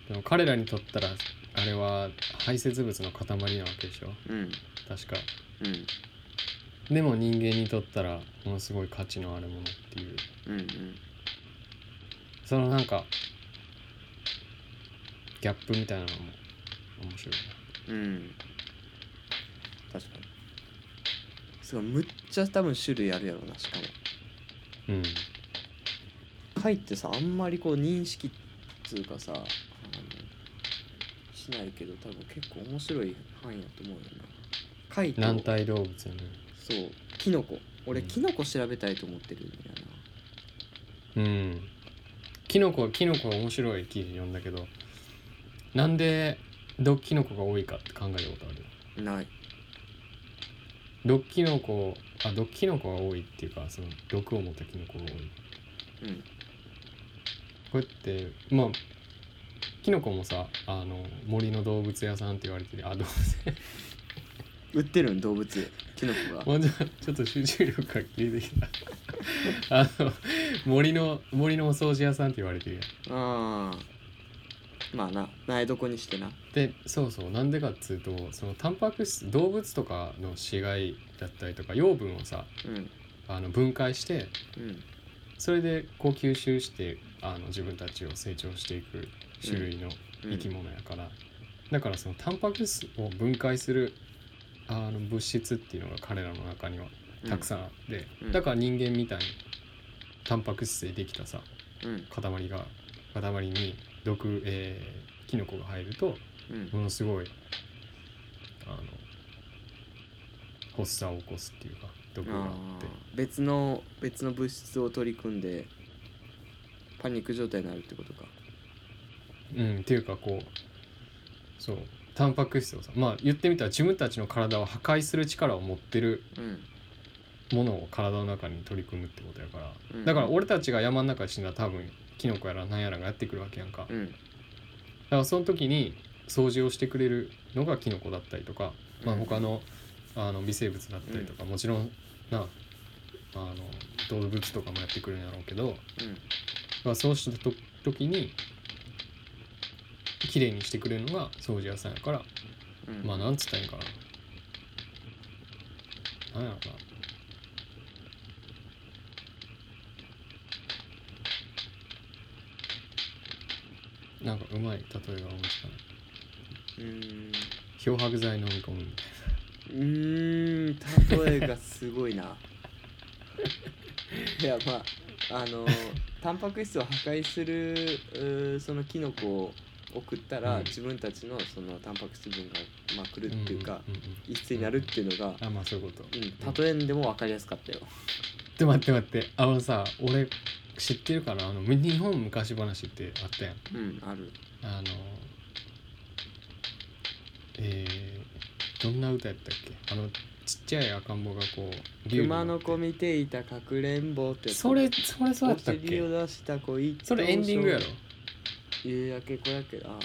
[SPEAKER 1] でも彼らにとったらあれは排泄物の塊なわけでしょ
[SPEAKER 3] うん
[SPEAKER 1] 確か
[SPEAKER 3] うん
[SPEAKER 1] でも人間にとったらものすごい価値のあるものっていう
[SPEAKER 3] うんうん
[SPEAKER 1] そのなんかギャップみたいなのも面白い
[SPEAKER 3] うん確かにすごいむっちゃ多分種類あるやろなしかも
[SPEAKER 1] なうん
[SPEAKER 3] 貝ってさあんまりこう認識っつうかさあのしないけど多分結構面白い範囲だと思うよな貝と
[SPEAKER 1] 軟体動物やね
[SPEAKER 3] そうキノコ俺
[SPEAKER 1] うん
[SPEAKER 3] キノコ調べたいと思ってるんだよ
[SPEAKER 1] うんキノコキノコ面白い記事読んだけどなんで毒キノコが多いかって考えたことある
[SPEAKER 3] なない
[SPEAKER 1] 毒キノコあ毒キノコが多いっていうかその毒を持ったキノコが多い
[SPEAKER 3] うん
[SPEAKER 1] これってまあキノコもさあの森の動物屋さんって言われてるあ動物
[SPEAKER 3] 売ってるん動物キノコが
[SPEAKER 1] もうちょちょっと集中力が切れてきた (laughs) あの森の森のお掃除屋さんって言われてるやん
[SPEAKER 3] ああまあな苗床にしてな
[SPEAKER 1] でそうそうなんでかっつうとそのタンパク質動物とかの死骸だったりとか養分をさ
[SPEAKER 3] うん
[SPEAKER 1] あの分解して
[SPEAKER 3] うん
[SPEAKER 1] それでこう吸収してあの自分たちを成長していく種類の生き物やから、だからそのタンパク質を分解するあの物質っていうのが彼らの中にはたくさ
[SPEAKER 3] ん
[SPEAKER 1] んあって、
[SPEAKER 3] うん
[SPEAKER 1] だから人間みたいにタンパク質でできたさ
[SPEAKER 3] うん
[SPEAKER 1] 塊が塊に毒、えーキノコが入ると
[SPEAKER 3] うん
[SPEAKER 1] ものすごいあの発作を起こすっていうか毒があっ
[SPEAKER 3] あー別の別の物質を取り組んでパニック状態になるってことか
[SPEAKER 1] てうんっていうかこうそうタンパク質をさまあ言ってみたら自分たちの体を破壊する力を持ってる
[SPEAKER 3] うん
[SPEAKER 1] ものを体の中に取り組むってことやから、
[SPEAKER 3] うん
[SPEAKER 1] だから俺たちが山の中で死んだら多分キノコやらなんやらがやってくるわけやんか、だ
[SPEAKER 3] うん
[SPEAKER 1] からその時に掃除をしてくれるのがキノコだったりとか、まあ、
[SPEAKER 3] うん
[SPEAKER 1] 他のあの微生物だったりとか、もちろんなあの動物とかもやってくるんやろうけど、まあ、そうしたと時に綺麗にしてくれるのが掃除屋さんやから
[SPEAKER 3] うんうん
[SPEAKER 1] まあなんつったらいいんかな。なんやろな。なんかうまい例えが思いつかない。
[SPEAKER 3] うーん
[SPEAKER 1] 漂白剤飲み込むみたいう
[SPEAKER 3] ーん例えがすごいな (laughs) いやまああのタンパク質を破壊するうーそのキノコを送ったら、
[SPEAKER 1] うん
[SPEAKER 3] 自分たちのそのタンパク質分が、まあ、来る
[SPEAKER 1] な。
[SPEAKER 3] っていうか、
[SPEAKER 1] んんんん
[SPEAKER 3] 異質になるっていうのが、
[SPEAKER 1] あまあそういうこと。
[SPEAKER 3] うん、例えんでも分かりやすかったよ。
[SPEAKER 1] で待って待ってあのさ俺知ってるかなあの日本昔話ってあったやん。
[SPEAKER 3] うん、ある。
[SPEAKER 1] あのえー、どんな歌やったっけあのちっちゃい赤ん坊がこう竜にな
[SPEAKER 3] 熊
[SPEAKER 1] って
[SPEAKER 3] の子見ていたかくれんぼってやつ
[SPEAKER 1] それそれそうやったっ
[SPEAKER 3] お尻を
[SPEAKER 1] け
[SPEAKER 3] 出した子一等
[SPEAKER 1] それエンディングやろ
[SPEAKER 3] 夕焼け小焼けあ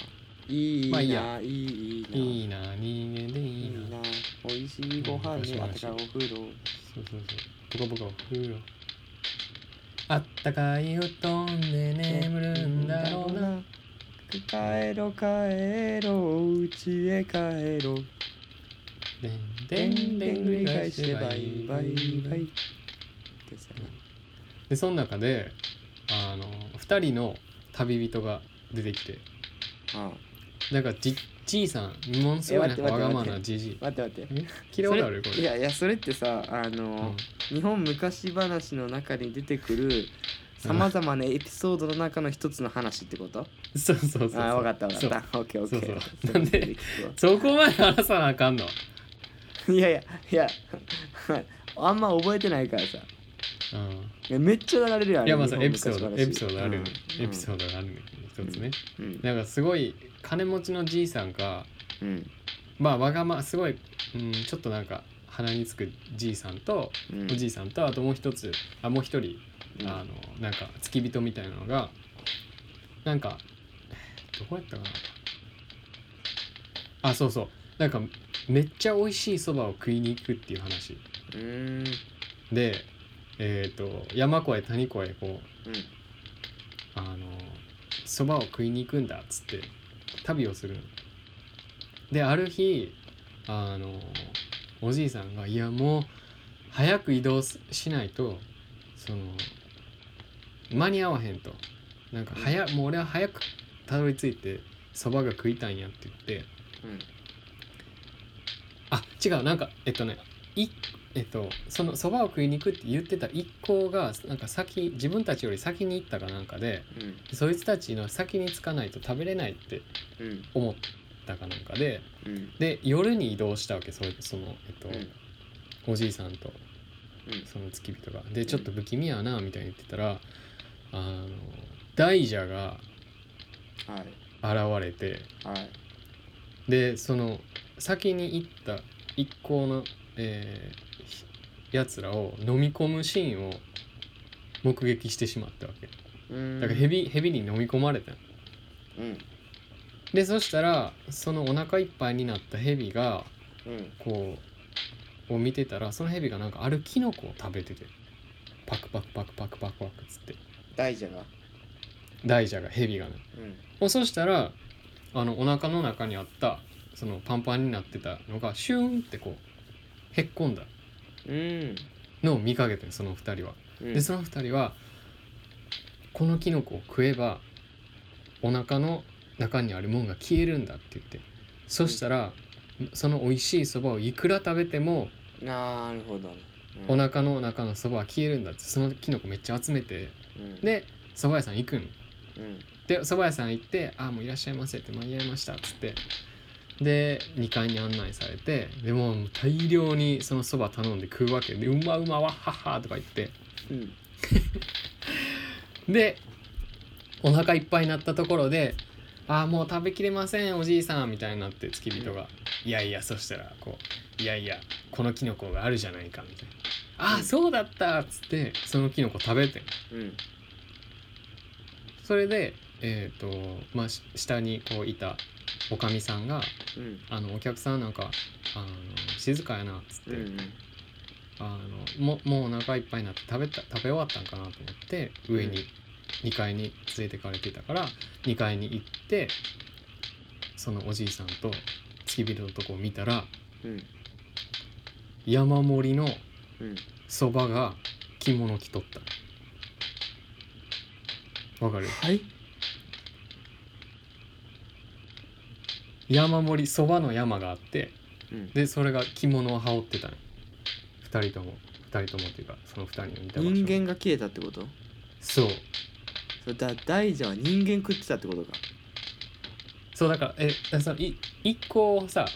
[SPEAKER 3] いい
[SPEAKER 1] ま
[SPEAKER 3] な、
[SPEAKER 1] あい
[SPEAKER 3] い
[SPEAKER 1] い
[SPEAKER 3] い
[SPEAKER 1] やい
[SPEAKER 3] な、いいな。
[SPEAKER 1] いな人間でい
[SPEAKER 3] い
[SPEAKER 1] い
[SPEAKER 3] い
[SPEAKER 1] な
[SPEAKER 3] な。おいしいご飯
[SPEAKER 1] うん
[SPEAKER 3] にあっ
[SPEAKER 1] 私
[SPEAKER 3] た
[SPEAKER 1] も
[SPEAKER 3] かいお風呂。
[SPEAKER 1] そうそうそうポカポカお風呂あったかい布団で眠るんだろうな。
[SPEAKER 3] 帰ろ帰ろう家へ帰ろう。
[SPEAKER 1] でん
[SPEAKER 3] で
[SPEAKER 1] でん
[SPEAKER 3] ん
[SPEAKER 1] で
[SPEAKER 3] で
[SPEAKER 1] ん繰
[SPEAKER 3] ん繰
[SPEAKER 1] り
[SPEAKER 3] り
[SPEAKER 1] 返
[SPEAKER 3] 返
[SPEAKER 1] し
[SPEAKER 3] してて
[SPEAKER 1] バ
[SPEAKER 3] バ
[SPEAKER 1] イ
[SPEAKER 3] イ
[SPEAKER 1] バ
[SPEAKER 3] バ
[SPEAKER 1] イ
[SPEAKER 3] イ
[SPEAKER 1] バ
[SPEAKER 3] バ
[SPEAKER 1] イ
[SPEAKER 3] イ。
[SPEAKER 1] でその中であの2人の旅人が出てきて
[SPEAKER 3] ああ
[SPEAKER 1] なんかじじいさんものすごいなんかわがままなじじい
[SPEAKER 3] 待って待って。
[SPEAKER 1] え聞いたことあるこれ
[SPEAKER 3] それいやいやそれってさあ
[SPEAKER 1] う
[SPEAKER 3] の
[SPEAKER 1] ん、
[SPEAKER 3] 日本昔話の中に出てくるさまざまなエピソードの中の一つの話ってこと、
[SPEAKER 1] そうそうそうそう
[SPEAKER 3] ああ分かった分か
[SPEAKER 1] そ
[SPEAKER 3] っ
[SPEAKER 1] う
[SPEAKER 3] たオッケーオッケー
[SPEAKER 1] そうそうなんでそこまで話さなあかんの
[SPEAKER 3] いやいやいや (laughs) あんま覚えてないからさ
[SPEAKER 1] うん
[SPEAKER 3] いやめっちゃ流れるやん
[SPEAKER 1] いやまあ
[SPEAKER 3] 日
[SPEAKER 1] そう
[SPEAKER 3] 本
[SPEAKER 1] エピソー
[SPEAKER 3] 昔
[SPEAKER 1] ド
[SPEAKER 3] 話
[SPEAKER 1] エピソードあるよね
[SPEAKER 3] うん
[SPEAKER 1] エピソードがあるね一つね
[SPEAKER 3] うん
[SPEAKER 1] なんかすごい金持ちのじいさんが
[SPEAKER 3] うん
[SPEAKER 1] まあわがまますごいうんちょっとなんか鼻につくじいさんと
[SPEAKER 3] うん
[SPEAKER 1] おじいさんとあともう一つあもう一人
[SPEAKER 3] うん
[SPEAKER 1] あのなんか付き人みたいなのがなんかどこやったかなあそうそうなんかめっちゃ美味しいそばを食いに行くっていう話
[SPEAKER 3] うーん
[SPEAKER 1] でえっ、と山越え谷越えこうあのそばを食いに行くんだっつって旅をするのである日あのおじいさんが「いやもう早く移動すしないとその間に合わへん」と「なんか早もう俺は早くたどり着いてそばが食いたいんや」って言って
[SPEAKER 3] うん
[SPEAKER 1] あ違うなんかえっとねいえっとそのそばを食いに行くって言ってた一行がなんか先自分たちより先に行ったかなんかで
[SPEAKER 3] うん
[SPEAKER 1] そいつたちの先に着かないと食べれないって
[SPEAKER 3] うん
[SPEAKER 1] 思ったかなんかで
[SPEAKER 3] うん
[SPEAKER 1] で夜に移動したわけそその、えっと
[SPEAKER 3] うん
[SPEAKER 1] おじいさんと
[SPEAKER 3] うん
[SPEAKER 1] その付き人が。でちょっと不気味やなみたいに言ってたらあの大蛇が
[SPEAKER 3] はい
[SPEAKER 1] 現れて
[SPEAKER 3] はい
[SPEAKER 1] でその先に行った一行の、えーひやつらを飲み込むシーンを目撃してしまったわけ
[SPEAKER 3] うーん
[SPEAKER 1] だからヘビヘビに飲み込まれた
[SPEAKER 3] うん
[SPEAKER 1] でそしたらそのお腹いっぱいになったヘビが
[SPEAKER 3] うん
[SPEAKER 1] こを見てたらそのヘビがなんかあるキノコを食べててパクパクパクパクパクパクっつって
[SPEAKER 3] 大蛇が
[SPEAKER 1] 大蛇がヘビがね
[SPEAKER 3] うん
[SPEAKER 1] もうそしたらあのお腹の中にあったそのパンパンになってたのがシューンってこうへっこんだ
[SPEAKER 3] うん
[SPEAKER 1] のを見かけてその二人は。
[SPEAKER 3] うん
[SPEAKER 1] でその二人はこのキノコを食えばお腹の中にあるもんが消えるんだって言ってそしたらその美味しいそばをいくら食べても
[SPEAKER 3] なるほど、うん
[SPEAKER 1] お腹の中のそばは消えるんだってそのキノコめっちゃ集めて
[SPEAKER 3] うん
[SPEAKER 1] でそば屋さん行くん
[SPEAKER 3] うん
[SPEAKER 1] でそば屋さん行って「あもういらっしゃいませ」って間に合いましたっつってで2階に案内されてでもう大量にそのそば頼んで食うわけで「うまうまわっはっは」とか言って
[SPEAKER 3] うん
[SPEAKER 1] でお腹いっぱいになったところで「あーもう食べきれませんおじいさん」みたいになって付き人が「いやいやそしたらこういやいやこのキノコがあるじゃないか」みたいな「あ
[SPEAKER 3] う
[SPEAKER 1] ー
[SPEAKER 3] ん
[SPEAKER 1] そうだった」っつってそのキノコ食べてん
[SPEAKER 3] うん
[SPEAKER 1] それでえっ、とまあし下にこういたおかみさんが
[SPEAKER 3] うん
[SPEAKER 1] 「あのお客さんなんかあの静かやな」っつって、
[SPEAKER 3] うん
[SPEAKER 1] あのももうお腹いっぱいになって食べた食べ終わったんかなと思って上
[SPEAKER 3] う
[SPEAKER 1] に2階に連れてかれてたから2階に行ってそのおじいさんと付き人のとこを見たら
[SPEAKER 3] うん
[SPEAKER 1] 山盛りの
[SPEAKER 3] うん
[SPEAKER 1] そばが着物着とった。わかる
[SPEAKER 3] はい
[SPEAKER 1] 山盛りそばの山があって
[SPEAKER 3] うん
[SPEAKER 1] でそれが着物を羽織ってたの2人とも2人ともっていうかその2人の見た場所
[SPEAKER 3] 人間が消えたってこと
[SPEAKER 1] そう
[SPEAKER 3] それだ大蛇は人間食ってたってことか
[SPEAKER 1] そうだからえだそのい一行をさ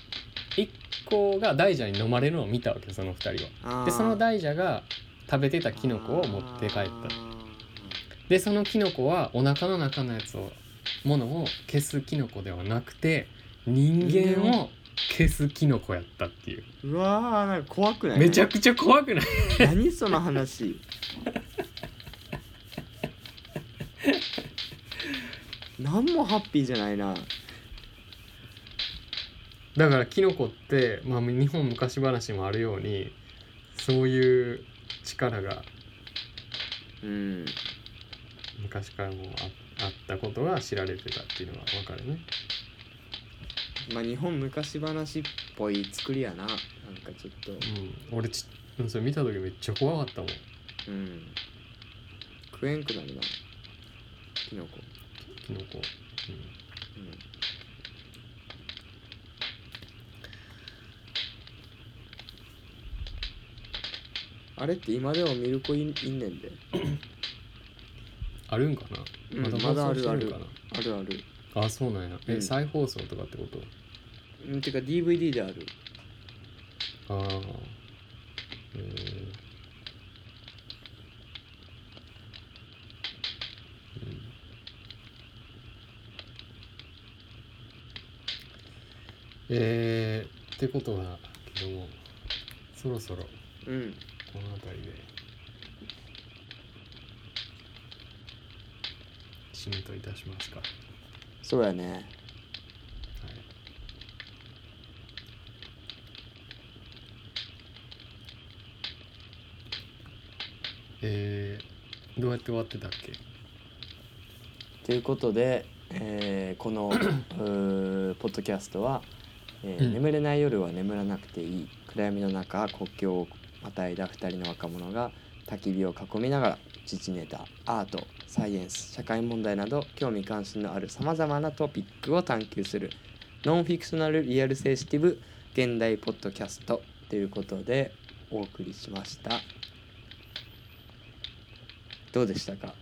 [SPEAKER 1] 一行が大蛇に飲まれるのを見たわけその二人は。
[SPEAKER 3] あー
[SPEAKER 1] でその大蛇が食べてたキノコを持って帰っ
[SPEAKER 3] あ
[SPEAKER 1] た。でそのキノコはお腹の中のやつをものを消すキノコではなくて人間を消すキノコやったっていう
[SPEAKER 3] ーうわーなんか怖くない
[SPEAKER 1] めちゃくちゃ怖くない
[SPEAKER 3] 何その話何もハッピーじゃないな
[SPEAKER 1] だからキノコって、まあ、日本昔話にもあるようにそういう力が
[SPEAKER 3] うん
[SPEAKER 1] 昔からもうああったことが知られてたっていうのがわかるね。
[SPEAKER 3] まあ日本昔話っぽい作りやななんかちょっと
[SPEAKER 1] うん、俺ちうんそれ見た時めっちゃ怖かったもん
[SPEAKER 3] うん食えんくなるなキノコ
[SPEAKER 1] キノコ、
[SPEAKER 3] うんあれって今でもミルコいんいんねんで、
[SPEAKER 1] あるんかな、
[SPEAKER 3] うん
[SPEAKER 1] 放
[SPEAKER 3] まだ
[SPEAKER 1] 送
[SPEAKER 3] あ
[SPEAKER 1] し
[SPEAKER 3] る
[SPEAKER 1] て
[SPEAKER 3] あ
[SPEAKER 1] ん
[SPEAKER 3] る
[SPEAKER 1] か
[SPEAKER 3] あるある
[SPEAKER 1] なあそうなんやえ、
[SPEAKER 3] うん
[SPEAKER 1] 再放送とかってこと
[SPEAKER 3] うんてか DVD である
[SPEAKER 1] ああうんえー、ってことだけどもそろそろ
[SPEAKER 3] うん
[SPEAKER 1] この辺りで締めといたしますか、は
[SPEAKER 3] そうやね
[SPEAKER 1] い、えー、どうやって終わってたっけ
[SPEAKER 3] ということで、えーこのうーポッドキャストは、えー
[SPEAKER 1] うん
[SPEAKER 3] 眠れない夜は眠らなくていい」暗闇の中国境をまたいだ2人の若者が焚き火を囲みながら自治ネタアートサイエンス社会問題など興味関心のあるさまざまなトピックを探求するノンフィクショナルリアルセンシティブ現代ポッドキャストということでお送りしました。どうでしたか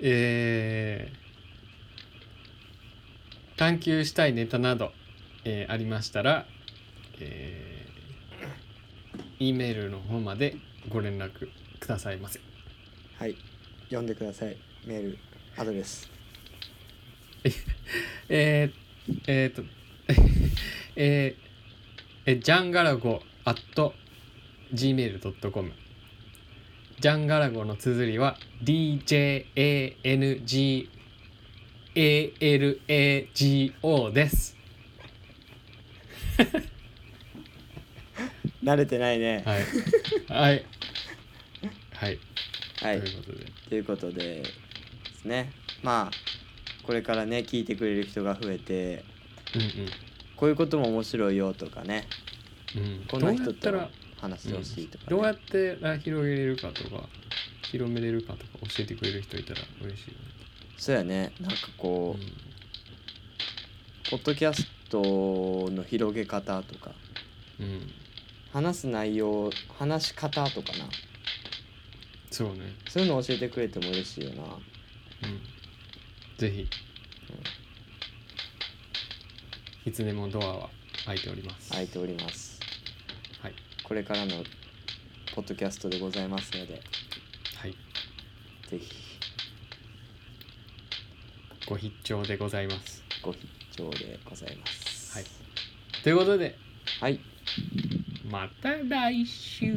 [SPEAKER 1] えー、探求したいネタなど、えーありましたら、えー、E メールの方までご連絡くださいませ。
[SPEAKER 3] はい、読んでください。メールアドレス。
[SPEAKER 1] えー、えー、と、 (laughs) えー、え、ジャンガラゴ at gmail.com ジャンガラゴの綴りは DJANGALAGO です。
[SPEAKER 3] 慣れてないね
[SPEAKER 1] はいはいはい、と
[SPEAKER 3] はい
[SPEAKER 1] いうことで
[SPEAKER 3] ということでですねまあこれからね聞いてくれる人が増えて
[SPEAKER 1] う
[SPEAKER 3] こういうことも面白いよとかね
[SPEAKER 1] んうん、うん、
[SPEAKER 3] こんな人
[SPEAKER 1] どうや
[SPEAKER 3] と
[SPEAKER 1] った
[SPEAKER 3] 話してほしいとか、ね
[SPEAKER 1] らどうやってら広げれるかとか広めれるかとか教えてくれる人いたら嬉しいよね
[SPEAKER 3] そうやねなんか
[SPEAKER 1] う
[SPEAKER 3] こう、ポッドキャストの広げ方とか
[SPEAKER 1] ん、うん、
[SPEAKER 3] 話す内容話し方とかな
[SPEAKER 1] そうね
[SPEAKER 3] そういうの教えてくれても嬉しいよな
[SPEAKER 1] うんぜひ、いつでもドアは開いております。
[SPEAKER 3] 空いております
[SPEAKER 1] はい。
[SPEAKER 3] これからのポッドキャストでございますので
[SPEAKER 1] はい。
[SPEAKER 3] ぜひ
[SPEAKER 1] ご必聴でございます。
[SPEAKER 3] ご必聴でございます
[SPEAKER 1] はいということで、
[SPEAKER 3] はい
[SPEAKER 1] また来週。